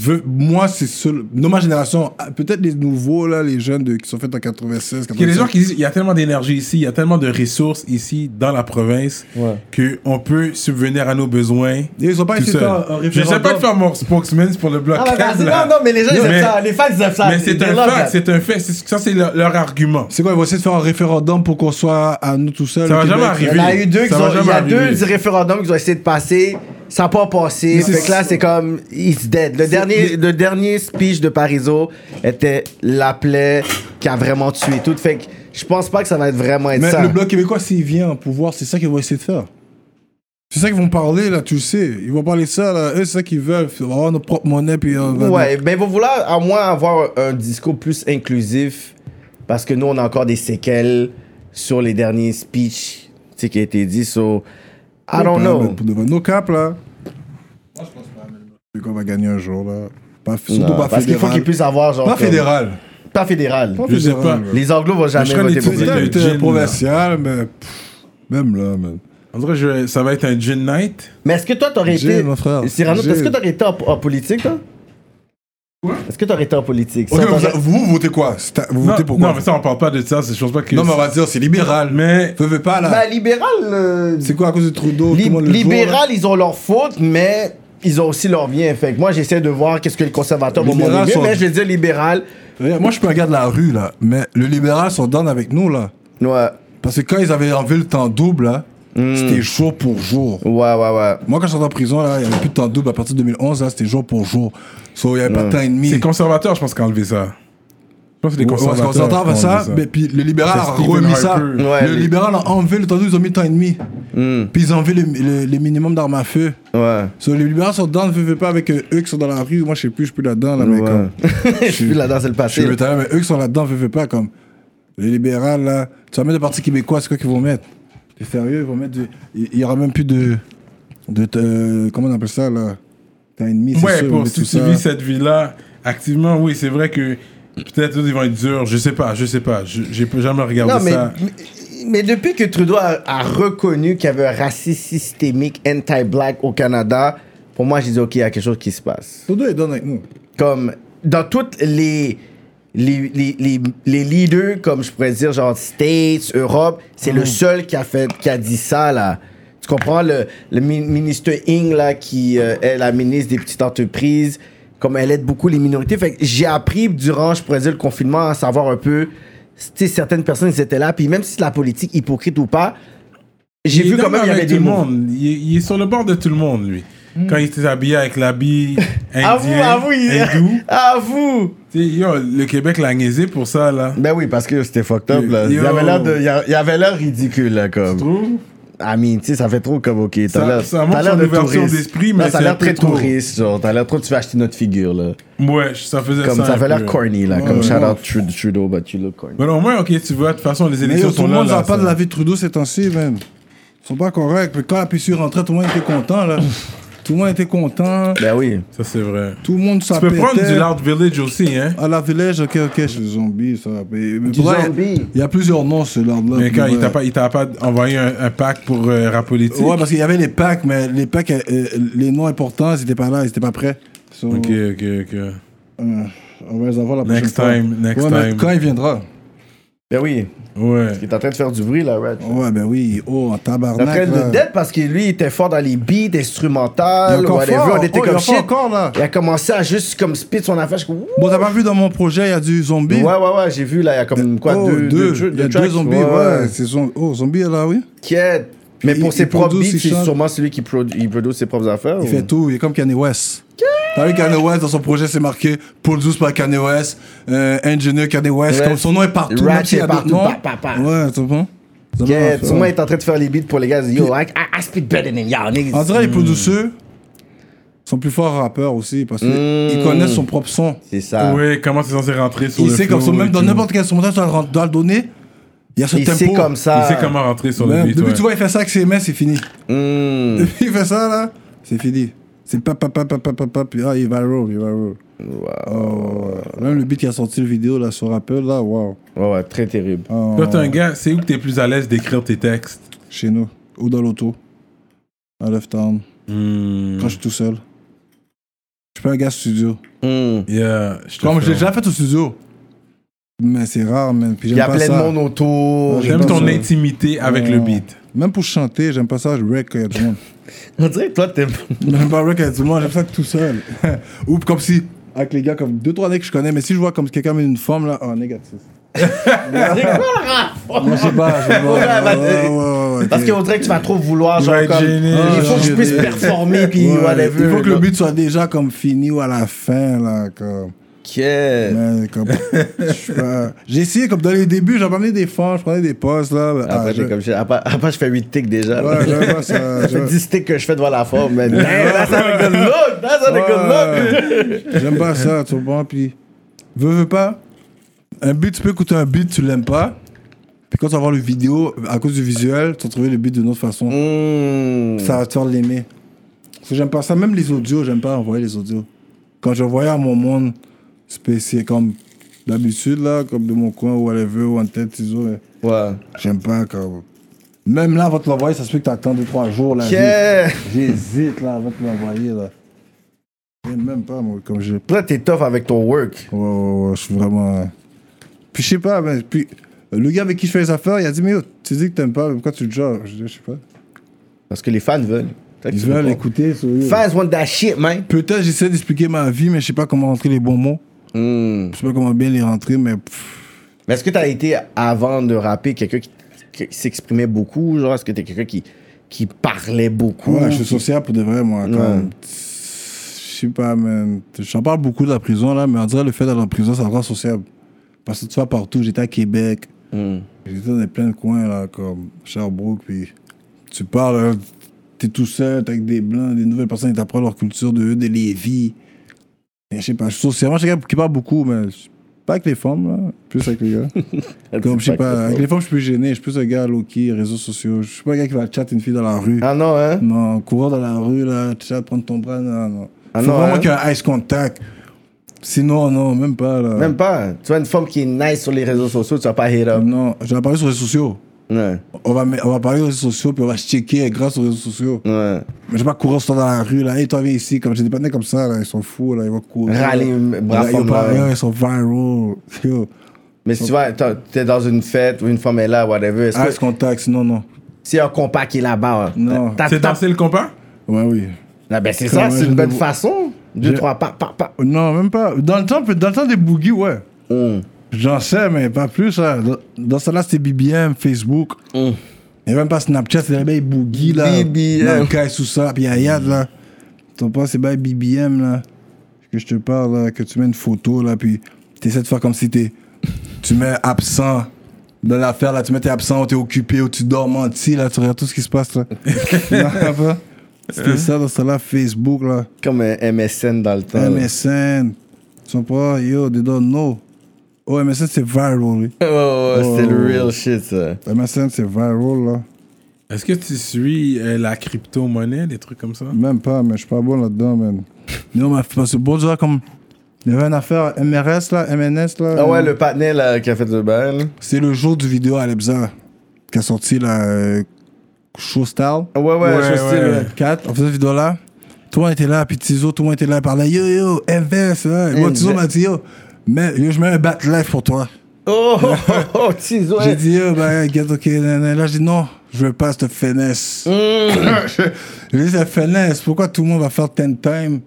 Veux- Moi, c'est seul. Dans ma génération, ah, peut-être les nouveaux, là, les jeunes de- qui sont faits en 96,
Il y a des gens
97.
qui disent il y a tellement d'énergie ici, il y a tellement de ressources ici dans la province que on peut subvenir à nos besoins.
Ils ont pas
tout
essayé de
seul.
faire un
Je sais pas
référendum.
de faire mon spokesman pour le bloc.
Ah, mais vas-y,
là.
non, non, mais les gens, ils
Mais-
aiment ça. Les fans, ils aiment ça.
Mais c'est
They
un
love that.
fait, c'est un fait. C'est- Ça, c'est leur, leur argument.
C'est quoi, ils vont essayer de faire un référendum pour qu'on soit à nous tout seuls.
Ça
au
va
Québec.
jamais arriver.
Il y en a eu deux, qui
Ça
ont,
va
il y a
jamais
deux
arriver.
référendums qu'ils ont essayé de passer. Ça n'a pas passé. Fait que là, c'est comme it's dead. Le dernier, le dernier speech de Parizeau était la plaie qui a vraiment tué tout. Fait que je pense pas que ça va être vraiment être
Mais
ça.
le bloc québécois, s'il vient au pouvoir, c'est ça qu'ils vont essayer de faire. C'est ça qu'ils vont parler, là, tu le sais. Ils vont parler ça, là. Eux, c'est ça qu'ils veulent. On va avoir notre propre monnaie, puis. on va-
Ouais, ben vous voulez à moins avoir un discours plus inclusif parce que nous on a encore des séquelles sur les derniers speeches tu sais, qui a été dit. So I don't
Ouais,
know.
mais Pour devant nos caps, là. Moi, je pense pas. Qu'on va gagner un jour, là. Pas, surtout
Non,
pas
parce qu'il
fédéral.
faut qu'ils puissent avoir genre
Pas
comme-
fédéral.
Pas fédéral.
Pas
Je sais
fédéral,
pas.
là.
Les Anglo vont jamais
connais
voter
tous
pour
les
C'est
ça.
le
peut-être
gin,
euh,
là.
provincial, mais. pff, même là, man.
En tout cas, je- ça va être un gin night.
Mais est-ce que toi, t'aurais
J'ai,
été.
mon frère,
Cyrano,
j'ai.
est-ce que t'aurais été en, en politique, toi Est-ce que t'aurais été en politique
Ok,
Ça,
vous,
t'aurais-
vous votez quoi C'est- Vous
Non,
votez pour quoi
non, mais ça, on parle pas de ça. c'est- Je pense pas que.
Non, mais on va dire, c'est libéral.
Mais
Veux, veux pas, là.
Bah, libéral. euh,
c'est quoi à cause de Trudeau
lib-
tout le monde le joue, hein. là.
libéral, ils ont leur faute, mais ils ont aussi leur bien. Fait que moi, j'essaie de voir qu'est-ce que les conservateurs vont
Libéral
m'en dire.
sont-
Mais je vais dire libéral.
Regarde, Moi, je suis pas un gars de la rue, là. Mais le libéral sont dans avec nous, là.
Ouais, ouais,
Parce que quand ils avaient enlevé le temps double, là,
Hmm.
c'était jour pour jour.
ouais, ouais.
Moi, quand je suis en prison, là, il n'y avait plus de temps double. À partir de 2011, là, c'était jour pour jour. So, il n'y avait
Hmm.
pas de temps et demi.
c'est conservateur, je pense, qui a enlevé ça. Je pense que les
Ouais, ouais,
conservateurs.
parce qu'on s'entend
qui ont
avec ça,
enlevé
mais puis le libéral a
C'est Stephen
remis ça.
Harper.
Ouais,
le
les- Hmm.
libéral a enlevé le temps double, ils ont mis le temps et demi. Puis ils ont enlevé le, le- le minimum d'armes à feu.
Ouais.
So, les libéraux sont dedans, ne veux veux pas avec euh, eux qui sont dans la rue. Moi, je sais plus, je suis plus là-dedans, là, mais
Ouais.
comme.
je suis là-dedans, c'est le
Je suis
passé.
vétéran, mais eux qui sont là-dedans, veux, veux pas, comme. Les libéraux, là. Tu vas mettre le Parti québécois, c'est quoi qu'ils vont mettre Les sérieux, ils vont mettre. du- Il il y aura même plus de. de te- comment on appelle ça, là Temps et demi, c'est
Ouais,
sûr,
pour
mais
ceux
tout
qui
ça.
vivent cette vie-là, activement, oui, c'est vrai que peut-être eux, ils vont être durs. Je sais pas, je sais pas. Je- J'ai jamais regardé
Non, mais,
ça.
mais- mais depuis que Trudeau a, a reconnu qu'il y avait un racisme systémique anti-black au Canada, pour moi, j'ai dit, OK, il y a quelque chose qui se passe.
Tous deux, ils donnent avec nous.
comme dans toutes les les, les, les, les leaders, comme je pourrais dire, genre States, Europe, c'est
Mm.
le seul qui a, fait, qui a dit ça, là. Tu comprends? Le, le mi- ministre Ing, là, qui euh, est la ministre des petites entreprises, comme elle aide beaucoup les minorités. Fait que j'ai appris durant, je pourrais dire, le confinement à savoir un peu, tu sais, certaines personnes, ils étaient là. Puis même si c'est la politique hypocrite ou pas, j'ai
Il est
vu quand même,
d'accord
il y
avec
avait des
tout le
mots.
monde. Il est, il est sur le bord de tout le monde, lui. Quand il était habillé avec l'habit
À Ah vous,
indien,
à vous, il-
hindou.
à vous!
Tu sais, yo, le Québec l'a niaisé pour ça, là.
Ben oui, parce que c'était fucked up, là.
Yo.
Il avait l'air de- il y a- il avait l'air ridicule, là, comme.
Trou.
Ah, mais tu sais, ça fait trop comme, ok,
Ça-
t'as l'air.
ça
t'as
montre
l'air
son
de
ouverture
touriste.
d'esprit,
Là,
mais
ça a
c'est un
l'air
peu
très
trop.
touriste, genre. T'as l'air trop, tu vas acheter notre figure, là.
Ouais, ça faisait
Comme
ça.
ça
un
fait
peu.
l'air corny, là. Comme
Ouais,
shout
non.
out Trudeau, Trudeau, but you look corny.
Mais au moins, ok, tu vois, de toute façon, les
Mais
élections
yo, tout
sont
le
là.
monde
là,
n'a pas
ça.
de lavé Trudeau ces temps-ci, même. Ils sont pas corrects. Puis Quand la PC est rentrée, tout le monde était content, là. tout le monde était content.
Ben oui.
Ça, c'est vrai.
Tout le monde
Tu peux prendre du
s'appelait.
Loud Village aussi, hein.
À la village, ok, ok, je suis zombie, ça. Mais, mais
Du
pour vrai,
zombie.
Il y a plusieurs noms, ce lard-là.
Mais
pour
quand il
vrai.
t'a pas, il t'a pas envoyé un, un pack pour euh, rap politique.
Ouais, parce qu'il y avait les packs, mais les packs, euh, euh, les noms importants, ils étaient pas là, ils étaient pas prêts. So,
Ok, ok, ok.
euh, on va les avoir la prochaine
Next
fois.
time, next
Ouais, mais
time.
Quand il viendra.
Ben oui,
Ouais.
il est en train de faire du bruit, là, Ratch.
Ouais, ben oui, oh, en
Il est en train
tabarnak.
de
là.
dead parce que lui, il était fort dans les beats
Il est
instrumentales,
encore
whatever.
fort.
On était
Oh, il est
comme
fort
shit.
encore, là.
Il a commencé à juste comme spit son affaire. Je suis comme, wouh.
Bon, t'as pas vu dans mon projet, il y a du zombie.
Ouais, ouais, ouais, j'ai vu là, il y a comme quoi,
Oh,
deux, deux,
Il y a deux
tracks.
zombies, ouais. c'est son- Oh, zombie, là, oui.
Quête. Mais
Puis
pour
il-
ses
il
propres
produit,
beats,
il
c'est
chante.
sûrement celui qui produ- il produit ses propres affaires.
Il fait tout, il est comme Kanye West. T'as vu Kanye West, dans son projet, c'est marqué Produce par Kanye West, euh, Ingénieur Kanye West,
Ouais.
comme son nom est partout.
Ratchet
même s'il y a d'autres
partout,
noms.
pa, pa, pa.
Ouais, tu comprends? C'est la même
Quête.
affaire.
Sûrement, il est en train de faire les beats pour les gars. Yo, ah, I, I, I spit better than y'all, niggas.
On dirait les
Hmm.
producteurs sont plus forts rappeurs aussi parce qu'ils
Mm.
connaissent son propre son.
C'est ça.
Ouais, comment c'est censé rentrer sur
Il
le
sait comme ça,
flow
même
et
dans
tout.
n'importe quel instrumental, tu dois le rend- dois le donner. Il y a ce
Il
tempo.
sait comme ça.
Il sait comment rentrer sur
Ouais,
le beat.
depuis,
ouais.
tu vois, il fait ça avec ses mains, c'est fini.
Mm.
Depuis, il fait ça là, c'est fini. C'est pap, pap, pap, pap, pap, pap, pap, puis ah, il va roll, il va roll. Oh, ouais. Même le beat qui a sorti le vidéo là sur Apple, là, waouh.
Ouais, ouais, très terrible.
Oh,
Toi, t'es un gars, c'est où que t'es plus à l'aise d'écrire tes textes
Chez nous, ou dans l'auto, à Left Town, quand je suis tout seul. Je suis pas un gars studio.
Mm.
Yeah, je te
Comme
fais-
j'ai déjà fait au studio. Mais c'est rare, man. Puis
Il y
j'aime
a
pas
plein
ça.
de monde autour.
Ouais,
J'aime ton
Ouais.
intimité avec le
Ouais.
beat.
Même pour chanter, j'aime pas ça, je wreck quand il y a du monde.
On dirait que toi, t'es.
j'aime pas wreck quand il y a du monde, j'aime ça tout seul. Ou comme si, avec les gars, comme deux, trois mecs que je connais, mais si je vois comme quelqu'un met une forme là, oh, négatif. Moi, je sais pas, je sais pas.
Ouais, bah,
Ouais, ouais, ouais, ouais,
Parce
ok.
qu'on dirait que tu vas trop vouloir,
Il
genre,
va être
comme,
gêné.
Ah,
il faut que je
gêné.
puisse performer, puis
Ouais,
whatever.
Il faut que le but soit déjà comme fini ou à la fin, là, comme.
Quête.
Man, comme- je sais pas. J'ai essayé, comme dans les débuts, j'en prenais des formes, je prenais des postes, là. mais- ah,
Après,
je-
t'es comme shit. Après, après, je fais 8 tics déjà. là.
Ouais, j'aime pas ça.
Ça fait
j'aime-
10 sticks que je fais devant la forme, man. Damn, that's not a good look. That's not a good look.
Ouais. J'aime pas ça, tu comprends? Puis, veux, veux pas. Un beat, tu peux écouter un beat, tu l'aimes pas. Puis quand tu vas voir le vidéo, à cause du visuel, tu vas trouver le beat d'une autre façon.
Mmh.
Ça va te faire l'aimer. Parce que j'aime pas ça. Même les audios, j'aime pas envoyer les audios. Quand je voyais à mon monde spécial, comme d'habitude, là, comme de mon coin, ou whatever, ou en tête, ciseaux, mais
Hmm. Ouais.
j'aime pas comme. Même là, avant de l'envoyer, ça se peut que t'attends 2-3 jours. Là,
Yeah.
J'hésite, là, avant de l'envoyer, là. Et même pas, moi, comme je
Toi, t'es tough avec ton work.
Ouais, ouais, ouais, je suis vraiment. euh, Puis je sais pas, mais puis euh, le gars avec qui je fais les affaires, il a dit Mais yo, tu dis que t'aimes pas, mais pourquoi tu le jures Je dis, je sais pas.
Parce que les fans veulent. Toi,
Ils
tu
veulent
peux
l'écouter. so, yo.
pas. Fans want that shit, man.
Peut-être j'essaie d'expliquer ma vie, mais je sais pas comment rentrer les bons mots.
Mmh.
Je sais pas comment bien les rentrer, mais. pff,
Mais est-ce que t'as été, avant de rapper, quelqu'un qui, qui s'exprimait beaucoup? Genre, est-ce que t'es quelqu'un qui, qui parlait beaucoup?
ouais, je suis social pour de vrai, moi. quand
Ouais.
même. Je sais pas, man. J'en parle beaucoup de la prison, là, mais on dirait le fait d'aller en prison, ça me rend sociable. Parce que tu vas partout, j'étais à Québec,
Mmh.
J'étais dans plein de coins, là, comme Sherbrooke, puis tu parles, hein, t'es tout seul, t'es avec des blancs, des nouvelles personnes, ils t'apprennent leur culture de eux, de Lévis. Et je sais pas, je suis socialement, je suis quelqu'un qui parle beaucoup, mais je suis pas avec les femmes, là, plus avec les gars. Comme, je sais pas, avec les femmes, je suis plus gêné, je suis plus un gars low-key, réseaux sociaux. Je suis pas un gars qui va chatter une fille dans la rue.
Ah non, hein?
Non, en courant dans la rue, là, tu sais, prendre ton bras, non, non.
Ah
Faut
non,
vraiment
hein?
qu'il y ait un ice contact. Sinon, non, même pas, là.
Même pas. Tu vois une femme qui est nice sur les réseaux sociaux, tu vas pas hit up.
Euh, Non, j'en ai parlé sur les réseaux sociaux.
Ouais.
On va, me- on va parler aux réseaux sociaux, puis on va se checker grâce aux réseaux sociaux.
Ouais.
Mais je vais pas courir sur dans la rue, là. Hey, toi, viens ici. Comme j'ai des partenaires comme ça, là, ils sont fous, là. Ils vont courir.
Râler,
Là,
bras
ils, ont
fermés.
pas rien, ils sont viral. Yo.
Mais si tu vas, t'as- t'es dans une fête ou une femme est là, whatever, est-ce
Ah,
que
ce contact, non, non.
si un compas qui est là-bas, hein?
Non.
t'as-
C'est
t'as-
danser le compas
Ouais, oui.
Ah ben c'est ça,
Comment
c'est
je
une bonne
ne-
façon. Deux,
Je-
trois, pa, pa, pa.
Non, même pas. Dans le temps, peut- dans le temps des boogies, ouais.
Hum.
J'en sais, mais pas plus, là. Dans- Dans ça, là, c'était BBM, Facebook.
Hum.
Et même pas Snapchat, c'est les boogies, là.
BBM.
Nankai, tout ça, puis Ayad, là. T'en penses, c'est pas BBM, là. Que je te parle, là, que tu mets une photo, là, puis t'essaies de faire comme si t'es. Tu mets absent dans l'affaire, là. Tu mets t'es absent, ou t'es occupé, ou tu dors menti, là. Tu regardes tout ce qui se passe, là. Non, pas. C'était ça, dans ça, là, Facebook, là.
Comme un MSN dans le temps. là.
MSN. Tu comprends? Yo, they don't know. Oh, MSN, c'est viral, oui.
Ouais, ouais, ouais, c'est le
Oh.
real shit, ça.
MSN, c'est viral, là.
Est-ce que tu suis euh, la crypto-monnaie, des trucs comme ça
Même pas, mais je suis pas bon là-dedans, man. Non, mais parce que bon, tu vois, comme. Il y avait une affaire MRS, là, MNS, là.
Ah ouais,
euh,
le patinet là, qui a fait du bail.
C'est le jour du vidéo à Lebza, qui a sorti la euh, Show Style
Ah Ouais, ouais,
Ouais,
je sais.
ouais.
là.
4. On faisait cette vidéo-là. Tout le monde était là, puis Tizo, tout le monde était là, il parlait Yo, yo, invest, là. Et moi,
Invest.
Tizo m'a dit Yo, mais, yo, je mets un bat live pour toi.
Oh, oh, oh, oh ciseaux.
J'ai dit, oh, bah, get ok. nan, nan. Là, j'ai dit, non, je veux pas cette finesse. J'ai dit, cette finesse, pourquoi tout le monde va faire 10 time?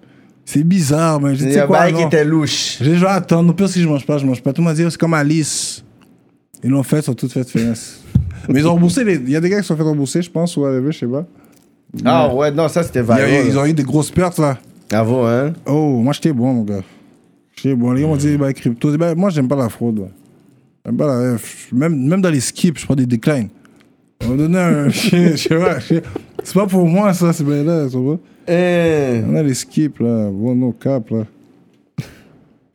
C'est bizarre, mais j'ai
Il y a
dit, c'est
un
quoi,
bail qui
non?
était louche.
J'ai dit, je vais attendre. Au pire, si je mange pas, je mange pas. Tout le monde dit, oh, c'est comme Alice. Ils l'ont fait, ils ont toutes fait finesse. mais ils ont remboursé. les- Il y a des gars qui se sont fait rembourser, je pense, ou whatever, je sais pas.
Ah ouais, non, ça c'était
Il y a eu-
viral.
ils ont eu des grosses pertes, là.
Bravo, hein.
Oh, moi j'étais bon, mon gars. J'étais bon. Les gens m'ont dit, bah, crypto. Bah, moi, j'aime pas la fraude. ouais. J'aime pas la. Même, même dans les skips, je prends des declines. On me donnait un. Je sais pas. je sais- C'est pas pour moi, ça, c'est bien là. tu vois.
Euh,
On a les skips, là. Bon, nos cap, là.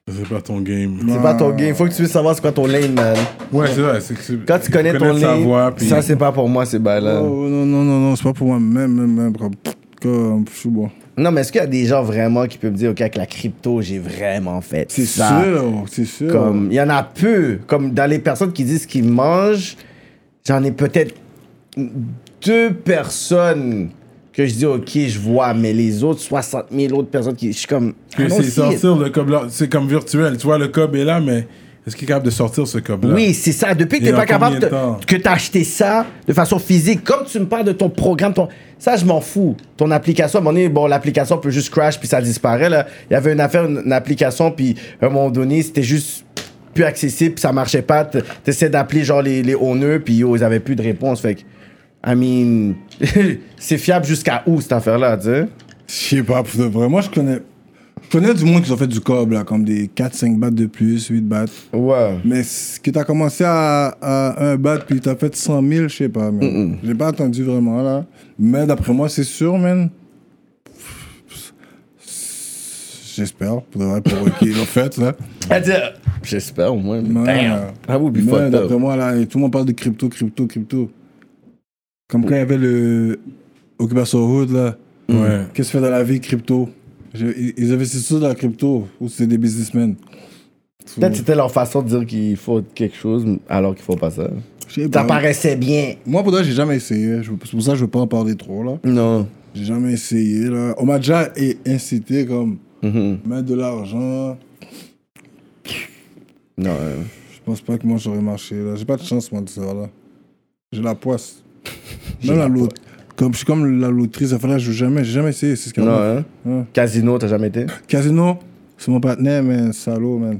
C'est pas ton game.
C'est pas
Ah.
ton game. Faut que tu puisses savoir c'est quoi ton lane, man.
Ouais, c'est vrai. c'est que c'est-
Quand tu connais ton
connaître sa
lane,
voix, puis-
ça c'est pas pour moi ces bails-là.
Oh, non, non, non, non, c'est pas pour moi. Même, même, même. Comme, comme je suis bon.
Non, mais est-ce qu'il y a des gens vraiment qui peuvent me dire, OK, avec la crypto, j'ai vraiment fait
C'est
ça?
sûr, c'est sûr.
Comme, il y en a peu. Comme dans les personnes qui disent qu'ils mangent, j'en ai peut-être deux personnes que je dis, OK, je vois, mais les autres 60 000 autres personnes qui. Je suis comme.
que
I don't
c'est
see it.
sortir le cob là, c'est comme virtuel. Tu vois, le cob est là, mais est-ce qu'il est capable de sortir ce cob là
Oui, c'est ça. Depuis que
Et
t'es
en
pas capable
combien de
de-
temps?
que t'as acheté ça de façon physique, comme tu me parles de ton programme, ton, ça je m'en fous. Ton application, à un moment donné, bon, l'application peut juste crash puis ça disparaît. Là. Il y avait une affaire, une, une application puis à un moment donné, c'était juste plus accessible, puis ça marchait pas. T- T'essaies d'appeler genre les, les owners puis yo, ils avaient plus de réponse. Fait que, I mean, c'est fiable jusqu'à où cette affaire-là, tu sais?
Je sais pas, pour de vrai. Moi, je connais. Je connais du monde qui ont fait du cob, là, comme des 4-5 battes de plus, 8 battes.
Ouais.
Mais ce que t'as commencé à, à un bat puis t'as fait 100 000, je sais pas, man. J'ai pas attendu vraiment, là. Mais d'après moi, c'est sûr, man. J'espère, pour de vrai, pour eux qui l'ont fait, là.
Ben.
Elle dit, euh, J'espère au moins. mais
Mais,
Damn. Ah oui, puis
mais
fucked up.
d'après moi, là, tout le monde parle de crypto, crypto, crypto. Comme quand il y avait le Occupation Hood, là.
Ouais.
Qu'est-ce que tu fais dans la vie, crypto? Je- ils- ils investissent tous dans la crypto, ou c'est des businessmen?
Peut-être que c'était leur façon de dire qu'il faut quelque chose alors qu'il faut pas ça.
Je sais
Ça
pas.
paraissait bien.
Moi, pour toi, j'ai jamais essayé. Je- C'est pour ça que je veux pas en parler trop, là.
Non.
J'ai jamais essayé, là. On m'a déjà i- incité, comme,
Mm-hmm.
mettre de l'argent.
Non. euh,
Je pense pas que moi, j'aurais marché, là. J'ai pas de chance, moi, de ça, là. J'ai la poisse. Même la lot- Comme, je suis comme la loterie, ça fait là, je veux jamais, j'ai jamais essayé, c'est ce qu'il y a.
Non, hein?
Ouais.
Casino, t'as jamais été?
Casino, c'est mon partenaire, man, salaud, man.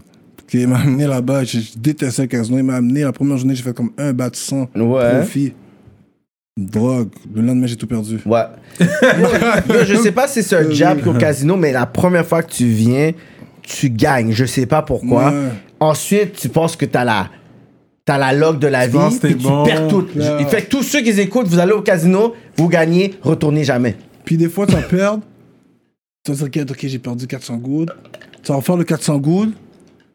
Il m'a amené là-bas, je, je détestais le casino. Il m'a amené, la première journée, j'ai fait comme un bat de sang.
Ouais.
Profit. Drogue. Le lendemain, j'ai tout perdu.
Ouais. Yo, yo, je sais pas si c'est un jab qu'au casino, mais la première fois que tu viens, tu gagnes. Je sais pas pourquoi.
Ouais.
Ensuite, tu penses que t'as la. T'as la log de la vie,
penses que t'es
puis tu
bon,
perds tout.
là.
Il fait que tous ceux qui écoutent, vous allez au casino, vous gagnez, retournez jamais.
Puis des fois, tu vas perdre. Tu vas dire, ok, ok, j'ai perdu 400 gouttes. Tu vas refaire le 400 gouttes.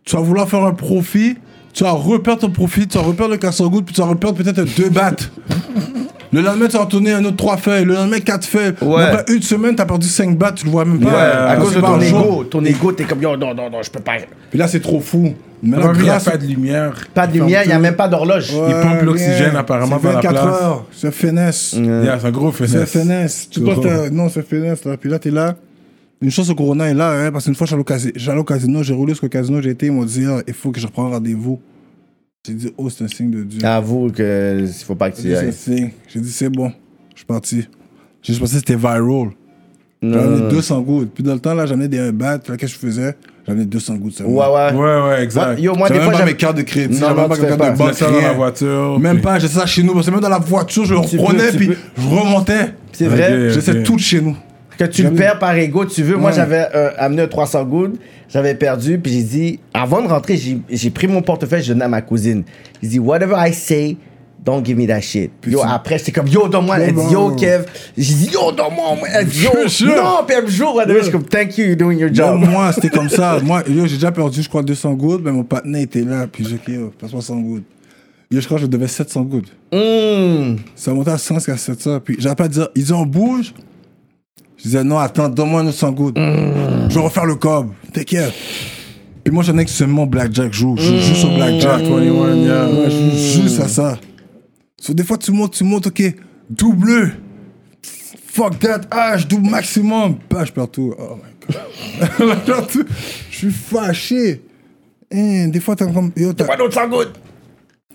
Tu vas vouloir faire un profit. Tu vas reperdre ton profit. Tu vas reperdre le 400 gouttes. Puis tu vas reperdre peut-être deux battes. Le lendemain, tu vas retourner un autre trois feuilles. Le lendemain, quatre feuilles.
Ouais.
Après une semaine, tu as perdu cinq battes. Tu le vois même pas.
Ouais, à
Parce
cause
que
de
par
ton
jour.
ego. Ton ego, t'es comme, yo, non, non, non, je peux pas.
Puis là, c'est trop fou. Mais
T'as
là,
pas vu, y a
grâce
pas de lumière.
Pas de lumière, il n'y a même pas d'horloge.
Ouais,
Ils pompent
rien.
l'oxygène, apparemment,
C'est
par la
24
place.
heures. C'est finesse.
Yeah, c'est un gros
C'est
finesse.
finesse. Tu penses que non, c'est finesse là. Puis là, t'es là. Une chance au Corona est là, hein, parce qu'une fois j'allais au casi- j'allais au casino, j'ai roulé jusqu'au casino, j'ai été, ils m'ont dit, Ah, il faut que je reprends rendez-vous. J'ai dit, oh, c'est un signe de Dieu.
Avoue que il faut pas que tu
J'ai
y
dit,
ailles.
c'est un signe. J'ai dit, c'est bon, je suis parti. J'ai juste pensé que c'était viral. J'en ai 200 gouttes. Puis dans le temps, là, j'amenais des un bat, là, qu'est-ce que je faisais J'en ai 200 gouttes seulement.
euh, Ouais, ouais.
Ouais, ouais, exact.
Yo, moi,
J'avais
des
même
fois,
pas mes
j'avais.
cartes de crédit,
Non,
j'avais
non,
même pas
tu
mes
fais
cartes
Tu
pas.
de banque,
mets ça dans
rien.
la voiture.
Même
puis-
pas, j'ai ça chez nous, parce que même dans la voiture, je le
peux,
reprenais,
tu
puis
peux.
je remontais.
C'est vrai
Ok.
J'ai fait tout chez nous.
que tu le
J'avais-
perds par ego, tu veux. Moi,
Ouais.
j'avais euh, amené un 300 gouttes, j'avais perdu, puis j'ai dit, avant de rentrer, j'ai j'ai pris mon portefeuille, je donnais à ma cousine. J'ai dit, whatever I say, don't give me that shit. yo, après, j'étais comme, yo, donne-moi. Elle dit, yo, Kev. J'ai dit, yo, donne-moi. au moins. Elle dit, yo,
Je suis sûr.
non, puis elle me joue, whatever. Je suis comme, thank you, you're doing your
Genre,
job.
moi, c'était comme ça. Moi, yo, j'ai déjà perdu, je crois, 200 gouttes, mais mon partenaire était là, puis j'ai dit, yo, passe-moi 100 gouttes. Yo, je crois que je devais 700 gouttes.
Mm.
Ça montait à 100 jusqu'à 700. Puis j'avais pas à dire, ils ont bouge. Je disais, non, attends, donne-moi 900 gouttes. Je vais refaire le cob. T'inquiète. Puis moi, j'en ai que seulement Blackjack joue. Je joue juste au Blackjack.
21, yeah.
Ouais, je joue juste à ça. So, des fois, tu montes, tu montes, ok, double. Fuck that, ah, je double maximum. Bah, je perds tout. Oh my god. je perds tout. Je suis fâché. Hein, des fois, t'as comme. Yo, t'as-
Pas d'autres 100 gouttes.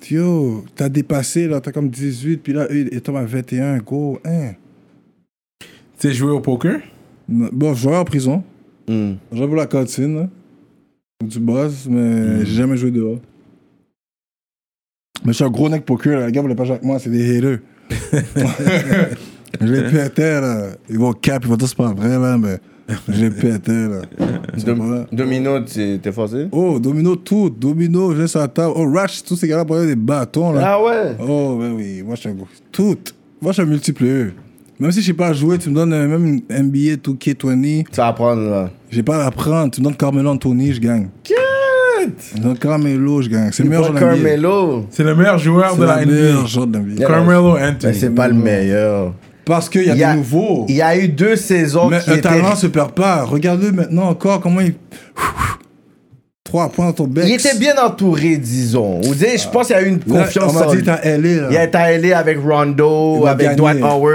fait, yo, t'as dépassé, là, t'as comme 18, puis là, il il tombe à 21, go, hein.
Tu sais jouer au poker?
Bon, je jouais en prison.
Hmm.
J'avoue la cantine, là. Faut que Tu bosses, mais j'ai jamais joué dehors. Mais je suis un gros neck poker, là. les gars voulaient pas jouer avec moi, c'est des haineux. je les pétais, là. Ils vont cap, ils vont dire c'est pas vrai, là, mais je les pétais, là. C'est pas vrai.
Domino, tu- t'es forcé?
Oh, domino, tout, domino, je laisse sur la table. Oh, Rash, tous ces gars-là prenaient des bâtons, là.
Ah ouais?
Oh, ben oui, moi je suis un gros. Tout. Moi je suis un multiplayer. Même si je sais pas jouer, tu me donnes euh, même une NBA 2K20,
Tu vas apprendre là.
j'ai pas à apprendre. Tu me donnes Carmelo Anthony, je gagne. Tu me donnes Carmelo, je gagne. C'est le meilleur
Pas
joueur de la NBA.
Carmelo.
C'est le meilleur joueur
C'est
de la
le meilleur
NBA.
joueur de la NBA.
Yeah.
Carmelo
Mais
Anthony.
c'est pas le meilleur.
Parce qu'il y a
Il y a-
des nouveaux.
Il y a eu deux saisons
euh, Mais
qui
le
étaient.
talent se perd pas. Regarde-le maintenant encore comment il. Trois points dans ton bec.
Il était bien entouré, disons. Ou dire, je pense qu'il y a eu une
Là, On
confiance
m'a dit,
solide.
t'as LA. là.
Il a été allé avec Rondo,
Il a
avec
gagné.
Dwight Howard,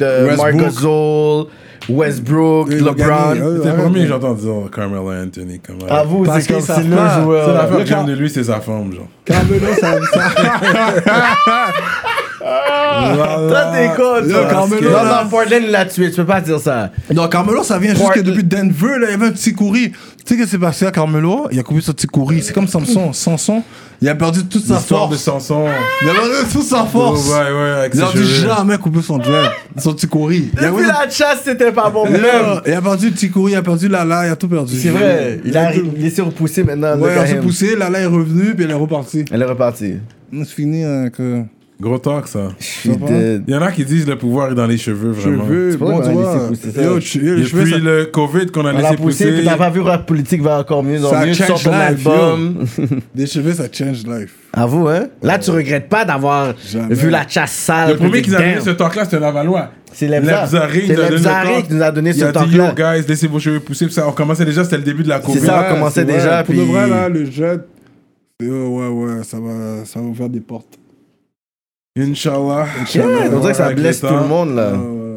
euh,
Westbrook.
Marc Gasol, Westbrook,
Il a gagné.
LeBron.
Euh,
C'est le
arrête,
premier
mais-
que j'entends dire Carmelo Anthony. comme
À vous,
Parce
c'est comme
qu'ils
c'est
savent
le
pas.
C'est
joueur.
l'affaire que
Le
j'aime
Car-
de lui, c'est sa forme, genre.
Carmelo, ça. ça-
Toi, t'es con,
Ah, Là,
toi.
Carmelo,
Non,
là.
non, Portland l'a tué, tu peux pas dire ça.
Non, Carmelo, ça vient juste que
Portland.
depuis Denver, là, il y avait un petit courri. Tu sais qu'est-ce qui s'est passé à Carmelo Il a coupé son petit courri. C'est comme Samson. Samson, il a perdu toute sa
L'histoire
force.
de Samson.
Il a perdu toute sa force.
Oh, ouais, ouais, avec
Il a
ses
dû
cheveux.
jamais couper son drive, son petit courri. Il a,
Depuis la chasse, c'était pas bon,
il
même.
a- il a perdu le petit courri, il a perdu Lala, il a tout perdu.
C'est vrai, il, a,
tout-
il est repoussé maintenant.
Ouais,
look
on
at
s'est
him.
poussé, Lala est revenu, puis elle est repartie.
Elle est repartie.
C'est fini avec euh,
Gros talk, ça.
She
Ça va?
did.
Il y en a qui disent le pouvoir est dans les cheveux, vraiment.
cheveux,
C'est pas
bon
vrai qu'on a
doigt.
laissé pousser ça.
Yo, tu- yo, les
Depuis
cheveux, ça-
le COVID qu'on a
On l'a
laissé
poussé, puis
pousser.
t'as pas vu Rap Politique va encore mieux. Ils ont
Ça
mieux
change
sur ton
life, yo.
album.
des cheveux, ça change life.
Avoue, hein? Là, tu regrettes pas d'avoir
Jamais.
vu la chasse sale.
Le premier
puis
qui a donné
damn.
ce talk-là, c'était Lavalois.
C'est Lebza.
Lebzaré, il
C'est
nous a donné le
Lebzaré
talk.
qui nous a donné
Il
ce
a dit,
talk-là.
Yo, guys, laissez vos cheveux pousser. Puis ça, on commençait déjà, c'était le début de la COVID.
C'est ça,
Ouais,
on commençait
c'est vrai.
déjà,
Pour
puis-
de vrai, là, Ah, le jet, c'est- euh, ouais, ouais, ça va, ça va ouvrir des portes.
Inch'Allah.
Yeah, on dirait que ça
Avec
blesse
le
tout
temps.
le monde, là.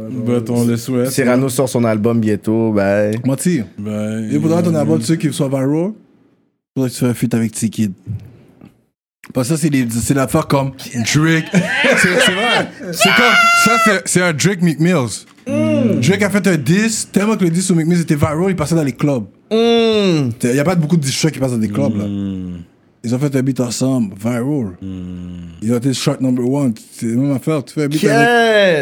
But on le souhaite.
Cyrano sort son album bientôt, ben.
Menti.
Ben,
Et pour de vrai, ton abonne ceux qui soient viral, faudrait que tu fasses un feat avec T-Kid. Parce que ça, c'est les- c'est l'affaire comme Drake. C'est c'est vrai. C'est comme. Ça, c'est- c'est un Drake McMills. Drake a fait un 10, tellement que le 10 sur McMills était viral, il passait dans les clubs.
Hum.
Il n'y a pas beaucoup de disques qui passent dans des clubs, là.
Hmm.
Ils ont fait un beat ensemble, viral. Ils ont été shot number one. C'est la même affaire. Tu fais un beat avec.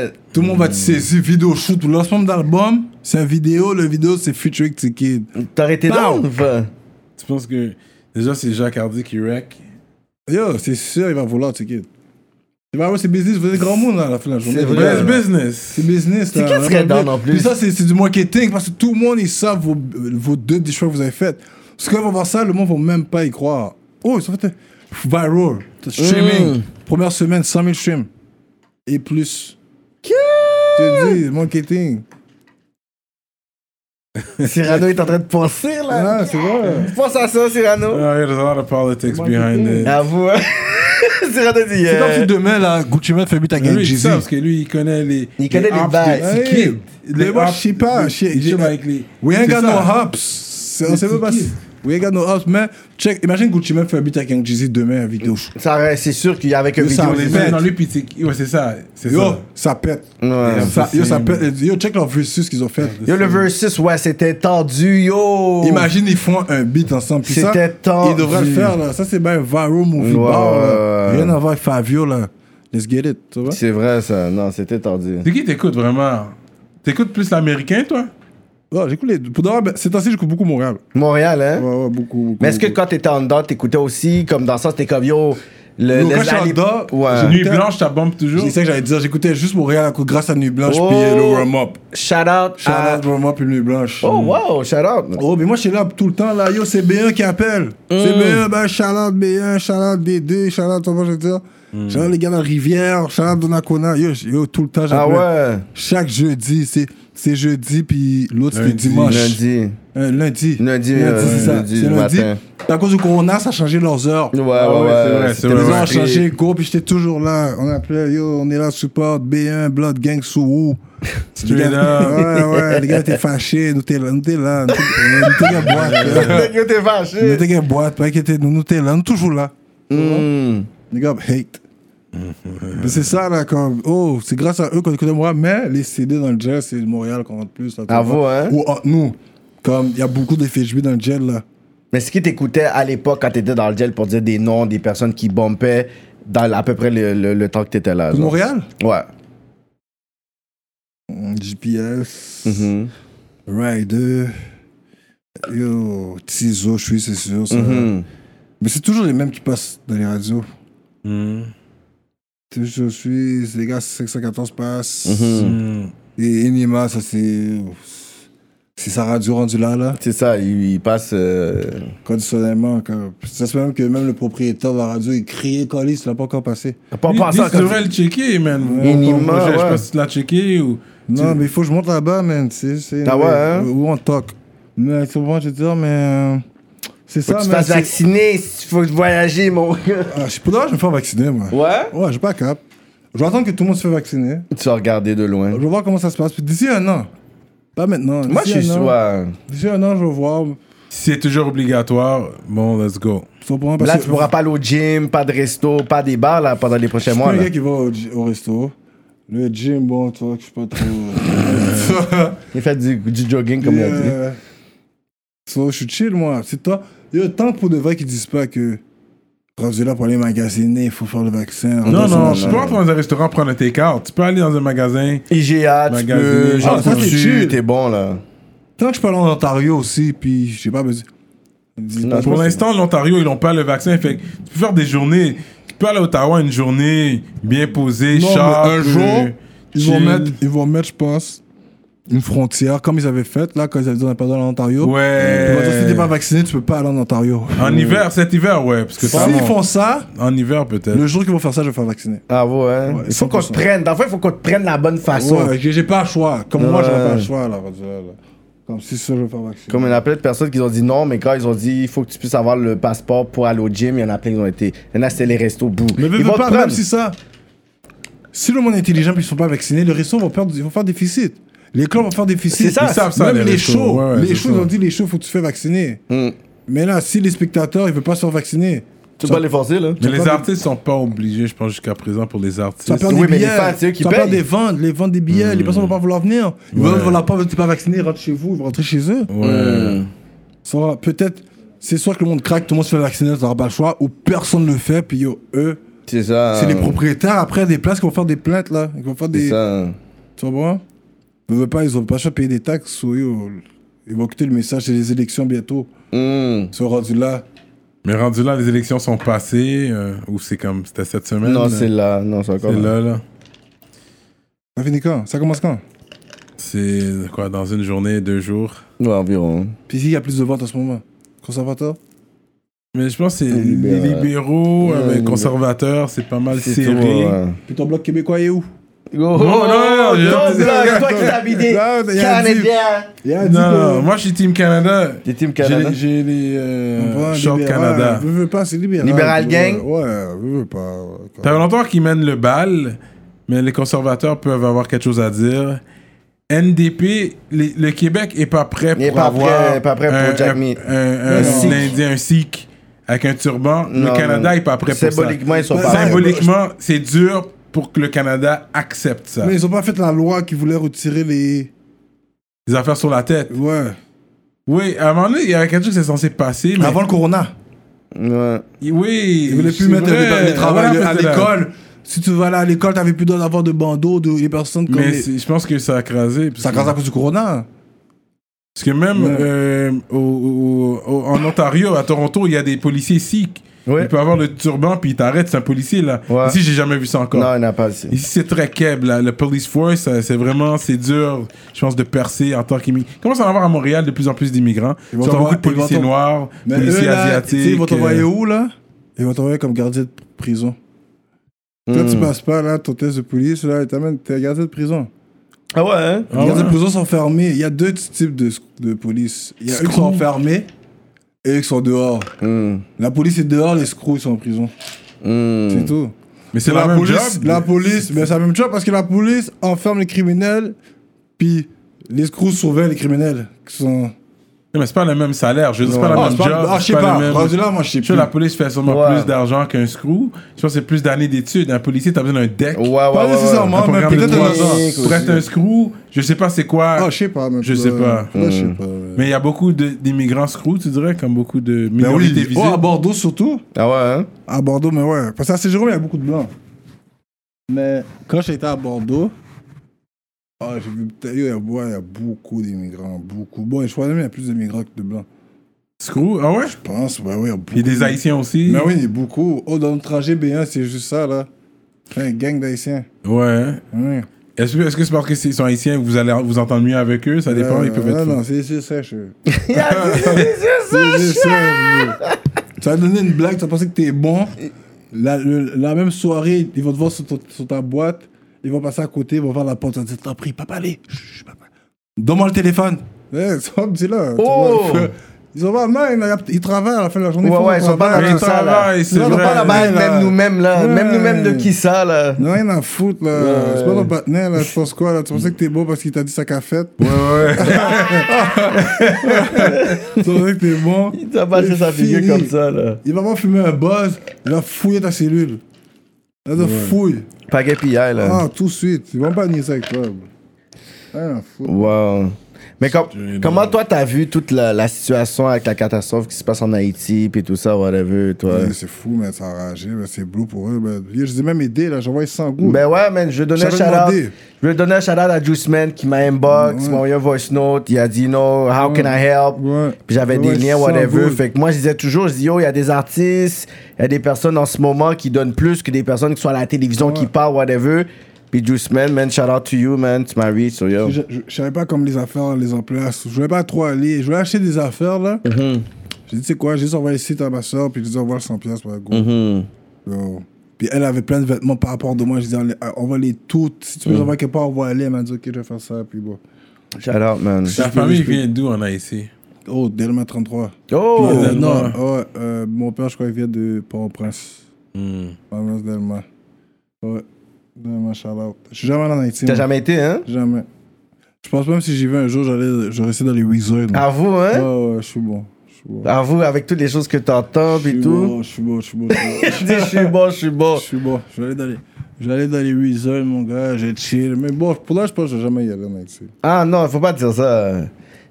Yeah!
Tout le monde va te saisir. Vidéo shoot ou lancement d'album. C'est un vidéo. Le vidéo, c'est featuring T-Kid.
T'aurais été
Pow.
down, va.
Tu penses que déjà c'est Jacques Hardy qui wreck
Yo, c'est sûr, il va vouloir T-Kid. C'est viral, c'est business. Vous êtes grand monde, là, à la fin de la journée.
C'est
Les
vrai.
gars,
Best business.
C'est business. là.
T-Kid serait down en plus.
Puis ça, c'est c'est du marketing parce que tout le monde, ils savent vos, vos deux des choix que vous avez faites. Parce que quand ils vont voir ça, le monde ne va même pas y croire. Oh, ils sont fait viral. Streaming.
Mm.
Première semaine, 100 000 streams. Et plus. Je te dis, marketing.
Cyrano est en train de penser, là.
Ah, c'est vrai.
Pense à ça, Cyrano.
Ah, there's a lot of politics behind it.
Avoue, hein. Cyrano dit.
C'est comme si
euh,
demain, là, Gucci Mane fait but à
Lui,
gagner
il
Jay-Z.
sait parce que lui, il connaît les.
Il connaît les
hops
bails.
de T-Kid.
Hey, mais
Les
moi,
hops
je sais pas,
de-
je-
il
je-
joue avec les.
We ain't
C'est
got no
ça.
hops. C'est- On sait même pas
T-Kid.
si- We ain't got no hops, mais check. Imagine Gucci Mane fait un but à Gang Jay-Z demain à vidéo.
ça aurait- C'est sûr qu'il y avait que
Yo, ça
vidéo.
On les
Pète.
met dans lui, puis c'est- Ouais, c'est ça. C'est
Yo,
ça.
ça pète.
Ouais.
Ça- yo, ça pète. Yo, check leur versus qu'ils ont fait.
Yo, le versus, ouais, c'était tendu, yo.
Imagine, ils font un beat ensemble. puis ça,
C'était tendu.
Ils devraient le faire, là. Ça, c'est bien un viral movie
Ouais,
bar, là.
ouais, ouais.
Rien à voir avec Fabio, là. Let's get it, tu vois?
C'est vrai, ça. Non, c'était tendu.
C'est qui t'écoutes vraiment T'écoutes plus l'américain, toi
Ouais, j'écoute les. Pour d'avoir, ces temps-ci, j'écoute beaucoup Montréal.
Montréal, hein?
Ouais, ouais, beaucoup. beaucoup,
Mais est-ce que
beaucoup.
quand t'étais en dedans, t'écoutais aussi, comme dans ça, c'était comme yo. Le,
Yo,
le-
quand je suis
la-
en dedans,
ouais.
Nuit Blanche, ça bombe toujours.
C'est ça que j'allais dire. J'écoutais juste Montréal à cause- grâce à Nuit Blanche
Oh.
puis le Warm Up.
Shout out.
Shout
à-
out Warm Up et Nuit Blanche.
Ah. Oh,
Mm.
wow, shout out.
Oh, mais moi, je suis là tout le temps, là. Yo, c'est B1 qui appelle. C'est
Mm.
B1, ben, shout out B1, shout out D2, shout out, comment je veux dire.
Mm.
Shout out les gars de la Rivière, shout out Donacona. Yo, j- yo, tout le temps,
Ah
j'appelle.
ouais.
Chaque jeudi, c'est, c'est jeudi, puis l'autre, c'était
Lundi.
dimanche.
Lundi.
Euh, lundi.
Lundi,
lundi
euh,
c'est ça.
lundi,
c'est
le
lundi.
matin.
Puis À cause du corona, ça a changé leurs heures.
Ouais, ouais,
ouais,
ouais.
c'est vrai, c'est
C'était
vrai,
Les
ouais.
heures ont
bizarre.
changé, go, puis j'étais toujours là. On appelait, yo, on est là, support, B1, Blood Gang, Souhou. Les
Straight
gars-
up.
Ouais, ouais, les gars étaient fâchés, nous t'es là, nous t'es là, nous t'es- nous t'es là, boîte. là.
Yo, t'es
Nous
fâché.
t'es qu'à boîte, pas inquiétez, nous, nous t'es là, nous toujours là.
Hmm.
Nigga, I'm hate. Mais c'est ça, là, comme, oh, c'est grâce à eux qu'on écoute moi, mais les CD dans le gel, c'est Montréal qu'on rentre plus. Là, tu
Ah,
vois.
vous, hein?
Ou entre nous. Comme, il y a beaucoup de FHB dans le gel, là.
Mais ce qui t'écoutait à l'époque quand t'étais dans le gel pour dire des noms, des personnes qui bompaient dans à peu près le, le- le temps que t'étais là.
De
genre.
Montréal?
Ouais.
Mm, GPS,
Mhm.
Rider, yo, Tizo, je suis, c'est sûr. ça.
Mhm.
Mais c'est toujours les mêmes qui passent dans les radios.
Mhm.
Toujours, je suis, les gars, 514 passent. Mm.
Mhm.
Mhm.
Et Enima, ça c'est. C'est sa radio rendue là, là.
C'est ça, il, il passe. euh,
Conditionnellement, comme. Ça se fait même que même le propriétaire de la radio, il criait Colis, il l'a pas encore passé.
Pas
Dis-
pas
dis,
ça
Tu
comme
devrais le checker, man.
Minimum,
Ton projet, Je sais
ouais.
pas si tu l'as checké ou.
Non, mais il faut que je monte là-bas, man. C'est, c'est,
Ah ouais, hein?
Où on toque. Mais souvent, je dis, oh, mais. euh, c'est
Faut
ça,
que tu te
mais.
fasses
c'est-
vacciner, si tu- faut voyager, mon gars.
Ah, je suis pas là, je vais me faire vacciner, moi.
Ouais?
Ouais, j'ai pas cap. Je vais attendre que tout le monde se fait vacciner.
Tu vas regarder de loin.
Je vais voir comment ça se passe. Puis d'ici un an. Pas maintenant.
Moi, je
d'ici
suis
un
sûr.
an-
ouais.
D'ici un an, je vais voir.
Si c'est toujours obligatoire, bon, let's go.
Tu comprends? Parce
Là,
que-
tu pourras pas aller au gym, pas de resto, pas des bars là, pendant les prochains
Je suis
mois.
pas un
là.
gars qui va au, gy- au resto. Le gym, bon, tu vois que je suis pas euh, trop.
Il fait du, du jogging, comme
Puis,
on dit.
euh, so, je suis chill, moi. C'est toi. Il y a tant pour de vrai qui disent pas que. Rendu là pour aller magasiner, il faut faire le vaccin.
Non,
Rendu
non,
là,
tu
là.
peux rentrer dans un restaurant prendre un take-out. Tu peux aller dans un magasin.
IGA, tu
Magasiner,
peux,
ah,
genre,
ça, c'est
tu
chill.
t'es bon, là.
Tant que je peux aller en Ontario aussi, puis j'ai pas besoin. Ils disent
Non,
pas-
je
Pour l'instant, l'Ontario, ils n'ont pas le vaccin. Fait que tu peux faire des journées. Tu peux aller à Ottawa une journée bien posée,
Non, mais
sharp,
un jour,
euh,
ils vont,
chill.
mettre, ils vont mettre, je pense, une frontière, comme ils avaient fait, là, quand ils avaient dit on n'a pas droit en Ontario. Ils vont dire, si t'es
Ouais. Ah,
pas vacciné, tu peux pas aller en Ontario.
En hiver, cet hiver, ouais. Parce que ça
S'ils
monte.
font ça,
En hiver, peut-être.
le jour qu'ils vont faire ça, je vais faire vacciner.
Ah ouais, hein?
Ouais,
Il faut qu'on te
100%.
prenne. Dans le fond, il faut qu'on te prenne la bonne façon.
Ouais, j'ai j'ai pas le choix. Comme moi,
Ouais.
j'aurais pas le choix, là, rendu là, là. Comme si ça, je vais faire vacciner.
Comme il y en a plein de personnes qui ont dit non, mais quand ils ont dit il faut que tu puisses avoir le passeport pour aller au gym, il y en a plein qui ont été. Il y en a, c'était les restos bout.
Mais veux,
ils
veux
vont te
pas,
prendre.
même si ça. Si le monde est intelligent puis ils sont pas vaccinés, les restos vont, perdre, ils vont faire déficit. Les clubs vont faire déficit.
C'est ça. Ils
savent ça,
Même
les
les,
restos.
shows.
Ouais, ouais, c'est
les shows,
ça.
ils ont dit les shows, faut que tu te fais vacciner.
Hmm.
Mais là, si les spectateurs, ils veulent pas se faire vacciner,
Tu peux pas les forcer, là.
Mais les
pas-
artistes sont pas obligés, je pense, jusqu'à présent, pour les artistes.
Ça perd
Oui,
des
mais les
billets.
fans, c'est eux qui
ça perd
payent.
des ventes, les ventes des billets.
Hmm.
Les personnes vont pas vouloir venir. Ils vont vouloir pas, t'es pas vacciné, rentre chez vous, ils vont rentrer chez eux.
Ouais.
Hmm.
Ça va, peut-être, c'est soit que le monde craque, tout le monde se fait vacciner, t'auras pas le choix, ou personne le fait, puis yo, eux,
C'est ça. hein.
c'est les propriétaires après des places qui vont faire des plaintes là. Ils vont faire
C'est
des.
ça. hein.
Tu vois, ils veulent pas, ils ont pas le choix de payer des taxes, ou yo, ils vont écouter le message, c'est les élections bientôt.
Hmm.
Ils sont rendus là.
Mais rendu là, les élections sont passées. euh, ou c'est comme. C'était cette semaine.
Non,
là.
c'est là. Non, c'est encore
C'est
là.
là, là.
Ça finit quand Ça commence quand
C'est quoi, dans une journée, deux jours.
Ouais, environ.
Puis s'il y a plus de ventes en ce moment Conservateur
Mais je pense que c'est les
libéraux.
libéraux,
Ouais,
avec
libéraux.
conservateurs, c'est pas mal
tout,
serré.
ouais.
Puis ton bloc québécois est où
Oh, hein. non,
non, non, je-
c'est toi qui t'as bidé.
Non, il y a un type.
Canadien.
Il a dit
Non, non,
que-
moi je suis Team Canada.
T'es Team
J'ai
Canada.
les- J'ai les
On prend
euh,
un
Short
libéral.
Canada.
Veux, veux pas, c'est libéral.
Libéral
Ouais,
gang.
Ouais, veux, veux pas. ouais, quoi.
Ça fait longtemps qu'ils mènent le bal, mais les conservateurs peuvent avoir quelque chose à dire. NDP, les- le Québec est pas prêt
Il est
pour
pas
avoir
prêt- pas prêt pour
un,
Jack
un- un-
Me.
un-
Non.
un Indien, un Sikh avec un turban.
Non,
le Canada
non.
est pas prêt pour ça.
Symboliquement, ils sont pas prêts.
Symboliquement, c'est dur pour que le Canada accepte ça.
Mais ils ont pas fait la loi qui voulait retirer les.
Les affaires sur la tête.
Ouais.
Oui, à un moment donné, il y avait quelque chose qui s'est censé passer. Mais
Avant le corona.
Ouais.
Oui.
Ils voulaient plus
c'est
mettre les-
vrai.
les, travailleurs
Voilà,
à
peut-être.
l'école. Si tu vas aller à l'école, t'avais plus le droit d'avoir de bandeaux, de, les personnes comme.
Mais
les-
c'est- je pense que ça a crasé. parce
Ça
que-
grâce à cause du corona.
Parce que même
Ouais.
euh, au- au- au- en Ontario, à Toronto, il y a des policiers sikhs.
Ouais.
Il peut avoir le turban puis il t'arrête, c'est un policier là.
Ouais.
Ici, j'ai jamais vu ça encore.
Non, il n'a pas assez.
Ici, c'est très keb, là. Le police force, ça, c'est vraiment, c'est dur, je pense, de percer en tant qu'immigrant. Il commence à en avoir à Montréal de plus en plus d'immigrants. Ils
Ils vont
ont beaucoup
t'envoyer-
de policiers
ils vont t'en-
noirs,
Mais
policiers
eux, là, tu sais,
asiatiques.
Ils vont t'envoyer
euh,
où, là Ils vont t'envoyer comme gardien de prison. Quand
Hmm.
tu passes pas, là, ton test de police, là, ils t'amènent- t'es gardien de prison.
Ah ouais, hein?
ah
les
ouais.
gardiens de prison sont fermés. Il y a deux types de, de police. Il y a eux qui sont
Screw.
enfermés et eux qui sont dehors.
Hmm.
La police est dehors, les screws ils sont en prison.
Hmm.
C'est tout.
Mais c'est la, même
police,
job.
La police, mais c'est la même job parce que la police enferme les criminels, puis les screws surveillent les criminels qui sont.
Non, mais c'est pas le même salaire. Je veux dire, c'est pas
Ah,
la
c'est
même
pas-
job.
ah, je
c'est
sais pas. Rendu là, moi, je sais
Je sais,
plus.
la police fait sûrement
Ouais.
plus d'argent qu'un screw. Je pense que c'est plus d'années d'études. Un policier, t'as besoin d'un deck.
Ouais, ouais, ouais.
Pas
ouais.
nécessairement.
Un
mais
programme
peut-être
de
un
trois ans.
aussi.
Pour être un screw, je sais pas c'est quoi.
Ah, je sais pas. mais
Je
là,
sais pas.
là, je sais pas. ouais.
Mais il y a beaucoup de- d'immigrants screw, tu dirais, comme beaucoup de
Ben oui,
minorités
oh,
visibles.
à Bordeaux surtout.
Ah ouais, hein?
À Bordeaux, mais ouais. Parce qu'à Saint-Jérôme, il y a beaucoup de blancs. Mais quand j'étais à Bordeaux, ah, j'ai vu peut-être. yo, Il y, a- ouais, il y a beaucoup d'immigrants. Beaucoup. Bon, je crois même qu'il y a plus d'immigrants que de blancs.
Screw, ah ouais?
Je pense, ouais, ouais. Il y a beaucoup.
Il y a des Haïtiens aussi.
Mais Mm. Ben oui, il y a beaucoup. Oh, dans le trajet B1, c'est juste ça, là. Un gang d'Haïtiens.
Ouais.
Ouais.
Est-ce que est-ce que c'est parce que c'est- ils sont haïtiens, vous allez vous entendre mieux avec eux? Ça dépend,
Euh,
ils peuvent être.
Non,
fous.
non, c'est c'est sèche. euh. C'est c'est sèche, euh. Tu as donné une blague, tu as pensé que t'es bon. La, le- la même soirée, ils vont te voir sur, ton- sur ta boîte, ils vont passer à côté, ils vont voir la porte, ils vont te dire T'as pris, papa, allez. Chut, chut, papa. Donne-moi le téléphone. Ouais, Eh, ça me dit là. tu
Oh.
vois, Ils ont pas mal, ils- ils travaillent à la fin de la journée.
Ouais,
ils font
ouais,
leur
ils sont pas
travail.
dans
Ils
tout ça, là.
travaillent, c'est
Non, non, pas
vrai.
là-bas.
Même, même nous-mêmes, là.
Ouais.
Même nous-mêmes de qui ça, là.
Ils ont Rien à foutre là. C'est pas ton partenaire là. Tu penses quoi là Tu pensais que t'es beau parce qu'il t'a dit sa cafette
Ouais, ouais.
Tu pensais que t'es bon
Il t'a passé sa
Fini.
figure comme ça, là.
Il va pas fumer un buzz, il va fouiller ta cellule. Il va te fouiller.
Pagaie pillaille, là.
Ah, tout de suite. Ils vont pas nier ça avec toi. bro. Rien à foutre.
Wow. Mais com- comment toi t'as vu toute la, la situation avec la catastrophe qui se passe en Haïti puis tout ça whatever toi
Ouais, C'est fou, mais ça a ragé, mais c'est bleu pour eux. mais- Je les ai même aidés, là, j'envoie 100 goûts.
Ben ouais man je vais donner un
J'avais
shout out
demandé.
je vais donner un shout out à Juice Man qui m'a inbox il m'a envoyé un voice note il a dit no how can I help
Ouais.
puis j'avais
Ouais,
des liens
sans
whatever
doute.
fait que moi je disais toujours je dis yo il y a des artistes il y a des personnes en ce moment qui donnent plus que des personnes qui sont à la télévision qui parlent whatever puis Juice Man man shout out to you man tu m'as reach so yo
Je, je, je savais pas comme les affaires, les emplois. Je voulais pas trop aller. Je voulais acheter des affaires, là. J'ai dit, tu sais quoi, j'ai juste envoyé le site à ma soeur, puis je lui ai envoyé 100 piastres, par
Mhm.
exemple.
Hmm.
Yo. Puis elle avait plein de vêtements par rapport de moi. Je disais, on va les toutes. Si
Mm.
tu veux les envoyer quelque part, on va aller. Elle m'a dit, ok, je vais faire ça. Puis bon.
shout out man
Ta famille vient d'où en Haïti?
Oh, Delma 33.
oh
Euh,
Delma.
non, ouais, euh, mon père, je crois qu'il vient de Port-au-Prince.
Mm.
Port-au-Prince, Delma. Ouais. Delma, shout out. Je suis jamais allé en Haïti.
t'as
moi.
jamais été hein
Jamais. Je pense même si j'y vais un jour, j'allais, je restais dans les Wizards.
à vous hein
Ouais, ouais, je suis bon. Je suis bon.
Avoue, avec toutes les choses que t'entends
Je
et
suis
tout.
bon, je suis bon, je suis bon. Je
Je
suis
dis,
bon.
je suis bon, je suis bon.
Je suis bon. Je vais aller dans les, je vais aller dans les Wizards, mon gars. J'ai chill. Mais bon, pour là, je pense que je vais jamais y aller en Haïti.
Ah non, faut pas dire ça.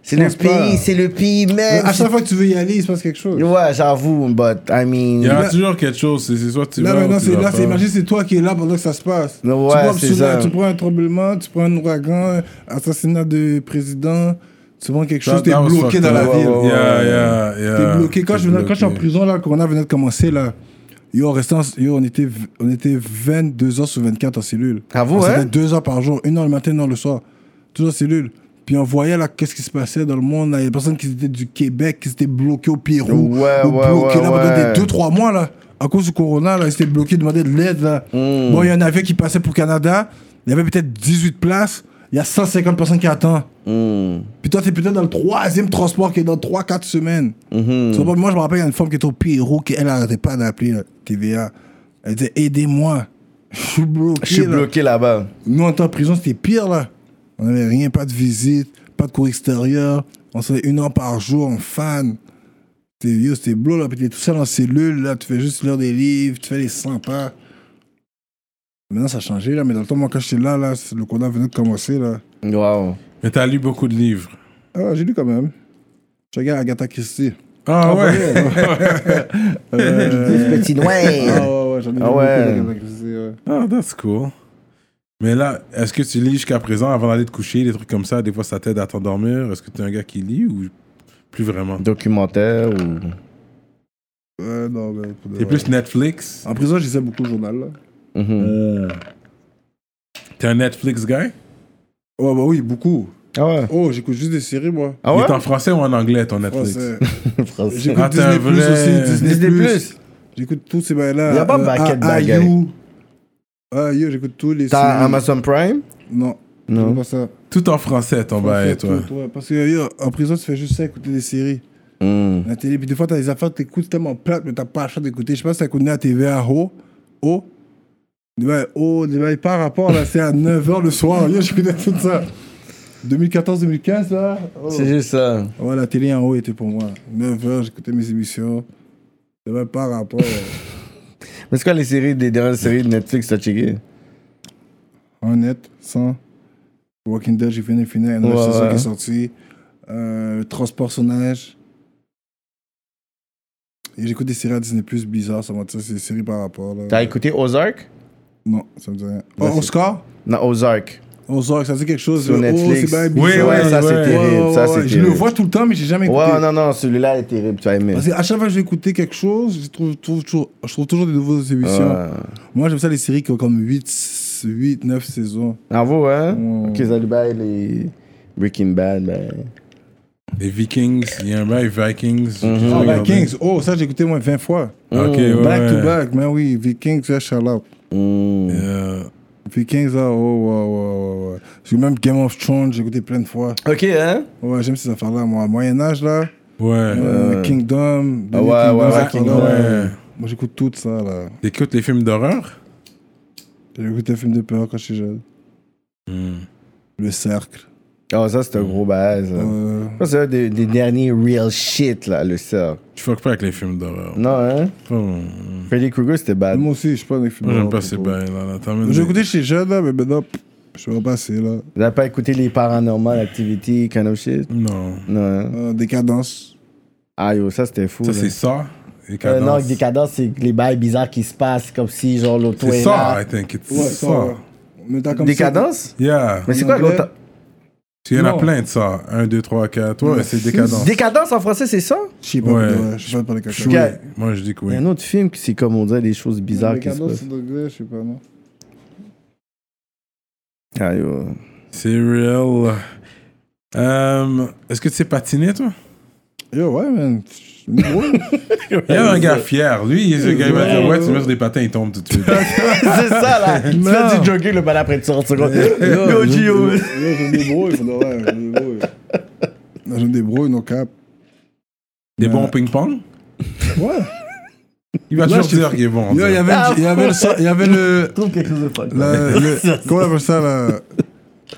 C'est le
Pense pas.
pays, c'est le pays même.
À chaque fois que tu veux y aller, il se passe quelque chose.
Ouais, j'avoue, but I mean.
Il y aura
Là-
toujours quelque chose. C'est c'est soit tu
Là
vas ou
maintenant,
tu
c'est
vas
là,
pas.
c'est imagine, c'est toi qui es là pendant que ça se passe.
Ouais,
tu, prends
c'est
tsunami,
ça.
tu prends un tremblement, tu prends un ouragan, assassinat de président, tu prends quelque chose, t'es
That was
bloqué
fucked
dans la
up.
ville.
Yeah, yeah, yeah.
T'es bloqué. Quand
T'es
je, venais- quand je suis en
bloqué.
prison, là, le corona venait de commencer, là, yo, on, restait en- yo, on, était, v- on était 22 heures sur 24 en cellule.
Ah vous,
on
hein?
s'était deux heures par jour, une heure le matin, une heure le soir. Toujours en cellule. Puis on voyait là qu'est-ce qui se passait dans le monde. là. Il y a des personnes qui étaient du Québec, qui s'étaient bloquées au Pérou.
Ouais,
ou
ouais,
bloquées
ouais,
là pendant
ouais.
des deux, trois mois là. À cause du corona, là, ils s'étaient bloqués, ils demandaient de l'aide. là.
Hmm.
Bon, il y en avait qui passaient pour Canada. Il y avait peut-être 18 places. Il y a 150 personnes qui attendent.
hmm.
Puis toi, t'es peut-être dans le troisième transport qui est dans 3-4 semaines.
Hmm.
Tu comprends? Moi, je me rappelle, il y a une femme qui était au Pérou, qui, elle n'arrêtait pas d'appeler là, TVA. Elle disait, aidez-moi. Je suis bloqué.
Je suis
là.
bloqué là-bas.
Nous, on était en prison, c'était pire, là. On n'avait rien, pas de visite, pas de cours extérieur. On se faisait une heure par jour en fan. C'était vieux, c'était bleu, là. Puis t'es tout seul en cellule, là. Tu fais juste lire des livres, tu fais les 100 pas. Maintenant, ça a changé, là. Mais dans le temps, moi, quand j'étais là, là, c'est- le corona venait de commencer, là.
Wow.
Mais t'as lu beaucoup de livres.
Ah, j'ai lu quand même. Je regarde Agatha Christie.
Ah ouais?
Euh,
Petit noir.
Ah ouais, ouais, j'en ai lu
Ah
beaucoup
ouais.
d'Agatha Christie, ouais.
Ah, that's cool. Mais là, est-ce que tu lis jusqu'à présent avant d'aller te coucher, des trucs comme ça? Des fois, ça t'aide à t'endormir. Est-ce que t'es un gars qui lit ou plus vraiment?
Documentaire ou.
Ouais, non, mais pour de
T'es
vrai.
plus Netflix?
En prison, je lisais beaucoup le journal, là.
Mhm.
Euh,
T'es un Netflix guy?
Ouais, bah oui, beaucoup.
Ah ouais.
Oh, j'écoute juste des séries, moi.
Ah
Il
ouais?
est en français ou en anglais, ton
Ouais,
Netflix?
c'est-
Français.
J'écoute
Ah, t'es un
Disney Plus
vrai-
aussi. Disney,
Disney+.
Plus. J'écoute tous ces bails-là.
Y a pas paquet de bagailles.
IU. Ah, yo, j'écoute tous les.
T'as
séries.
Amazon Prime?
Non.
Non.
j'écoute Pas ça.
Tout en français, ton bail,
Français,
toi.
tout, ouais. Parce que yo, en prison, tu fais juste ça, écouter des séries.
Mm.
La télé, puis des fois, t'as des affaires que t'écoutes tellement plates, mais t'as pas la chance d'écouter. Je sais pas si t'as connu à TVA, Ho. Ho. Des bails, Ho, des bails par rapport, là, c'est à 9h le soir. Yo, j'écoutais tout ça. 2014-2015, là. oh.
C'est juste ça.
Ouais, la télé en haut était pour moi. 9h, j'écoutais mes émissions. C'est même pas rapport. euh,
Mais c'est quoi les séries, les dernières séries de Netflix, t'as checké
Honnête, sans. Walking Dead, j'ai fini de finir. Une
Ouais,
nouvelle saison
ouais.
qui est sortie. Euh, Transpersonnage. Et j'écoute des séries à Disney Plus bizarres, ça m'a dit, c'est des séries par rapport. Là.
T'as écouté Ozark
Non, ça me dit rien.
Ouais,
Oh,
c'est-
Oscar
Non, Ozark.
Ozark, ça dit quelque chose.
Sur
le-
Netflix.
Oh, c'est bien
Oui,
bizarre.
ouais, ça, c'est
terrible, ça, c'est
Je le
terrible.
vois tout le temps, mais j'ai jamais écouté.
Ouais, non, non, celui-là est terrible, tu vas aimer.
Parce que à chaque fois que je vais écouter quelque chose, je trouve, trouve toujours, je trouve toujours des nouvelles émissions.
Ouais.
Moi, j'aime ça les séries qui ont comme 8, 8 9 saisons.
Bravo, hein
Mm.
Ok, Zaluba, les Breaking Bad, ben.
Les Vikings, il y a un bail Vikings.
Mm-hmm.
j'ai
Ah,
regardé.
Vikings, oh, ça, j'ai écouté moins 20 fois.
hein. Ok, ouais.
Back
ouais.
to back, mais oui, Vikings, là, shout out.
Mm.
Euh, Vikings, là, oh, ouais, ouais, ouais, ouais. J'ai même Game of Thrones, j'ai écouté plein de fois.
Ok, hein
Ouais, j'aime ces affaires-là, moi. Moyen-Âge, là,
Ouais.
euh, Kingdom,
Ah ouais,
Kingdom,
ouais, ouais,
ces affaires-là,
Kingdom.
ouais. Moi, j'écoute tout ça, là.
T'écoutes les films d'horreur
J'ai écouté les films de peur quand j'étais jeune.
Mm.
Le Cercle.
Oh, ça, c'est un gros bail, ça.
Euh,
Ça, c'est un des, des derniers real shit, là, le cercle.
Tu fuck pas avec les films d'horreur.
Non, hein
Pas mon-
Freddy Krueger, c'était bad.
ah, moi aussi, je suis pas un
Moi, j'aime pas ces
bas.
bails là. là. T'emmènes
J'ai
des-
écouté chez jeune, là, mais maintenant, pff, je suis repassé, là.
Vous avez pas écouté les Paranormal Activity, kind of shit
Non.
Non, hein
Euh, Décadence.
Ah, yo, ça, c'était fou.
Ça,
là.
c'est ça. Et
Euh, non,
cadence.
avec des cadences, c'est les bails bizarres qui se passent, comme si, genre, l'auto
C'est
est
ça,
là.
I think. It's
Ouais, ça.
ça.
ouais. Mais t'as comme
Des
ça-
cadences
Yeah.
Mais c'est quoi
anglais.
l'auto
Il y en a
Non.
plein de ça. 1, 2, 3, 4. Ouais, c'est décadent.
Décadence en français, c'est ça
Je sais pas,
Ouais.
ouais, je sais pas parler quelque chose.
Ok.
Moi, je dis que
Il y
oui.
a un autre film qui c'est comme on dirait des choses bizarres qui se
Décadence,
passent.
c'est anglais, je sais pas, non.
Ah, yo.
Serial. Euh, Est-ce que tu sais patiner,
Euh,
toi
Yo, ouais, man.
Il y a un gars fier. Lui, il il va dire Ouais, tu mets sur des patins, il tombe tout de suite.
c'est ça, là. Tu fais du jogging le bal après 30 secondes. Yo, Gio.
Yo, je me débrouille, pour de vrai, je me débrouille. Non, Je me débrouille, no cap.
Des bons ping-pong
Ouais.
Il va
Là,
toujours
je te-
dire qu'il est bon. on
Yo, il y
dirait.
avait,
Ah,
il y avait le, so- il y avait le,
Trouve quelque chose de fun.
la- le- comment on appelle ça, la,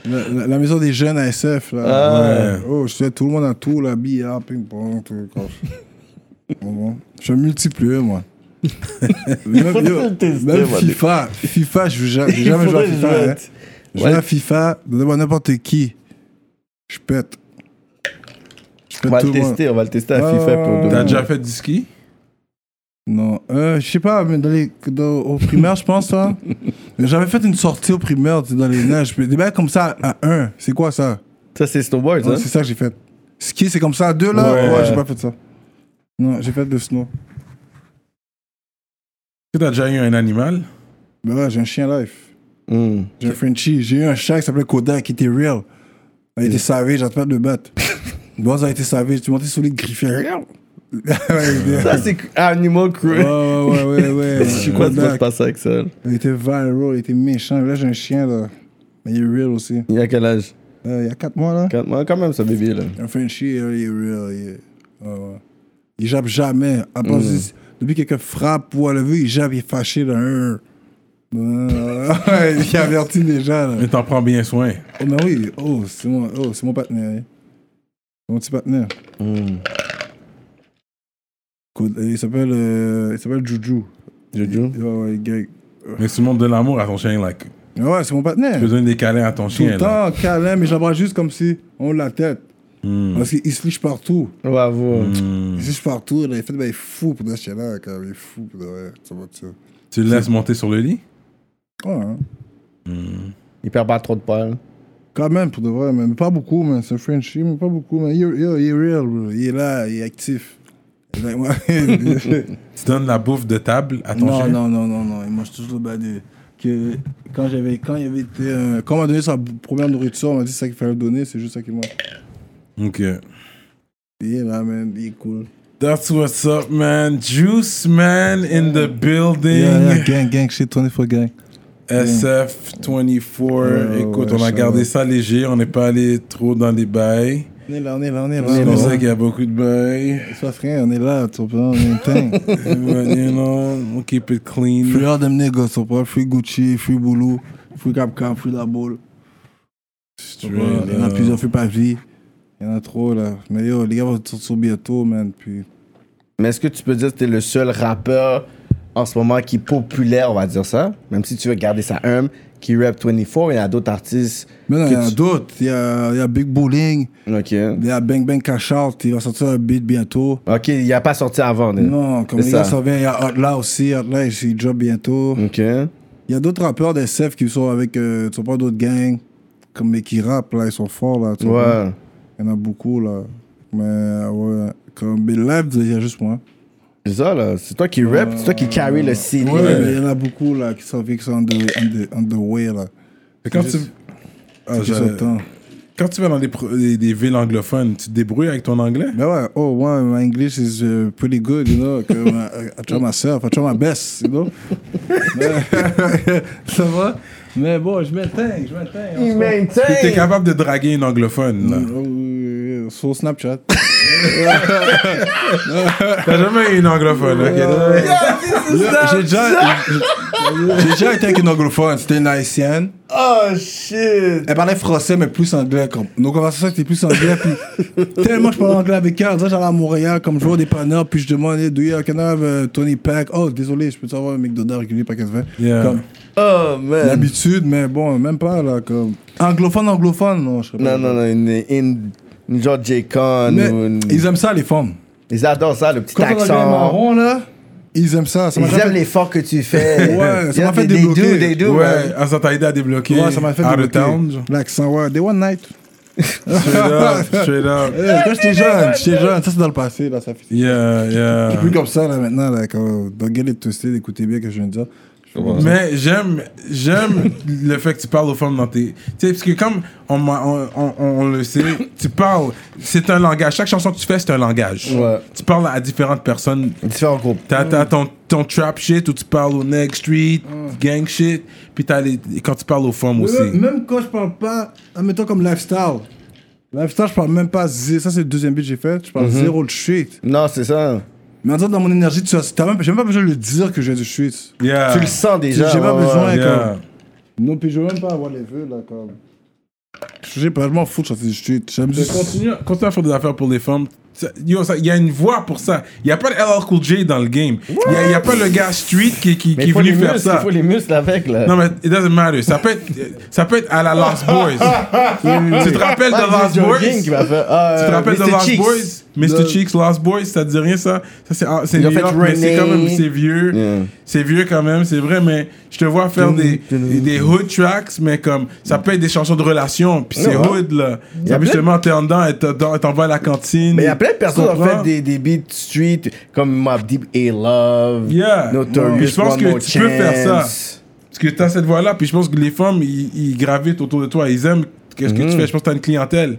la, la- la maison des jeunes à SF, là.
Ah.
Ouais. Oh, je sais, tout le monde a tout, la billard, ping-pong, tout. quoi. Bon, bon. Je suis multiplié, moi. même,
tout tester,
même
moi.
FIFA, FIFA, je joue jamais, j'ai jamais joué à
faudrait
FIFA.
jouer.
hein. Je joue à FIFA, donnez-moi n'importe qui. Je pète. Je
On
pète
va
tout
le
le monde.
tester, on va le tester à
Ah,
FIFA pour
ouais.
T'as
demain.
déjà fait du ski
Non, euh, je sais pas, mais dans les, dans- au primaire, je pense, là. J'avais fait une sortie au primaire, tu sais, dans les neiges. Mais Des mecs comme ça à 1, c'est quoi ça
Ça, c'est snowboard, ça?
Non, C'est ça que j'ai fait. Ski, c'est comme ça à 2, là
Ouais.
Ouais, j'ai pas fait ça. Non, j'ai fait le snow.
Est-ce que t'as déjà eu un animal
Mais ouais, j'ai un chien life.
Hmm.
J'ai un Frenchie. J'ai eu un chat qui s'appelait Kodak, qui était real. Il était savage, j'ai pas de battre. Bon, ça a été savage. Tu montais sur lui de griffer.
Ça, c'est Animal
Ouais,
Crew.
ouais, ouais, ouais. ouais.
Je sais pas ce qui va se
Kodak.
passer avec ça.
Il était viral, il était méchant. Là, j'ai un chien, là. Mais il est real aussi.
Il y a quel âge?
Euh, il y a 4 mois, là.
Quand, quand même, ça bébé, là.
Un Frenchie, euh, il est real. Il, est- ouais, ouais. il jappe jamais. À part si- depuis que quelqu'un frappe ou à le vu, il jappe, il est fâché. Là. Euh, euh, ouais, il avertit déjà. Là.
Mais t'en prends bien soin.
Oh, mais oui, oh, c'est mon, oh, c'est mon partenaire. hein. C'est mon petit partenaire.
Hmm.
Code- euh, Il s'appelle, euh, il s'appelle Juju.
Jojo?
Ouais, ouais, il gagne.
Mais tu montres de l'amour à ton chien, like.
Mais ouais, c'est mon partenaire.
Tu veux donner des câlins à ton
Tout
chien,
le
là.
temps, Mm. câlin, mais j'embrasse juste comme si on la tête.
Hmm.
Parce qu'il se liche partout.
Bravo.
Hmm.
Il se liche partout. Là, il fait, ben, il est fou pour ce chien-là, quand même. Il est fou pour de vrai. Ça va, tu sais.
Tu le laisses monter sur le lit
Ouais, hein.
Il perd pas trop de poils.
Quand même, pour de vrai, mais pas beaucoup, man. C'est un Frenchie, mais pas beaucoup, man. Yo, yo, il est real, bro. Il est là, il est actif. Il est avec moi.
Tu donnes la bouffe de table à ton
non,
chien
non, non, non, non. Il mange toujours le badé. Que quand j'avais, quand il avait été, euh, quand on m'a donné sa première nourriture, on m'a dit c'est ça qu'il fallait donner, c'est juste ça qu'il mange.
Ok.
Il est là, man. Il est cool.
That's what's up, man. Juice Man in the building.
Gang, gang, shit, 24 gang.
SF24.
Ouais,
Écoute,
ouais,
on a
ça
gardé
va.
ça léger. On n'est pas allé trop dans les bails.
On est là, on est là, on est là.
C'est
On
pour
est
ça
là.
qu'il y a beaucoup de bails.
Sois frère, on est là, tu comprends, on est teint.
But, you know, we'll keep it
Free
clean.
all them niggas, tu comprends, free Gucci, free Boulou, free Cap Cap, free La Boule.
Tu
Je sais pas,
euh,
Il
euh,
y en a plusieurs fois par vie. Il y en a trop, là. Mais yo, les gars vont sortir bientôt, man. Puis.
Mais est-ce que tu peux dire que t'es le seul rappeur en ce moment qui est populaire, on va dire ça, même si tu veux garder ça humble, qui rap 24, il y a d'autres artistes.
Mais non,
que
il y en a
tu-
d'autres. Il y a, il y a Big Bowling,
Ok.
il y a Bang Bang Cash Out, il va sortir un beat bientôt.
Ok, il a pas sorti avant. déjà.
Non, comme
Mm. C'est
les gars
ça. Mm.
s'en viennent, il y a Outlaw aussi, Outlaw, il job bientôt.
Ok.
Il y a d'autres rappeurs des SF qui sont avec, euh, tu vois, d'autres gangs, comme mais qui rappent, là, ils sont forts, là. tu vois.
Ouais.
Il y en a beaucoup, là. Mais, ouais, comme Bill Labs, il y a juste moi.
C'est ça, là. C'est toi qui rap, c'est toi qui carry le CD.
Ouais, mais il y en a beaucoup, là, qui sont, qui sont on, the, on, the, on the way, là.
Mais quand tu,
Ah,
j'ai-
j'ai le temps.
quand tu vas dans des, pro- des- des villes anglophones, tu te débrouilles avec ton anglais?
Mais ouais, oh, ouais, my English is uh, pretty good, you know. Comme, I, I try myself, I try my best, you know. Mais- ça va? Mais bon, je m'éteins, je m'éteins. on se voit.
T'es capable de draguer une anglophone, là.
Oh, oui, oui, Sur Snapchat.
T'as jamais eu une anglophone,
Euh,
ok?
J'ai déjà, j'ai déjà été avec une anglophone, c'était une haïtienne.
Oh shit!
Elle parlait français, mais plus anglais. Comme. Nos conversations étaient plus anglais. Puis, tellement je parlais anglais avec elle. Là, j'allais à Montréal, comme je vois des panneurs, puis je demandais, Do you can I have euh, Tony Pack? Oh, désolé, je peux savoir un McDonald's régulier, pas 80.
Yeah.
Comme
Oh man!
l'habitude, mais bon, même pas, là, comme. Anglophone, anglophone, non, je sais pas.
Non, non, non, une, une, une genre J-Con
Mais
ou une-
ils aiment ça, les femmes.
Ils adorent ça, le petit
Quand on a le
accent.
marron, là, ils aiment ça. Ça m'a
Ils
fait-
aiment l'effort que tu fais.
Ouais, ça
Ils
m'a
aiment-
fait
they do,
débloquer.
they do,
Ouais,
man.
ah, ça t'a aidé à débloquer.
Ouais, ça m'a fait
Out of
débloquer.
town, genre.
L'accent, ouais. Day one night.
Straight up, straight up.
Euh, Quand j'étais jeune, j'étais jeune. Ça, c'est dans le passé, là, ça fait.
Yeah, yeah.
plus comme ça, là, maintenant, là, quand Don't Get It Twisted, écoutez bien ce que je viens de dire.
Mais j'aime, j'aime le fait que tu parles aux femmes dans tes. Tu sais, parce que comme on, m'a- on, on, on le sait, tu parles. C'est un langage. Chaque chanson que tu fais, c'est un langage.
Ouais. Mm.
Tu parles à différentes personnes.
Différents groupes.
T'as, t'as ton, ton trap shit où tu parles au next street,
Mm.
gang shit. Puis t'as les, quand tu parles aux femmes aussi.
Même, même quand je parle pas, admettons comme lifestyle. Lifestyle, je parle même pas zé- Ça, c'est le deuxième beat que j'ai fait. Je parle zéro de shit.
Non, c'est ça.
Mais en disant dans mon énergie, tu as, t'as même, j'ai même pas besoin de le dire que j'ai du shit.
Yeah.
Tu le sens déjà.
J'ai pas
ouais,
besoin.
ouais.
Yeah.
Non, puis je veux même pas avoir les vœux, là, comme. Je sais pas, je m'en fous de chanter du shit. J'aime
Mais
juste.
Continue, continue à faire des affaires pour les femmes. Ça- yo, ça- Il y a une voix pour ça. Il n'y a pas de LL Cool J dans le game. Il n'y a, il y a pas le gars street qui, qui,
Mais
qui est
faut les
venu faire
muscles,
ça.
Il faut les muscles avec, là.
Non, mais it doesn't matter. Ça peut être, ça peut être à la Lost Boys. tu te rappelles de
Pas
Lost
du
Boys?
jogging qui
Tu
va faire. Ah,
te
euh,
rappelles de
Mr.
Lost
Cheeks.
Boys? Mr.
Le-
Cheeks, Lost Boys, ça te dit rien, ça? Ça, c'est, ah, c'est
Ils ont
New
fait
York, mais c'est quand même,
Renee.
c'est vieux.
Yeah.
C'est vieux quand même, c'est vrai, mais je te vois faire des, des hood tracks, mais comme, ça peut être des chansons de relation, puis c'est
Ouais.
hood, là.
y a
Ça, justement, t'es en dedans, elle te- elle t'en va à la cantine.
Mais il y a plein de personnes qui ont
Comprends?
fait des, des beats street comme Mob Deep A Love,
Yeah.
Notorious.
Puis je pense
One
que
More
tu peux faire ça.
Chance.
Parce que t'as cette voix-là, puis je pense que les femmes, ils, ils gravitent autour de toi. Ils aiment qu'est-ce que
Mhm.
tu fais. Je pense que t'as une clientèle.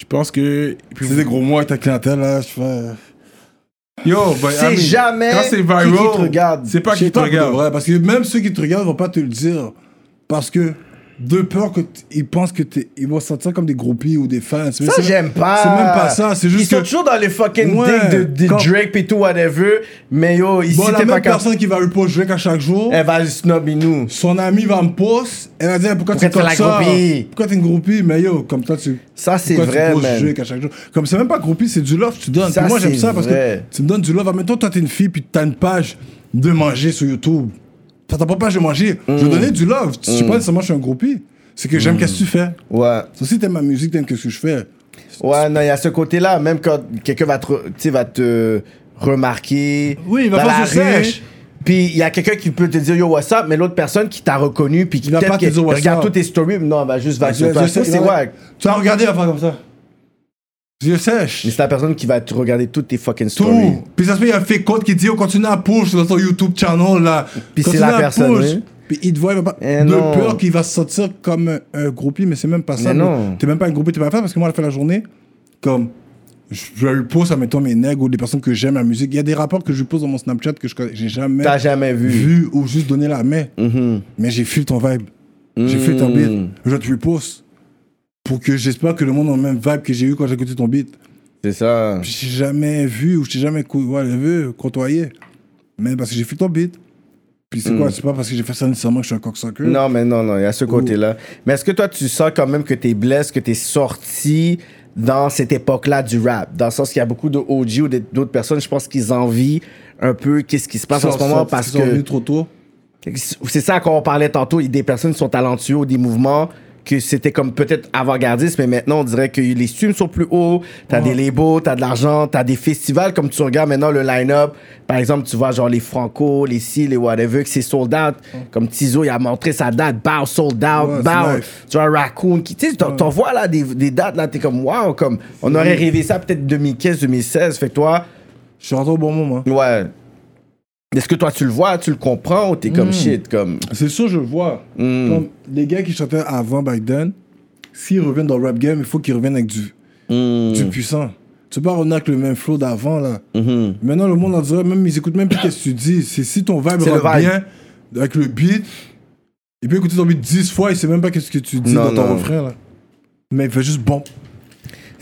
Je pense que. puis-
C'est des gros mots avec ta clientèle, là. Je fais.
Yo, but, I
C'est
mean,
jamais
Quand c'est
qui
viral,
qui te regarde.
c'est pas
Chez
qui te
toi, pour de
regarde.
vrai, parce que même ceux qui te regardent vont pas te le dire. Parce que de peur qu'ils pensent que t'es- ils vont se sentir comme des groupies ou des fans. Mais
Ça,
c'est-
j'aime pas.
C'est même pas ça. C'est juste
Ils sont
que.
toujours dans les fucking
Ouais,
dicks de, de
quand-
Drake pis tout, whatever. Mais yo, ici,
Bon,
t'es
la
pas
même
capable. Eh,
personne qui va reposer Drake à chaque jour,
Elle va snobber nous.
son ami va me poser, elle va dire pourquoi,
Pourquoi
tu es comme
t'es la
ça
groupie
Pourquoi t'es une groupie Mais yo, comme toi, tu.
Ça, c'est
pourquoi
vrai,
tu poses
man.
Drake à chaque jour. Comme c'est même pas groupie, c'est du love que tu donnes.
Ça,
Puis moi, j'aime
c'est
ça parce que
vrai.
tu me donnes du love. Admettons, toi, t'es une fille, puis t'as une page de manger sur YouTube. T'as ta propre page de manger. Je vais
Mm.
donner du love. Tu sais pas nécessairement que je suis un groupie. C'est que j'aime qu'est-ce que tu fais.
Ouais.
Ça aussi, t'aimes ma musique, t'aimes qu'est-ce que je fais.
Ouais, non, il y a ce côté-là. Même quand quelqu'un va te, re- tu sais, va te remarquer.
Oui, il va
dans
faire
la
ce
rue,
sèche.
Puis il y a quelqu'un qui peut te dire yo what's up, mais l'autre personne qui t'a reconnu puis qui
Il va
peut-être
pas te
que-
dire what's
regarde
up.
toutes tes stories, mais non, elle va juste va
Je-
sur
je
toi. Ça,
sais-
c'est
il va-
wack.
Tu vas regarder la faire comme ça. Je sèche.
Mais c'est la personne qui va te regarder toutes tes fucking
Tout.
stories.
Puis ça se fait, il y a un fake code qui dit on continue à push sur ton YouTube channel là.
Puis c'est
Continue
la
à
personne,
push.
oui.
Puis il te voit, il va pas.
Eh
de
non.
peur qu'il va se sentir comme un, un groupie, mais c'est même pas ça.
Mais
bro.
non.
T'es même pas un groupie, t'es pas un fan parce que moi, à la fin de la journée, comme. Je je lui pose, admettons, mes nègres ou des personnes que j'aime la musique. Il y a des rapports que je lui pose dans mon Snapchat que je connais- j'ai jamais,
T'as jamais vu. Mm-hmm.
vu ou juste donné la main. Mais j'ai filé ton vibe. J'ai filé
Mm.
ton beat. Je te lui pose pour que j'espère que le monde a le même vibe que j'ai eu quand j'ai écouté ton beat.
C'est ça.
Puis je t'ai jamais vu ou je t'ai jamais cou- ouais, vu, côtoyé. Mais parce que j'ai fait ton beat. Puis c'est quoi, c'est pas parce que j'ai fait ça nécessairement que je suis un cocksucker.
Hmm. Non, mais non, non, il y a ce côté-là. Mais est-ce que toi, tu sens quand même que t'es blessé, que t'es sorti dans cette époque-là du rap? Dans le sens qu'il y a beaucoup de OG ou de- d'autres personnes, je pense qu'ils envient un peu qu'est-ce qui se passe en ce moment parce
Ils sont venus
que
trop tôt.
c'est ça qu'on parlait tantôt. il y a Des personnes qui sont talentueuses, ou des mouvements que c'était comme peut-être avant-gardiste, mais maintenant on dirait que les streams sont plus hauts, t'as des labels, t'as de l'argent, t'as des festivals comme tu regardes maintenant le line-up. Par exemple, tu vois genre les Franco, les ci, les whatever, que c'est sold out. Comme Tizo, il a montré sa date, bow, sold out,
Ouais, c'est
bow.
nice.
Tu vois Raccoon, qui, tu sais, t'en t'en vois là des, des dates là, t'es comme wow, comme on aurait rêvé ça peut-être 2015, 2016. Fait que toi,
Je suis rentré au bon moment.
ouais. Est-ce que toi tu le vois, tu le comprends ou t'es comme
Hmm.
shit, comme.
C'est sûr, je le vois.
Hmm.
Comme les gars qui chantaient avant back then, s'ils reviennent dans le rap game, il faut qu'ils reviennent avec du,
Hmm.
du puissant. Tu peux pas revenir avec le même flow d'avant, là.
Hmm.
Maintenant, le monde en dirait, même, ils écoutent même plus qu'est-ce que tu dis. C'est si ton vibe
C'est le
rentre
vibe.
bien avec le beat, il peut écouter ton beat 10 fois, il sait même pas qu'est-ce que tu dis
Non,
dans ton
non.
refrain, là. Mais il fait juste bon.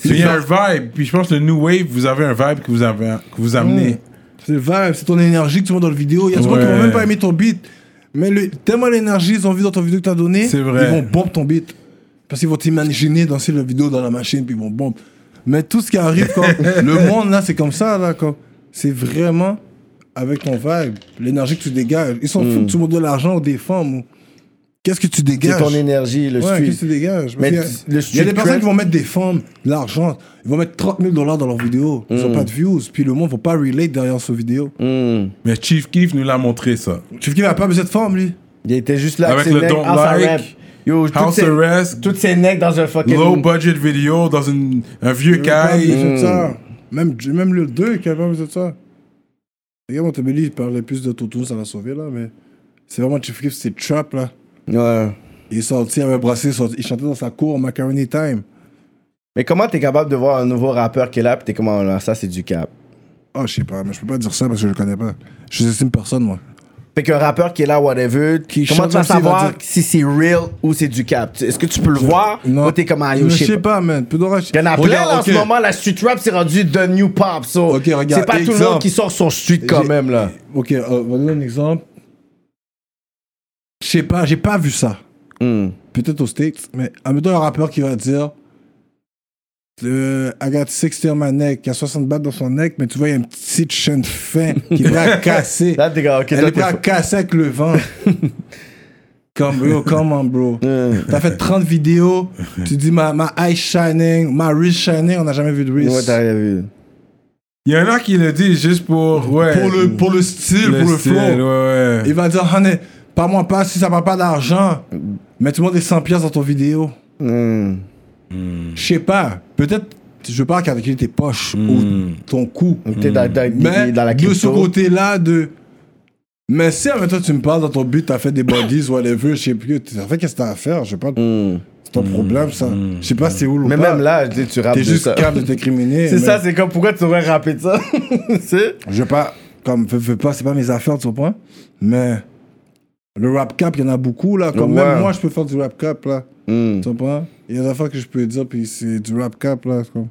Il y a un vibe. Puis je pense que le New Wave, vous avez un vibe que vous, avez, que vous amenez.
Mhm. C'est le vibe, c'est ton énergie que tu mets dans le vidéo. Il y a des gens qui
Ouais.
vont même pas aimer ton beat. Mais le, tellement l'énergie ils ont vu dans ton vidéo que t'as donné,
C'est vrai.
ils vont bomber ton beat. Parce qu'ils vont t'imaginer danser la vidéo dans la machine, puis ils vont bomber. Mais tout ce qui arrive, quand le monde là, c'est comme ça, là, quand c'est vraiment avec ton vibe, l'énergie que tu dégages. Ils sont
Mm.
fous que tu montes de l'argent aux femmes. ou- Qu'est-ce que tu
C'est
dégages
ton énergie, le
Ouais,
street.
qu'est-ce que tu dégages Parce
Mais
qu'il y a-
tu- le
Il y
street
a des personnes
cred-
qui vont mettre des formes, de l'argent, ils vont mettre 30 000 dollars dans leur vidéo, ils
Mm.
n'ont pas de views, puis le monde ne va pas relate derrière ce vidéo.
Hmm.
Mais Chief Keef nous l'a montré, ça.
Tu veux qu'il n'a pas besoin de forme, lui
Il était juste là
Avec
ses
le
necks,
don't
house
like,
arrest. Yo, toutes
House
ses-
Arrest,
Toutes ses necks dans un fucking.
low budget vidéo dans une, un vieux
Il a pas
caille.
besoin de ça.
Mm.
Même, même le 2, qui n'a pas besoin de ça. Regarde, Montebelli, il parlait plus de Toto, ça l'a sauvé, là, mais c'est vraiment Chief Keef, c'est Trap, là.
Ouais.
Il est sorti, il avait brassé, il sorti- il chantait dans sa cour, Macaroni Time.
Mais comment t'es capable de voir un nouveau rappeur qui est là, pis t'es comme, oh là, ça c'est du cap.
Ah, je sais pas, mais je peux pas dire ça parce que je le connais pas. Je suis une personne, moi.
Fait qu'un rappeur qui est là, whatever,
Qui
comment
chante
tu vas
comme s'il va
savoir
dire-
si c'est real ou c'est du cap? Tu- Est-ce que tu peux le voir? Ou t'es comme, ah, yo,
Mais
je sais pas.
pas, man. Pedora, je-
Il y en a plein
Regarde,
là, en ce
ok.
moment, la street rap s'est rendue The New Pop, so.
Ok, regarde,
C'est pas tout le monde
exemple.
qui sort son street quand
J'ai-
même là.
Ok, euh, on va donner un exemple. Je sais pas, j'ai pas vu ça.
Hmm.
Peut-être aux States, mais admettons un rappeur qui va dire euh, I got 60 on my neck, qui a 60 balles dans son neck, mais tu vois, il y a une petite chaîne fin qui est prête à casser.
Là, t'es comme, ok,
Elle
toi,
est prête à
t'es-
casser avec le vent. Comme, yo, come on, bro. T'as fait 30 vidéos, tu dis ma, ma eye shining, ma wrist shining, on n'a jamais vu de wrist.
Ouais, t'as rien vu.
Il y en a qui le disent juste pour. Ouais,
pour, le, pour le style, pour le
style,
flow.
Ouais, ouais.
Il va dire, honey, pas moi pas, si ça m'a pas d'argent, mets-moi des 100 pièces dans ton vidéo.
Hmm.
Je sais pas, peut-être, je veux pas calculer tes poches
Hmm.
ou ton cou.
T'es dans, dans-
Hmm. Mais
dans la
de
crypto.
ce côté-là, de. Mais si, avec toi, tu me parles dans ton but, t'as fait des bodies, whatever, je sais plus, t'as fait qu'est-ce que t'as à faire, je sais pas,
Hmm.
c'est ton problème, ça. Je sais pas c'est où le
Mais même là, je dis, tu rappes
t'es
de
juste
ça.
capable de t'incriminer.
C'est
mais
ça, c'est comme pourquoi tu aurais rappé de ça. c'est
Je veux pas, comme, veux, veux pas, c'est pas mes affaires, tu comprends? Mais le rap cap, il y en a beaucoup, là. Comme
Ouais. Hmm.
même moi, je peux faire du rap cap, là. Tu comprends? Il y a des affaires que je peux dire, puis c'est du rap cap, là. c'est Comme.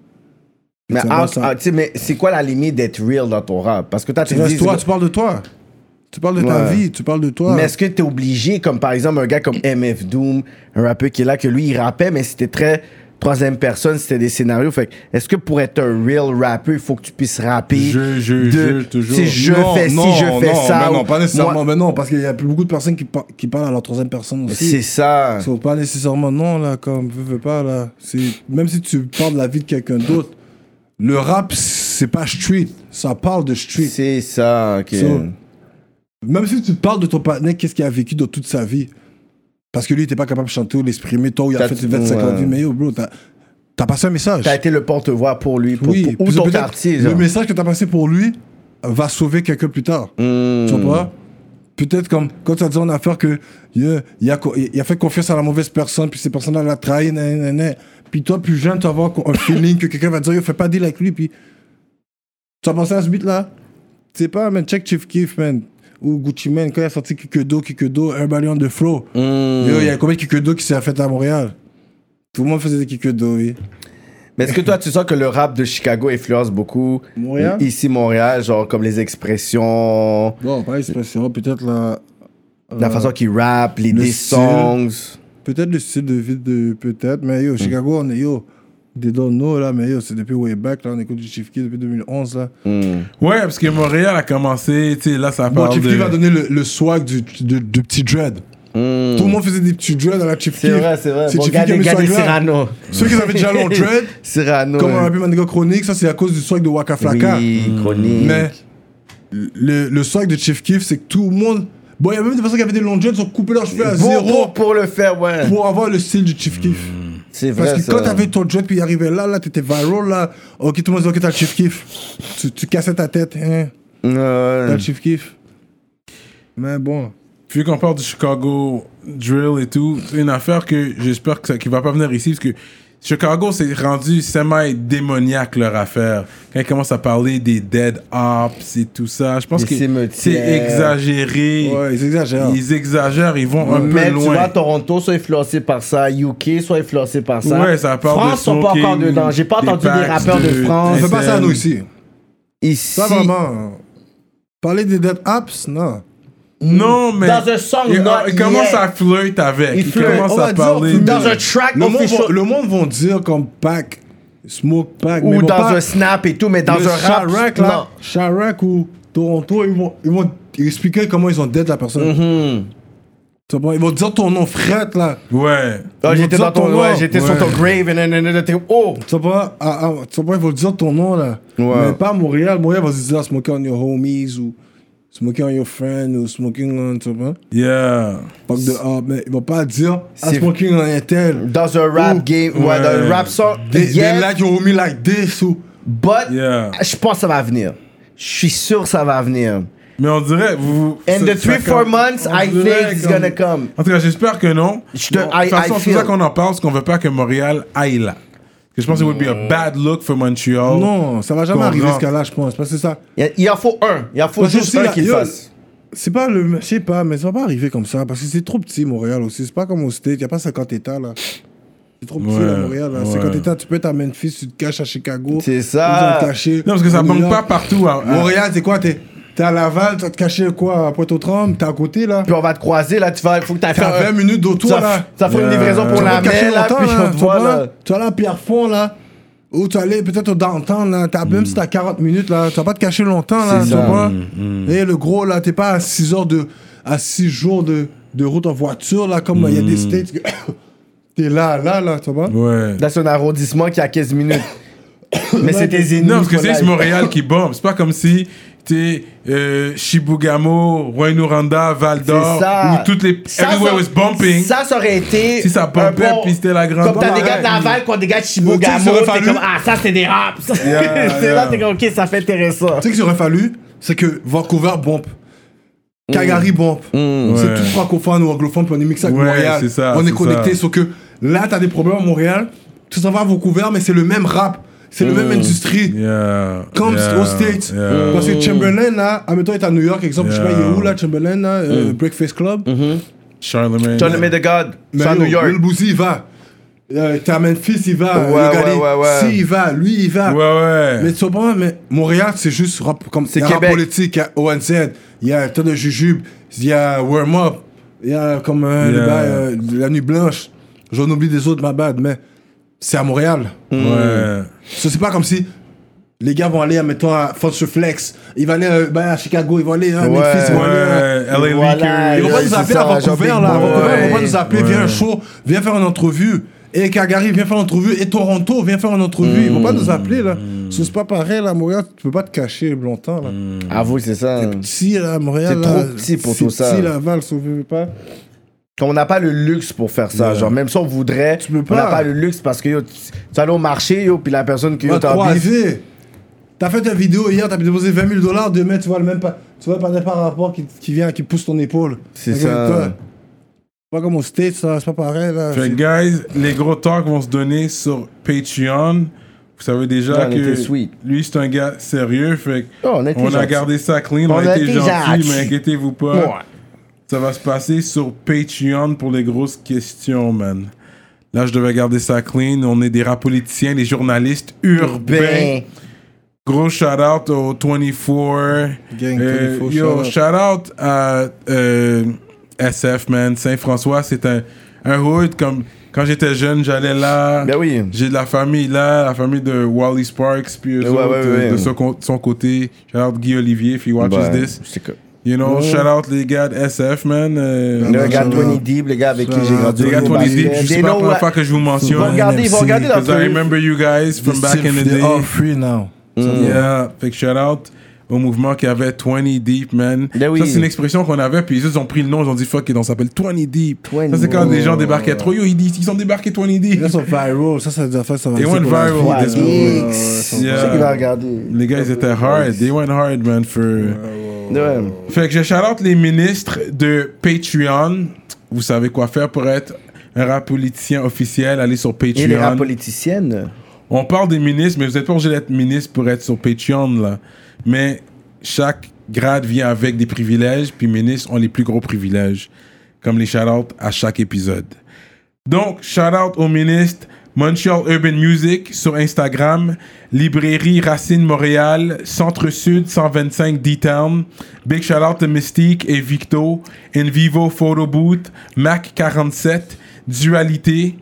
Mais,
Ça va,
en-
ça.
en- tu sais, mais c'est quoi la limite d'être real dans ton rap Parce que toi, tu
Tu
dis.
restes toi, tu parles de toi. Tu parles de ta
Ouais.
vie, tu parles de toi.
Mais est-ce que t'es obligé, comme par exemple un gars comme MF Doom, un rappeur qui est là, que lui, il rappait, mais c'était très troisième personne, c'était des scénarios. Fait que, est-ce que pour être un real rappeur, il faut que tu puisses rapper
Je, je, je, toujours.
Tu sais, je
Non,
fais
non,
ci, je fais
non,
ça.
mais
ou
non, pas nécessairement,
moi-
mais non, parce qu'il y a plus beaucoup de personnes qui, par- qui parlent à leur troisième personne aussi.
C'est ça.
So, pas nécessairement non, là, comme, veux, veux pas, là. C'est- Même si tu parles de la vie de quelqu'un d'autre, le rap, c'est pas street. Ça parle de street.
C'est ça, ok.
So, Même si tu parles de ton partenaire, qu'est-ce qu'il a vécu dans toute sa vie Parce que lui, il n'était pas capable de chanter ou l'exprimer. Toi, où il
T'as-
a fait 25 ans de vie,
ouais.
mais yo, bro, t'as as passé un message.
T'as été le porte-voix pour lui, pour,
oui,
pour- ou
puis
ton
peut-être
quartier.
Le
genre.
message que t'as passé pour lui va sauver quelqu'un plus tard.
Hmm.
Tu vois Peut-être comme quand tu as dit en affaire que yeah, il, a, co- il a fait confiance à la mauvaise personne, puis ces personnes-là l'a trahi, nan, nan, nan. puis toi, plus jeune, tu vas avoir un feeling que quelqu'un va dire, yo, fais pas deal avec lui, puis tu as pensé à ce beat-là Tu sais pas, man, check Chief Keef, man, ou Gucci Man, quand il a sorti Kikudo, Kikudo, un ballon de flow.
Hmm.
Yo, il y a combien de Kikudo qui s'est fait à Montréal Tout le monde faisait des Kikudo, oui.
Mais est-ce que toi, tu sens que le rap de Chicago influence beaucoup euh,
Montréal? Euh,
ici Montréal, genre comme les expressions
Bon, pas expression, peut-être la,
La façon qu'ils rappent, les
le
diss
style.
songs.
Peut-être le style de vie de peut-être, mais
Hmm.
yo, Chicago, on est yo. Des don't know, là, mais yo, c'est depuis way back, là, on écoute du Chief Keef depuis 2011, là.
Hmm.
Ouais, parce que Montréal a commencé, tu sais, là, ça
Bon,
parle
Chief
de...
Keef a donné le, le swag du, du, du petit dread.
Hmm.
Tout le monde faisait des petits dreads à la Chief Keef.
Bon,
Chief Keef qui a
regardez,
mis ce
regardez
swag-là.
Cyrano.
Ceux qui avaient déjà long dread,
Cyrano.
comme on appelle Manigo Chronique, ça, c'est à cause du swag de Waka Flaka.
Oui, chronique.
Mais le, le swag de Chief Keef, c'est que tout le monde. Bon, il y avait même des personnes qui avaient des longs dreads, ils ont coupé leurs cheveux à
Bon
euh, zéro
pour, pour le faire, ouais.
pour avoir le style du Chief Keef.
Hmm.
C'est vrai.
Parce que
ça.
quand t'avais ton dread puis il arrivait là, là, t'étais viral, là. Ok, tout le monde disait, ok, t'as le Chief Keef. Tu, tu cassais ta tête, hein. T'as
Ouais.
Hmm.
le Chief Keef. Mais bon.
Vu qu'on parle du Chicago drill et tout, c'est une affaire que j'espère que ça, qu'il va pas venir ici parce que Chicago s'est rendu semi démoniaque leur affaire. Quand ils commencent à parler des dead ops et tout ça, je pense
Des
que c'est
cimetières.
exagéré.
Ouais, ils exagèrent.
Ils exagèrent, ils vont un
Mais
peu
tu vois,
loin.
Toronto soit influencé par ça, UK soit influencé par ça.
Ouais, ça parle
France
de
sont pas
smoking,
encore dedans. J'ai pas
des
entendu des
packs
rappeurs de,
de-
On
France.
fait pas ça à
SM.
nous ici.
Ici,
Ça, vraiment. Parler des dead apps, non.
Non, mais
Dans un song,
ils,
not
ils commencent
yet.
à flirter avec.
Ils
Ils,
flirtent.
commencent
On
à
va dire,
parler.
tu-
de-
dans un track
Le monde,
official
vont, le monde vont dire comme pack, smoke pack, mais
ou
vont
dans
pas-
un snap et tout, mais dans
le
un rap.
Chirac,
non.
là, Chirac ou Toronto, ils vont, ils vont expliquer comment ils ont dead la personne.
Mm-hmm.
Tu comprends? Ils vont dire ton nom, frère, là.
Ouais.
Ah,
Ils vont
j'étais
dire
dans ton,
nom.
ouais, j'étais sur
Ouais.
ton grave et nan, nan, nan, nan, t'es- oh.
Tu comprends? Ah, ah, tu comprends? Ils vont dire ton nom, là.
Ouais.
Mais pas à Montréal. Montréal va se dire smoking on your homies ou smoking on your friend ou smoking on, tu comprends?
Yeah.
Fuck de ah, mais ils vont pas dire ah,
C'est-
smoking on un tel.
Dans un rap
Ou-
game, ouais, dans un
ouais.
rap song.
They,
yes,
they like your homie like this ou.
but
Yeah.
je pense que ça va venir. Je suis sûr que ça va venir.
Mais on dirait. Vous,
In
ça-
the
ça
three, four
comme-
months,
on
I
dirait
think it's
comme-
gonna come.
En tout cas, j'espère que non.
Je te-
Bon,
I-
de toute façon,
I
c'est pour ça
feel.
qu'on en parle, parce qu'on veut pas que Montréal aille là. Parce que je pense que it would be a bad look for Montreal.
Non, ça va jamais
Qu'on
arriver
rentre.
ce cas-là, je pense. Parce que c'est ça.
Il y a- Il en faut un. Il en faut
Parce que
juste
si
un
la-
qui le
yo,
fasse.
C'est pas le. Je sais pas, mais ça va pas arriver comme ça. Parce que c'est trop petit, Montréal aussi. C'est pas comme au State. Y a pas 50 États, là. C'est trop petit,
Ouais,
là, Montréal. Là.
ouais.
50 États, tu peux être à Memphis, tu te caches à Chicago.
C'est ça.
Ils vont te cacher
Non, parce que ça
à New
manque
York.
pas partout. à- à-
Montréal, c'est quoi T'es t'es à Laval, tu vas te cacher quoi À Pointe-aux-Trembles, t'es à côté, là.
Puis on va te croiser, là, tu vas, faut que t'ailles
T'as
faire
20
un-
minutes d'auto,
Ça,
là.
Euh, ça fait une
Yeah.
livraison pour
Tu vas
la
te cacher
mer, là,
longtemps,
puis
là.
on te
Tu
voit,
vois,
là.
tu vas là à Pierrefonds, là. Ou tu vas aller peut-être au downtown, là. T'as, Même si t'as 40 minutes, là. Tu vas pas te cacher longtemps, là.
Mm. C'est
Tu
ça. Mm,
vois. Et le gros, là, t'es pas à 6 heures de. à 6 jours de, de route en voiture, là. Comme il y a
Mm.
des states. que- t'es là, là, là. Tu vois.
Ouais.
Là, c'est un arrondissement qui a 15 minutes. Mais c'est tes ennemis.
Non, parce que
qu'on
c'est juste
aille.
Montréal qui bombe. C'est pas comme si t'es euh, Shibugamo, Rouen-Noranda, Val d'Or,
C'est ça.
où toutes les.
Ça,
everywhere
ça-
was bumping.
Ça, ça aurait été.
Si ça bumpait,
un bon-
puis c'était la grande
Comme t'as
bombe,
des gars de
ouais.
Laval contre des gars de
Tu sais,
Shibogamo.
ça aurait
T'es
fallu-
comme, ah,
Ah, ça, c'est des raps.
Yeah,
c'est
yeah.
là, t'es comme, ok, ça fait intéressant.
Tu sais ce qu'il aurait fallu C'est que Vancouver bombe.
Mmh.
Calgary bombe. C'est
Ouais.
tout francophone ou anglophone, puis on est mixé avec
Ouais,
Montréal.
c'est ça,
on est,
c'est
connecté,
ça.
sauf que là, t'as des problèmes à Montréal, tu s'en vas à Vancouver, mais c'est le même rap, c'est le
Mmh.
même industrie.
Yeah.
Comme
yeah,
aux States.
yeah.
Parce que Chamberlain, là, admettons, il est à New York, exemple, je sais pas, il est où là, Chamberlain, là,
Mmh.
euh, Breakfast Club.
Charlemagne.
Tournament de God, c'est à
yo,
New York.
Will Boozy, il va. Euh, t'as Memphis, il va.
Ouais,
Le gars,
ouais, ouais, ouais.
Si, il va. Lui, il va.
Ouais, ouais.
Mais tu comprends, mais Montréal, c'est juste rap, comme c'est rap
Québec.
politique, il y a ONZ, il y a un tas de jujubes, il y a Warm Up, il y a comme euh, le
Yeah.
bail, euh, de la nuit blanche. J'en oublie des autres, ma bad, mais c'est à Montréal.
Hmm.
Hmm.
Ouais.
Ça, c'est pas comme si les gars vont aller, mettons, à Foster Flex, ils vont aller euh, ben, à Chicago, ils vont aller à
Ouais.
Memphis, ils vont aller. euh,
Ouais. LA Leakers.
Voilà.
ils vont pas
Ouais,
nous
c'est
appeler à
ça,
Vancouver, là.
Jean-Pierre
à Vancouver, ils vont pas
Boy.
nous appeler, viens un show, viens faire une entrevue. Et Calgary, viens faire une entrevue. Et Toronto, viens faire une entrevue. Ils vont pas nous appeler, là.
Hmm.
Ça, C'est pas pareil, là, Montréal. Tu peux pas te cacher longtemps, là.
Avoue, c'est ça.
Petit, là, Montréal.
Hmm. C'est
là,
trop petit pour
c'est
tout ça.
Petit, Laval, si on veut pas.
On n'a pas le luxe pour faire ça. Genre, même si on voudrait,
peux
on n'a
pas.
pas le luxe parce que yo, tu, tu allais au marché, yo, puis la personne que
Tu
Bah,
yo,
vas te
t'as envie.
croiser. T'as fait ta vidéo hier, t'as déposé 20 000 dollars. Demain, tu vois le même pas. Tu vois le panneau par rapport qui, qui vient, qui pousse ton épaule.
C'est
Avec
ça.
toi. C'est Pas comme au States, ça. C'est pas pareil, là.
Fait que, guys, les gros talks vont se donner sur Patreon. Vous savez déjà
On
que
était sweet.
lui, c'est un gars sérieux. Fait que
Oh, on était
on a
gentil.
gardé ça clean. On,
On
a
a
été
été
gentil,
gentil.
mais inquiétez-vous pas.
Ouais.
Ça va se passer sur Patreon pour les grosses questions, man. Là, je devais garder ça clean. On est des rap politiciens, des journalistes urbains.
Ben,
Gros shout out au 24.
Gang,
Euh,
24,
yo,
shout out.
shout out à euh, SF, man. Saint-François, c'est un, un hood. Comme quand j'étais jeune, j'allais là.
Ben oui.
J'ai de la famille là, la famille de Wally Sparks, puis eux
Ouais,
autres,
ouais,
euh,
ouais.
de son, co- son côté. Shout out Guy Olivier, if he watches
Ben,
this.
c'est que-
You know, shout out les gars de SF, man. euh,
Le gars de
Shout out.
20 Deep, les gars avec qui j'ai grandi.
les gars de
au
20 Deep,
basket.
je sais
They
pas la
know
première
what-
fois que je vous
Ils vont
mentionne.
regarder, ils vont
NFC,
regarder dans
Because I
le
remember you guys from back in the
They're all
day.
free now.
Mm.
Yeah, euh, fait que shout out au mouvement qui avait 20 Deep, man.
Ben oui.
Ça, c'est une expression qu'on avait, puis ils ont pris le nom, ils ont dit fuck, et on s'appelle 20 Deep.
20.
Ça, c'est quand des gens débarquaient trop, yo, ils, disent, ils sont débarqués 20 Deep.
Là, ils sont viral. Ça, ça doit faire ça. va
They
rester
went
pour euh, la
viral,
vie.
this
Ouais,
movie.
ouais, ouais,
C'est
ouais,
Yeah.
ça qu'il va regarder.
Les gars, ils étaient hard, they went hard, man, for.
Ouais.
Fait que je shout out les ministres de Patreon. Vous savez quoi faire pour être un rap politicien officiel, allez sur
Et les rap
Patreon.
politiciennes.
On parle des ministres, mais vous n'êtes pas obligé d'être ministre pour être sur Patreon, là. Mais chaque grade vient avec des privilèges, puis ministres ont les plus gros privilèges, comme les shout-outs à chaque épisode. Donc, shout-out aux ministres Montreal Urban Music sur Instagram, Librairie Racine Montréal, Centre-Sud 125 D-Town, Big shout-out à Mystique et Victo, Invivo Photo Booth, Mac47, Dualité,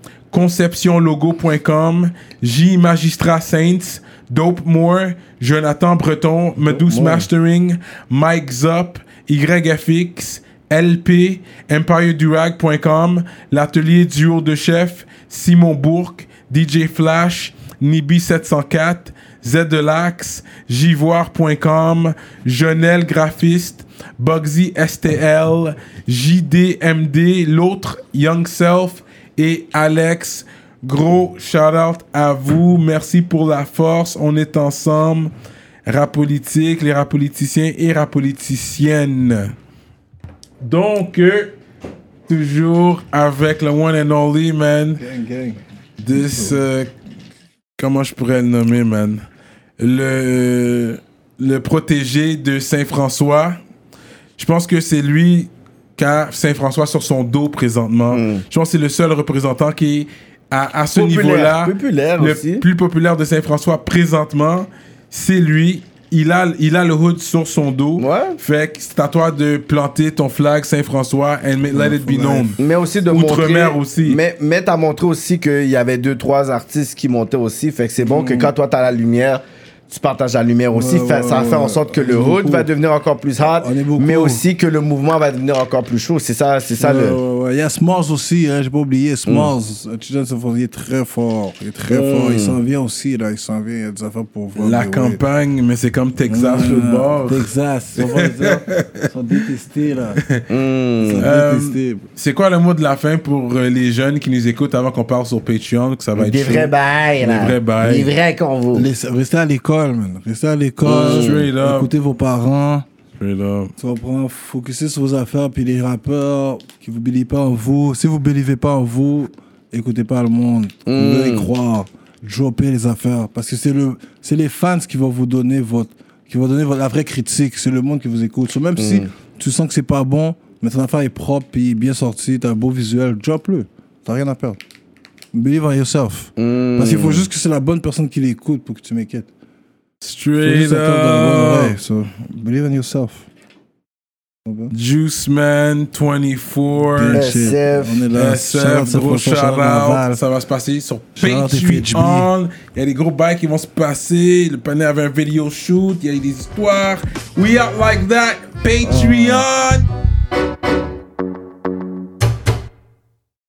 ConceptionLogo.com, J Magistrat Saints, Dope Moore, Jonathan Breton, Medus Mastering, Mike Zop, YFX, LP, EmpireDurag.com, l'atelier duo de chef, Simon Bourque, DJ Flash, Nibi704, Z de l'Axe, Jivoire.com, Jonel Graphiste, Bugsy STL, JDMD, l'autre Young Self et Alex. Gros shout out à vous. Merci pour la force. On est ensemble. Rap politique, les rap politiciens et rap politiciennes. Donc, euh, toujours avec le one and only, man.
Gang, gang.
This, euh, comment je pourrais le nommer, man? Le, le protégé de Saint-François. Je pense que c'est lui qui a Saint-François sur son dos présentement. Je pense que c'est le seul représentant qui est à, à ce
Populaire,
niveau-là.
populaire
Le
aussi.
plus populaire de Saint-François présentement, c'est lui. Il a, il a le hood sur son dos.
Ouais.
Fait que c'est à toi de planter ton flag Saint-François and ma- let it be known.
Mais aussi de
Outre-mer
montrer-
aussi.
Mais, mais t'as montré aussi qu'il y avait deux, trois artistes qui montaient aussi. Fait que c'est bon que quand toi t'as la lumière, tu partages la lumière aussi.
Mhm. Ouais,
Fait-
ouais,
ça
ouais,
fait en
ouais.
sorte que
On est
le hood
beaucoup.
va devenir encore plus hot.
On est beaucoup.
Mais aussi que le mouvement va devenir encore plus chaud. C'est ça, c'est ça
Ouais,
le.
ouais, ouais. Il y a Smalls aussi, hein, j'ai pas oublié.
Mm.
Smalls, euh, Children of Bodom, il est très fort. Il est très fort. Il s'en vient aussi, là. Il s'en vient. Il y a des affaires pour voir.
Mm. La
mais ouais.
campagne, mais c'est comme Texas,
Ah,
le bord.
Texas, ils sont pas les autres. Ils sont détestés, là. Ils sont
Euh,
détestés.
C'est quoi le mot de la fin pour euh, les jeunes qui nous écoutent avant qu'on parle sur Patreon, que ça va être
Des
chaud?
vrais bails, là.
vrais bails.
Des vrais convos.
Laisse- Restez à l'école, man. Restez à l'école.
Euh, Mm. Straight up.
Écoutez vos parents.
Straight up.
Tu comprends? Focusez sur vos affaires, puis les rappeurs qui vous believent pas en vous. Si vous believez pas en vous, écoutez pas le monde. Vous devez y croire. Dropez les affaires. Parce que c'est le, c'est les fans qui vont vous donner votre, qui vont donner votre, la vraie critique. C'est le monde qui vous écoute. So, même si tu sens que c'est pas bon, mais ton affaire est propre, puis bien sortie, t'as un beau visuel, drop-le. T'as rien à perdre. Believe en yourself. Parce qu'il faut juste que c'est la bonne personne qui l'écoute pour que tu m'inquiètes. Faut
Straight
juste attendre dans le bon
up.
oreille. So, believe in yourself.
Juice Man Euh, 24.
SF,
On est là.
SF,
Shout-out,
gros
Saint-François,
shout
shout-out Laval.
out. Ça va se passer sur
Shout-out
Patreon. Il y a des gros bails qui vont se passer. Le panel avait un video shoot. Il y a eu des histoires. We out like that. Patreon.